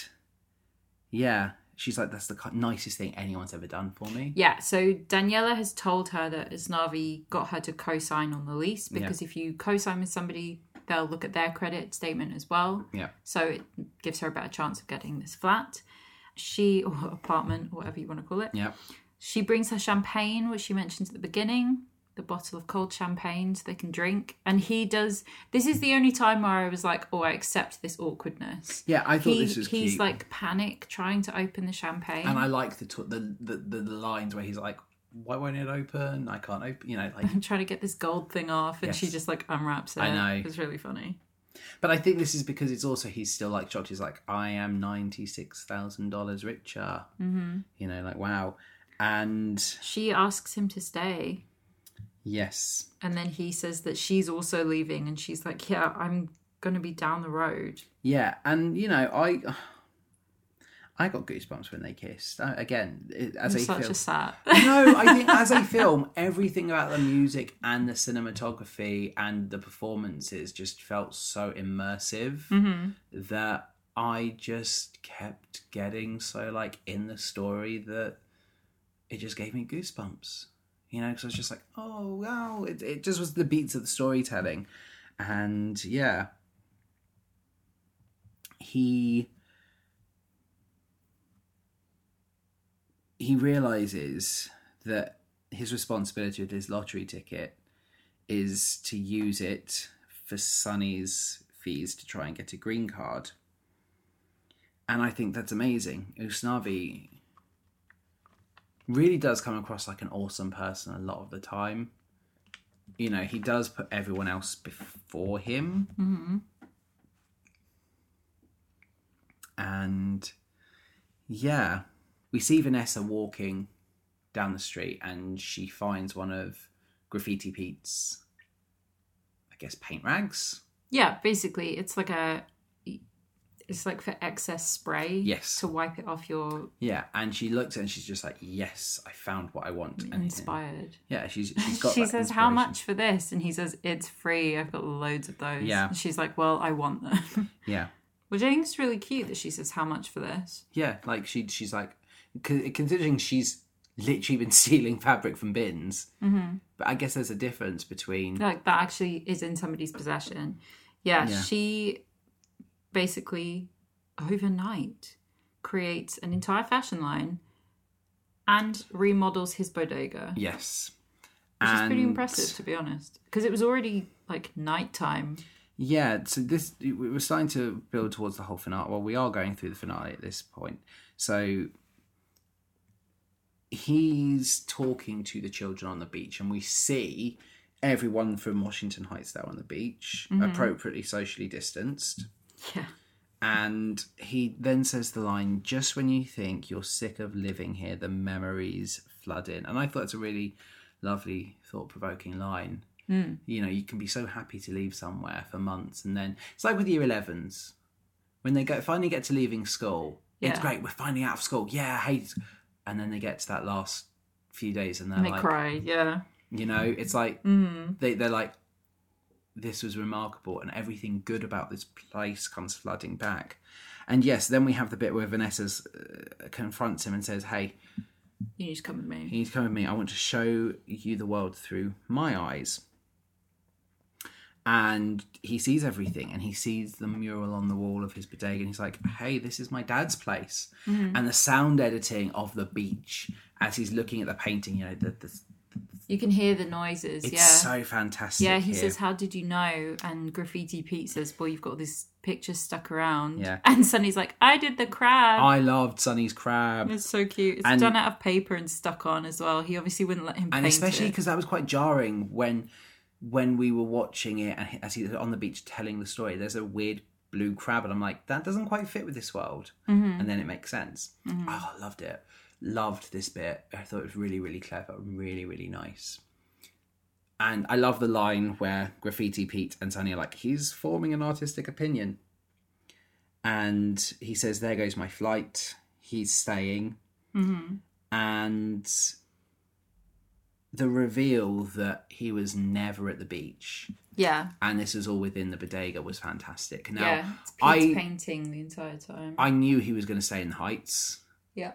Speaker 2: yeah, she's like, that's the ki- nicest thing anyone's ever done for me.
Speaker 1: Yeah, so Daniela has told her that Isnavi got her to co sign on the lease because if you co sign with somebody, they'll look at their credit statement as well.
Speaker 2: Yeah.
Speaker 1: So it gives her a better chance of getting this flat. She, or apartment, or whatever you want to call it.
Speaker 2: Yeah.
Speaker 1: She brings her champagne, which she mentioned at the beginning, the bottle of cold champagne so they can drink. And he does. This is the only time where I was like, oh, I accept this awkwardness.
Speaker 2: Yeah, I thought
Speaker 1: He-
Speaker 2: this was
Speaker 1: he's
Speaker 2: cute.
Speaker 1: like panic trying to open the champagne.
Speaker 2: And I like the, tw- the, the the the lines where he's like, why won't it open? I can't open. You know, like
Speaker 1: I'm trying to get this gold thing off, and she
Speaker 2: Yes.
Speaker 1: just like unwraps it.
Speaker 2: I know.
Speaker 1: It's really funny.
Speaker 2: But I think this is because it's also he's still like shocked. He's like, I am ninety six thousand dollars richer. Mm-hmm. You know, like wow. And
Speaker 1: She asks him to stay,
Speaker 2: yes,
Speaker 1: and then he says that she's also leaving, and she's like, "Yeah, I'm going to be down the road."
Speaker 2: yeah, and you know, I I got goosebumps when they kissed. I, again, it, as
Speaker 1: I'm
Speaker 2: a
Speaker 1: such
Speaker 2: film,
Speaker 1: a sap.
Speaker 2: no, I think as a film, everything about the music and the cinematography and the performances just felt so immersive
Speaker 1: Mm-hmm.
Speaker 2: that I just kept getting so like in the story that it just gave me goosebumps. You know, because I was just like, oh wow, it, it just was the beats of the storytelling, and yeah, he he realizes that his responsibility with his lottery ticket is to use it for Sonny's fees to try and get a green card. And I think that's amazing. Usnavi really does come across like an awesome person a lot of the time. You know, he does put everyone else before him.
Speaker 1: Mm-hmm.
Speaker 2: And yeah, we see Vanessa walking down the street and she finds one of Graffiti Pete's, I guess, paint rags.
Speaker 1: yeah, basically, it's like a, it's like for excess spray.
Speaker 2: Yes.
Speaker 1: To wipe it off, you're
Speaker 2: Yeah, and she looks and she's just like, "Yes, I found what I want." And uh,
Speaker 1: inspired.
Speaker 2: yeah, she's she's got.
Speaker 1: she
Speaker 2: that
Speaker 1: says, "How
Speaker 2: inspiration.
Speaker 1: much for this?" And he says, "It's free. I've got loads of those."
Speaker 2: Yeah.
Speaker 1: And she's like, "Well, I want them."
Speaker 2: Yeah,
Speaker 1: Which I think is really cute that she says, "How much for this?"
Speaker 2: yeah. Like she she's like, con- considering she's literally been stealing fabric from bins. Mm-hmm. But I guess there's a difference between
Speaker 1: like that actually is in somebody's possession. Yeah,
Speaker 2: Yeah.
Speaker 1: she basically overnight creates an entire fashion line and remodels his bodega,
Speaker 2: Yes.
Speaker 1: which is pretty
Speaker 2: And-
Speaker 1: impressive to be honest. Because it was already like nighttime.
Speaker 2: Yeah, so this we- we're starting to build towards the whole finale. Well, we are going through the finale at this point. So he's talking to the children on the beach, and we see everyone from Washington Heights there on the beach, appropriately socially distanced.
Speaker 1: Yeah.
Speaker 2: And he then says the line, just when you think you're sick of living here, the memories flood in. And I thought it's a really lovely, thought provoking line.
Speaker 1: Hmm.
Speaker 2: You know, you can be so happy to leave somewhere for months. And then it's like with year 11s when they go, finally get to leaving school. It's
Speaker 1: Yeah.
Speaker 2: great, we're finally out of school. Yeah, I hate it. And then they get to that last few days and they're
Speaker 1: And they
Speaker 2: like,
Speaker 1: cry. Yeah. Mm-hmm.
Speaker 2: you know, it's like they they're like, this was remarkable, and everything good about this place comes flooding back. And yes, then we have the bit where Vanessa's uh, confronts him and says, "Hey,
Speaker 1: You need to come with me.
Speaker 2: he's coming with me. I want to show you the world through my eyes." And he sees everything, and he sees the mural on the wall of his bodega, and he's like, "Hey, this is my dad's place."
Speaker 1: Mm-hmm.
Speaker 2: And the sound editing of the beach as he's looking at the painting, you know, the, the
Speaker 1: You can hear the noises.
Speaker 2: it's
Speaker 1: yeah.
Speaker 2: so fantastic.
Speaker 1: yeah, he
Speaker 2: here.
Speaker 1: says, "How did you know?" And Graffiti Pete says, "Boy, you've got this picture stuck around."
Speaker 2: Yeah.
Speaker 1: And Sunny's like, "I did the crab."
Speaker 2: I loved Sonny's crab.
Speaker 1: It's so cute. It's
Speaker 2: Oh. And-
Speaker 1: done out of paper and stuck on as well. He obviously wouldn't let him
Speaker 2: and
Speaker 1: paint
Speaker 2: especially
Speaker 1: it.
Speaker 2: because that was quite jarring when when we were watching it and he- as he's on the beach telling the story there's a weird blue crab and i'm like that doesn't quite fit with this world and then it makes sense oh i loved it loved this bit i thought it was really really clever really really nice and i love the line where graffiti pete and sunny are like he's forming an artistic opinion and he says there goes my flight he's staying and the reveal that he was never at the beach
Speaker 1: Yeah,
Speaker 2: and this is all within the bodega was fantastic. Now,
Speaker 1: yeah. It's Pete's
Speaker 2: I
Speaker 1: painting the entire time.
Speaker 2: I knew he was going to stay in the Heights.
Speaker 1: yeah,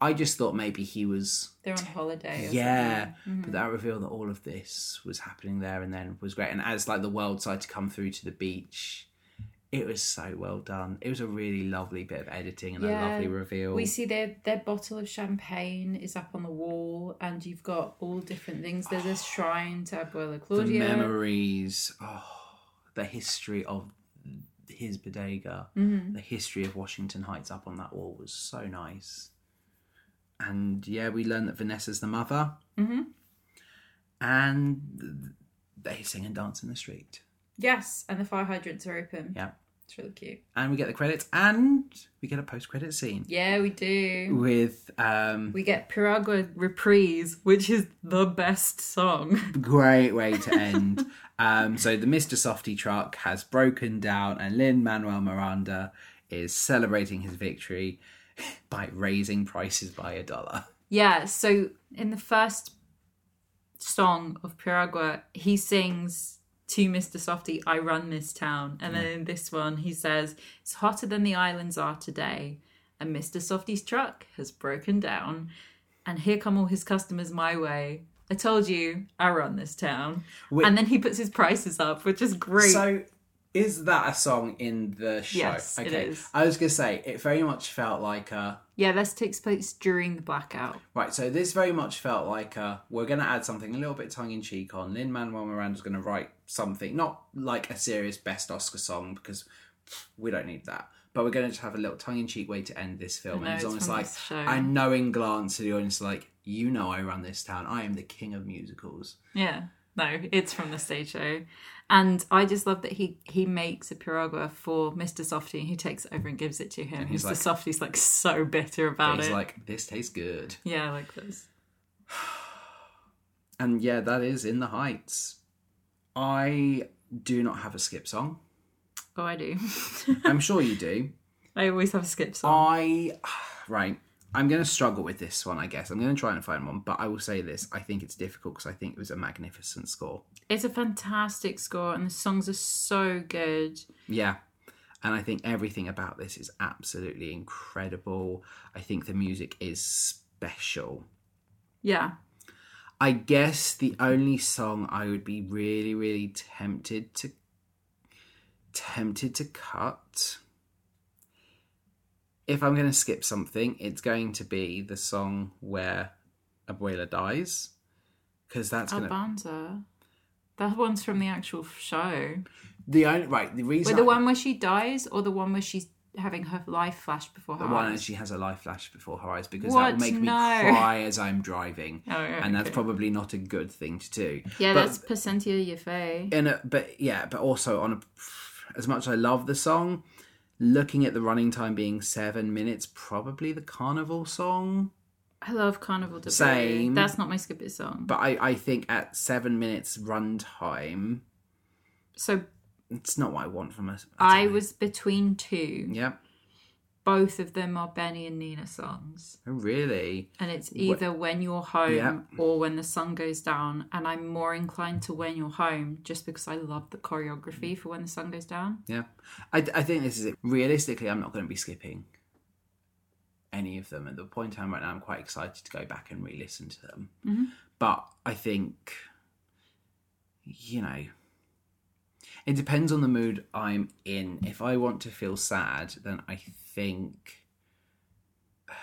Speaker 2: I just thought maybe he was
Speaker 1: they're on holiday. Or Mm-hmm.
Speaker 2: yeah,
Speaker 1: Mm.
Speaker 2: but that reveal that all of this was happening there and then was great. And as like the world started to come through to the beach, it was so well done. It was a really lovely bit of editing and
Speaker 1: Yeah.
Speaker 2: a lovely reveal.
Speaker 1: We see their their bottle of champagne is up on the wall, and you've got all different things. There's a shrine to Abuela
Speaker 2: the
Speaker 1: Claudia.
Speaker 2: memories, oh, the history of his bodega,
Speaker 1: Mm-hmm,
Speaker 2: the history of Washington Heights up on that wall was so nice. And yeah, we learn that Vanessa's the mother,
Speaker 1: Mhm.
Speaker 2: and they sing and dance in the street.
Speaker 1: Yes, and the fire hydrants are open.
Speaker 2: Yeah,
Speaker 1: It's really cute.
Speaker 2: and we get the credits, and we get a post-credit scene
Speaker 1: Yeah, we do.
Speaker 2: with um,
Speaker 1: We get Piragua Reprise, which is the best song.
Speaker 2: great way to end. um, so the Mr. Softy truck has broken down, and Lin Manuel Miranda is celebrating his victory by raising prices by a dollar.
Speaker 1: Yeah, so in the first song of Piragua, he sings to Mr. Softy, I run this town. And then in this one, he says, It's hotter than the islands are today, and Mr. Softy's truck has broken down. And here come all his customers my way. I told you, I run this town.
Speaker 2: Wait.
Speaker 1: And then he puts his prices up, which is great.
Speaker 2: So, is that a song in the show?
Speaker 1: Yes, it is.
Speaker 2: I was gonna say it very much felt like a
Speaker 1: yeah, this takes place during the blackout.
Speaker 2: right. So this very much felt like a we're gonna add something a little bit tongue in cheek on. Lin Manuel Miranda's gonna write something, not like a serious best Oscar song because we don't need that. But we're going to just have a little tongue in cheek way to end this
Speaker 1: I
Speaker 2: film. and
Speaker 1: know, it's
Speaker 2: it's almost
Speaker 1: from
Speaker 2: like
Speaker 1: this show.
Speaker 2: a knowing glance to the audience, like, you know, I run this town. I am the king of musicals.
Speaker 1: Yeah. No, it's from the stage show. And I just love that he he makes a piragua for Mr. Softy and he takes it over and gives it to him.
Speaker 2: he's
Speaker 1: Mr.
Speaker 2: like-
Speaker 1: Softy's like so bitter
Speaker 2: And
Speaker 1: about
Speaker 2: he's
Speaker 1: it.
Speaker 2: like, this tastes good.
Speaker 1: yeah, like this.
Speaker 2: And yeah, that is In the Heights. I do not have a skip song.
Speaker 1: Oh, I do.
Speaker 2: I'm sure you do.
Speaker 1: I always have a skip
Speaker 2: Oh.
Speaker 1: song.
Speaker 2: I, right. I'm going to struggle with this one, I guess. I'm going to try and find one, but I will say this. I think it's difficult because I think it was a magnificent score.
Speaker 1: It's a fantastic score and the songs are so good.
Speaker 2: Yeah. And I think everything about this is absolutely incredible. I think the music is special.
Speaker 1: Yeah.
Speaker 2: I guess the only song I would be really, really tempted to tempted to cut if I'm going to skip something, it's going to be the song where Abuela dies, because that's going to
Speaker 1: Albanza. That one's from the actual show.
Speaker 2: the only right. The
Speaker 1: Wait,
Speaker 2: reason
Speaker 1: the
Speaker 2: I-
Speaker 1: one where she dies or the one where she's having her life flash before her
Speaker 2: the one
Speaker 1: eyes?
Speaker 2: is she has a life flash before her eyes because that
Speaker 1: What?
Speaker 2: will make me
Speaker 1: No.
Speaker 2: cry as I'm driving,
Speaker 1: Oh, yeah,
Speaker 2: and that's
Speaker 1: okay.
Speaker 2: probably not a good thing to do.
Speaker 1: Yeah,
Speaker 2: But-
Speaker 1: that's Placentia Yefe.
Speaker 2: in a, but yeah, but also on a, as much as I love the song, looking at the running time being seven minutes, probably the carnival song.
Speaker 1: I love Carnival Debris.
Speaker 2: Same.
Speaker 1: That's not my skip it song.
Speaker 2: But I, I think at seven minutes runtime,
Speaker 1: so
Speaker 2: it's not what I want from us.
Speaker 1: I was between two.
Speaker 2: Yeah,
Speaker 1: Both of them are Benny and Nina songs.
Speaker 2: oh, really.
Speaker 1: And it's either when you're home
Speaker 2: Yeah.
Speaker 1: or when the sun goes down. And I'm more inclined to when you're home just because I love the
Speaker 2: Mm.
Speaker 1: choreography for when the sun goes down.
Speaker 2: Yeah, I, I think this is it. Realistically, I'm not going to be skipping any of them. At the point I'm right now, I'm quite excited to go back and re-listen to them. But I think, you know, it depends on the mood I'm in. If I want to feel sad, then I think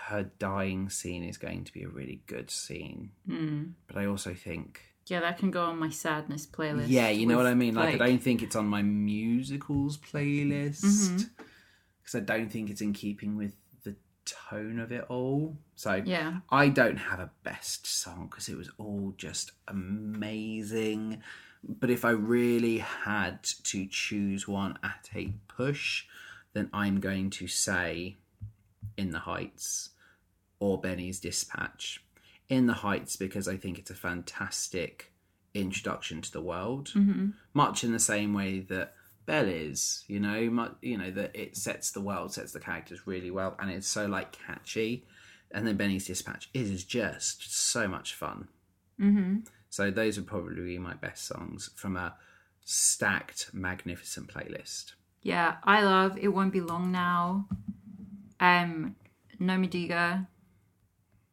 Speaker 2: her dying scene is going to be a really good scene. But I also think
Speaker 1: Yeah, that can go on my sadness playlist.
Speaker 2: yeah, you know
Speaker 1: with,
Speaker 2: what I mean. Like, I don't think it's on my musicals playlist
Speaker 1: Mm-hmm.
Speaker 2: because I don't think it's in keeping with the tone of it all. So
Speaker 1: Yeah.
Speaker 2: I don't have a best song because it was all just amazing. But if I really had to choose one at a push, then I'm going to say In the Heights or Benny's Dispatch. In the Heights because I think it's a fantastic introduction to the world,
Speaker 1: Mm-hmm.
Speaker 2: much in the same way that Bell is. You know, much, you know that it sets the world, sets the characters really well, and it's so like catchy. And then Benny's Dispatch is just so much fun.
Speaker 1: Mm-hmm.
Speaker 2: So those would probably be my best songs from a stacked, magnificent playlist.
Speaker 1: Yeah, I love It Won't Be Long Now. Um No Mediga,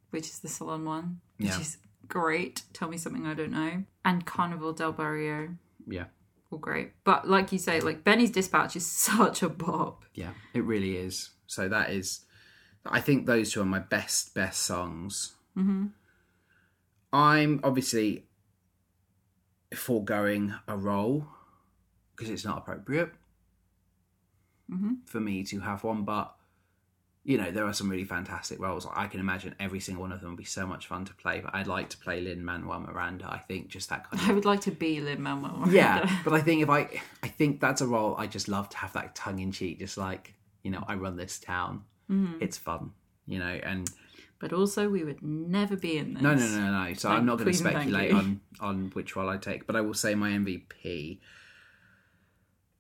Speaker 1: which is the salon one, which
Speaker 2: Yeah.
Speaker 1: is great. Tell me something I don't know. And Carnival del Barrio,
Speaker 2: Yeah,
Speaker 1: all great. But like you say, like Benny's Dispatch is such a bop.
Speaker 2: yeah, it really is. So that is, I think those two are my best, best songs.
Speaker 1: Mm-hmm.
Speaker 2: I'm obviously foregoing a role because it's not appropriate
Speaker 1: Mm-hmm.
Speaker 2: for me to have one, but you know, there are some really fantastic roles. I can imagine every single one of them would be so much fun to play, but I'd like to play Lin Manuel Miranda. I think just that kind of
Speaker 1: I would like to be Lin Manuel.
Speaker 2: Yeah, but I think if I, I think that's a role I just love to have that tongue in cheek, just like you know, I run this town. It's fun, you know. And
Speaker 1: Mm-hmm. But also, we would never be in this.
Speaker 2: no, no, no, no. So I'm
Speaker 1: Thank
Speaker 2: not going to
Speaker 1: Queen, thank
Speaker 2: speculate
Speaker 1: you.
Speaker 2: on on which role I take, but I will say my MVP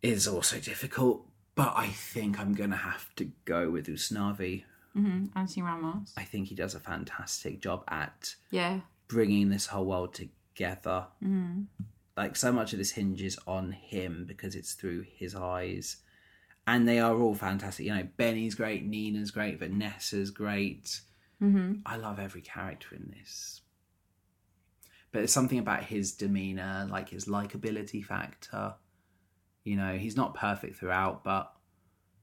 Speaker 2: is also difficult. But I think I'm going to have to go with Usnavi.
Speaker 1: hmm Anthony Ramos.
Speaker 2: I think he does a fantastic job at
Speaker 1: Yeah.
Speaker 2: bringing this whole world together.
Speaker 1: hmm
Speaker 2: like so much of this hinges on him because it's through his eyes and they are all fantastic you know benny's great nina's great vanessa's great
Speaker 1: hmm
Speaker 2: i love every character in this but there's something about his demeanor like his likability factor you know he's not perfect throughout but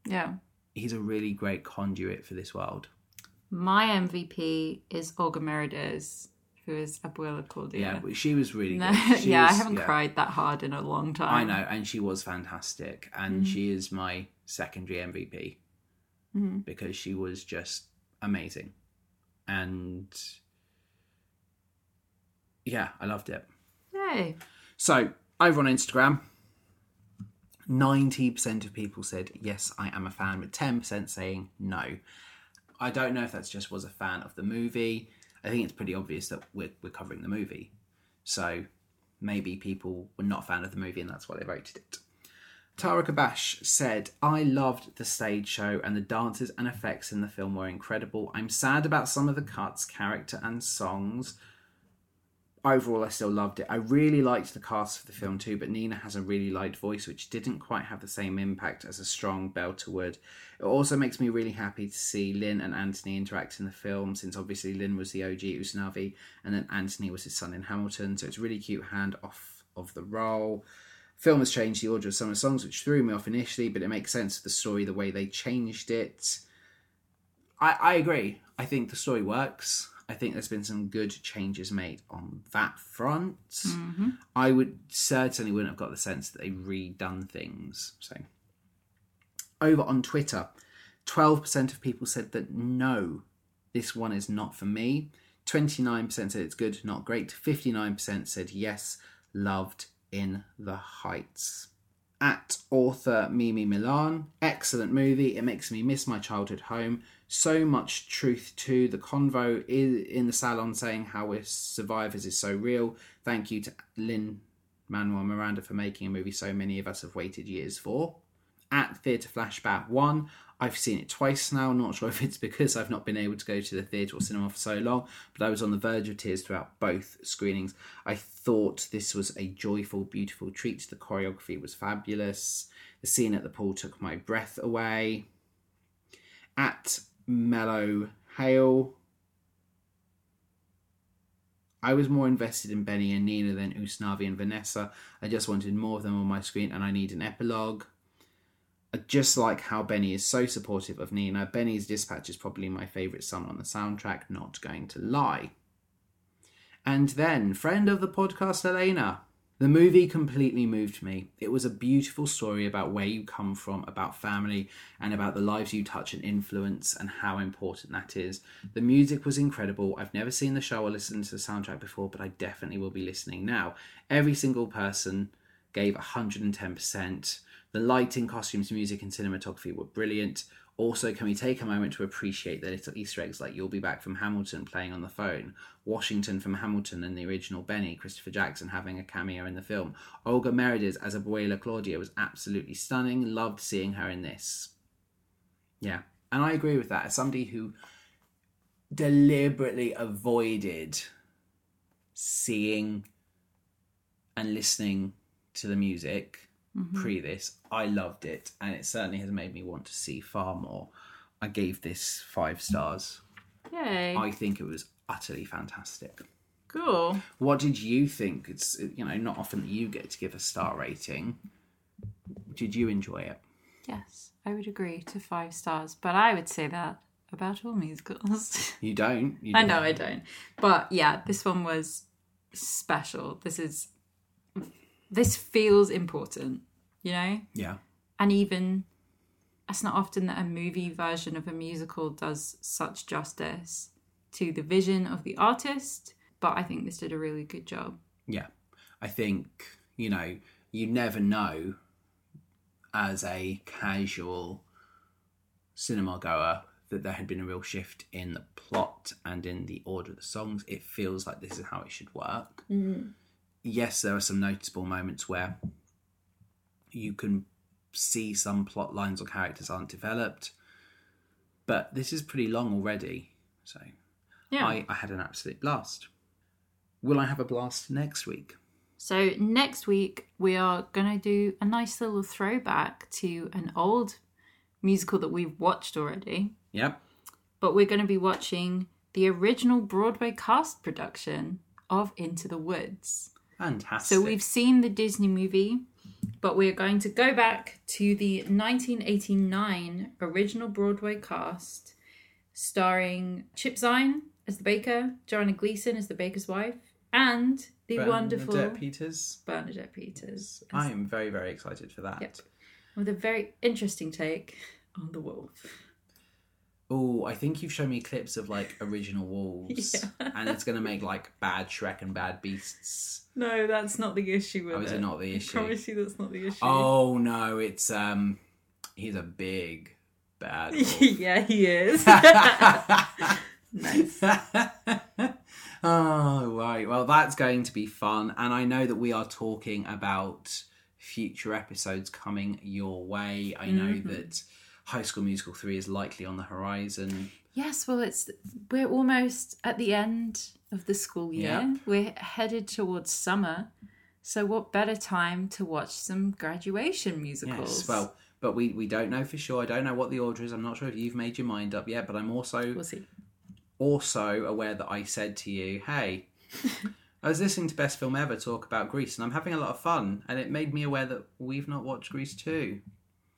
Speaker 1: Yeah.
Speaker 2: he's a really great conduit for this world
Speaker 1: My MVP is Olga Meredes, who is Abuela Claudia.
Speaker 2: yeah, but she was really
Speaker 1: No,
Speaker 2: good She
Speaker 1: yeah, I
Speaker 2: was-
Speaker 1: haven't
Speaker 2: yeah.
Speaker 1: cried that hard in a long
Speaker 2: i
Speaker 1: time.
Speaker 2: know and she was fantastic and she is my secondary mvp
Speaker 1: Mhm.
Speaker 2: because she was just amazing. And yeah, I loved it.
Speaker 1: Yay.
Speaker 2: So over on Instagram, 90% of people said, Yes, I am a fan, with 10% saying no. I don't know if that's just was a fan of the movie. I think it's pretty obvious that we're, we're covering the movie. So maybe people were not a fan of the movie and that's why they voted it. Tara Kabash said, I loved the stage show and the dances and effects in the film were incredible. I'm sad about some of the cuts, character, and songs. Overall, I still loved it. I really liked the cast for the film too, but Nina has a really light voice, which didn't quite have the same impact as a strong belter would. It also makes me really happy to see Lynn and Anthony interact in the film, since obviously Lynn was the OG Usnavi, and then Anthony was his son in Hamilton, so it's a really cute hand off of the role. Film has changed the order of some of the songs, which threw me off initially, but it makes sense for the story the way they changed it. I, I agree. I think the story works. I think there's been some good changes made on that front. I would certainly wouldn't have got the sense that they redone things. So, over on Twitter, 12% of people said that no, this one is not for me. 29% said it's good, not great. 59% said yes, loved in the heights. At author Mimi Milan, excellent movie. It makes me miss my childhood home. So much truth to the convo i- in the salon saying how we're survivors is so real. Thank you to Lynn Manuel Miranda for making a movie so many of us have waited years for at Theatre Flashback 1. I've seen it twice now. Not sure if it's because I've not been able to go to the theatre or cinema for so long, but I was on the verge of tears throughout both screenings. I thought this was a joyful, beautiful treat. The choreography was fabulous. The scene at the pool took my breath away. At Mellow Hale, I was more invested in Benny and Nina than Usnavi and Vanessa. I just wanted more of them on my screen, and I need an epilogue. I just like how Benny is so supportive of Nina. Benny's dispatch is probably my favourite song on the soundtrack, not going to lie. And then, friend of the podcast, Elena. The movie completely moved me. It was a beautiful story about where you come from, about family, and about the lives you touch and influence, and how important that is. The music was incredible. I've never seen the show or listened to the soundtrack before, but I definitely will be listening now. Every single person gave 110%. The lighting, costumes, music, and cinematography were brilliant. Also, can we take a moment to appreciate the little Easter eggs like You'll Be Back from Hamilton playing on the phone, Washington from Hamilton and the original Benny, Christopher Jackson having a cameo in the film. Olga Meredith as Abuela Claudia was absolutely stunning. Loved seeing her in this. Yeah, and I agree with that. As somebody who deliberately avoided seeing and listening to the music
Speaker 1: Mm-hmm.
Speaker 2: pre this, I loved it, and it certainly has made me want to see far more. I gave this five stars.
Speaker 1: Yay.
Speaker 2: I think it was utterly fantastic.
Speaker 1: Cool.
Speaker 2: What did you think? It's you know not often that you get to give a star rating. Did you enjoy it?
Speaker 1: Yes, I would agree to five stars, but I would say that about all musicals.
Speaker 2: You don't. You
Speaker 1: I
Speaker 2: don't.
Speaker 1: know I don't. But yeah, this one was special. This is this feels important, you know?
Speaker 2: Yeah.
Speaker 1: And even it's not often that a movie version of a musical does such justice to the vision of the artist, but I think this did a really good job.
Speaker 2: Yeah. I think, you know, you never know as a casual cinema goer that there had been a real shift in the plot and in the order of the songs. It feels like this is how it should work. Yes, there are some noticeable moments where you can see some plot lines or characters aren't developed, but this is pretty long already. So
Speaker 1: Yeah.
Speaker 2: I, I had an absolute blast. Will I have a blast next week?
Speaker 1: So next week we are going to do a nice little throwback to an old musical that we've watched already,
Speaker 2: Yep.
Speaker 1: but we're going to be watching the original Broadway cast production of Into the Woods.
Speaker 2: Fantastic.
Speaker 1: So we've seen the Disney movie, but we're going to go back to the 1989 original Broadway cast starring Chip Zine as the baker, Joanna Gleason as the baker's wife, and the wonderful
Speaker 2: Bernadette Peters.
Speaker 1: Bernadette Peters.
Speaker 2: I am very very excited for that.
Speaker 1: Yep. with a very interesting take on the wolf.
Speaker 2: Oh, I think you've shown me clips of like original wolves, and it's gonna make like bad Shrek and bad beasts.
Speaker 1: No, that's not the issue with
Speaker 2: Oh, is it not the
Speaker 1: I
Speaker 2: issue?
Speaker 1: promise you that's not the issue.
Speaker 2: Oh no, it's um, he's a big bad. Wolf.
Speaker 1: yeah, he is. nice.
Speaker 2: oh right, well that's going to be fun, and I know that we are talking about future episodes coming your way. I know that High School Musical three is likely on the horizon.
Speaker 1: Yes, well, it's we're almost at the end of the school year.
Speaker 2: Yeah.
Speaker 1: We're headed towards summer, so what better time to watch some graduation musicals?
Speaker 2: Yes, well, but we, we don't know for sure. I don't know what the order is. I'm not sure if you've made your mind up yet, but I'm also
Speaker 1: we'll see.
Speaker 2: also aware that I said to you, hey, I was listening to Best Film Ever talk about Greece and I'm having a lot of fun and it made me aware that we've not watched Greece 2.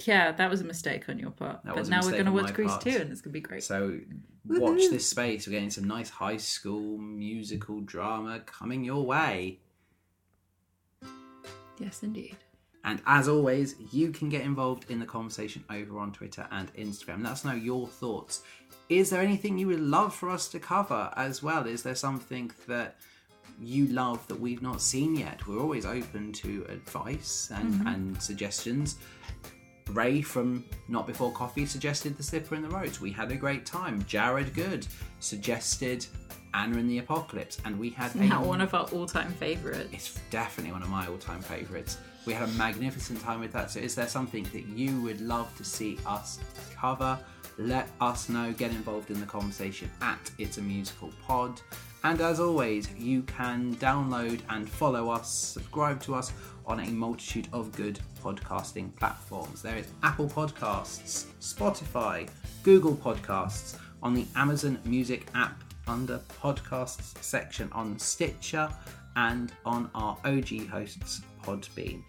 Speaker 1: Yeah, that was a mistake on your part.
Speaker 2: That
Speaker 1: but
Speaker 2: was a
Speaker 1: now we're
Speaker 2: mistake
Speaker 1: going to
Speaker 2: on
Speaker 1: watch
Speaker 2: my
Speaker 1: Grease
Speaker 2: part.
Speaker 1: 2 and it's going to be great.
Speaker 2: So watch this space. We're getting some nice high school musical drama coming your way.
Speaker 1: Yes, indeed.
Speaker 2: And as always, you can get involved in the conversation over on Twitter and Instagram. Let us know your thoughts. Is there anything you would love for us to cover as well? Is there something that you love that we've not seen yet? We're always open to advice and,
Speaker 1: Mm-hmm.
Speaker 2: and suggestions. Ray from Not Before Coffee suggested The Slipper in the Roads. We had a great time. Jared Good suggested Anna in the Apocalypse. And we had a
Speaker 1: Now, one of our all time favourites.
Speaker 2: it's definitely one of my all-time favourites. We had a magnificent time with that. So, is there something that you would love to see us cover? Let us know. Get involved in the conversation at It's a Musical Pod. And as always, you can download and follow us, subscribe to us on a multitude of good podcasting platforms. There is Apple Podcasts, Spotify, Google Podcasts, on the Amazon Music app under podcasts section on Stitcher and on our OG hosts Podbean.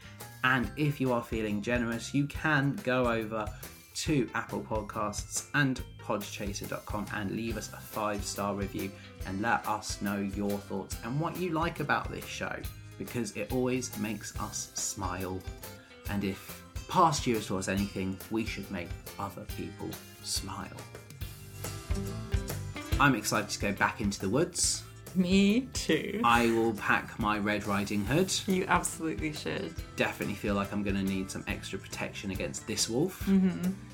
Speaker 2: And if you are feeling generous, you can go over to Apple Podcasts and podchaser.com and leave us a five star review and let us know your thoughts and what you like about this show because it always makes us smile. And if past years taught us anything, we should make other people smile. I'm excited to go back into the woods.
Speaker 1: Me too.
Speaker 2: I will pack my Red Riding Hood.
Speaker 1: You absolutely should.
Speaker 2: Definitely feel like I'm going to need some extra protection against this wolf.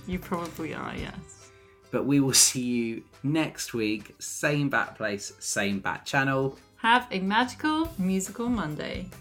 Speaker 1: You probably are, yes.
Speaker 2: But we will see you next week. Same bat place, same bat channel.
Speaker 1: Have a magical musical Monday.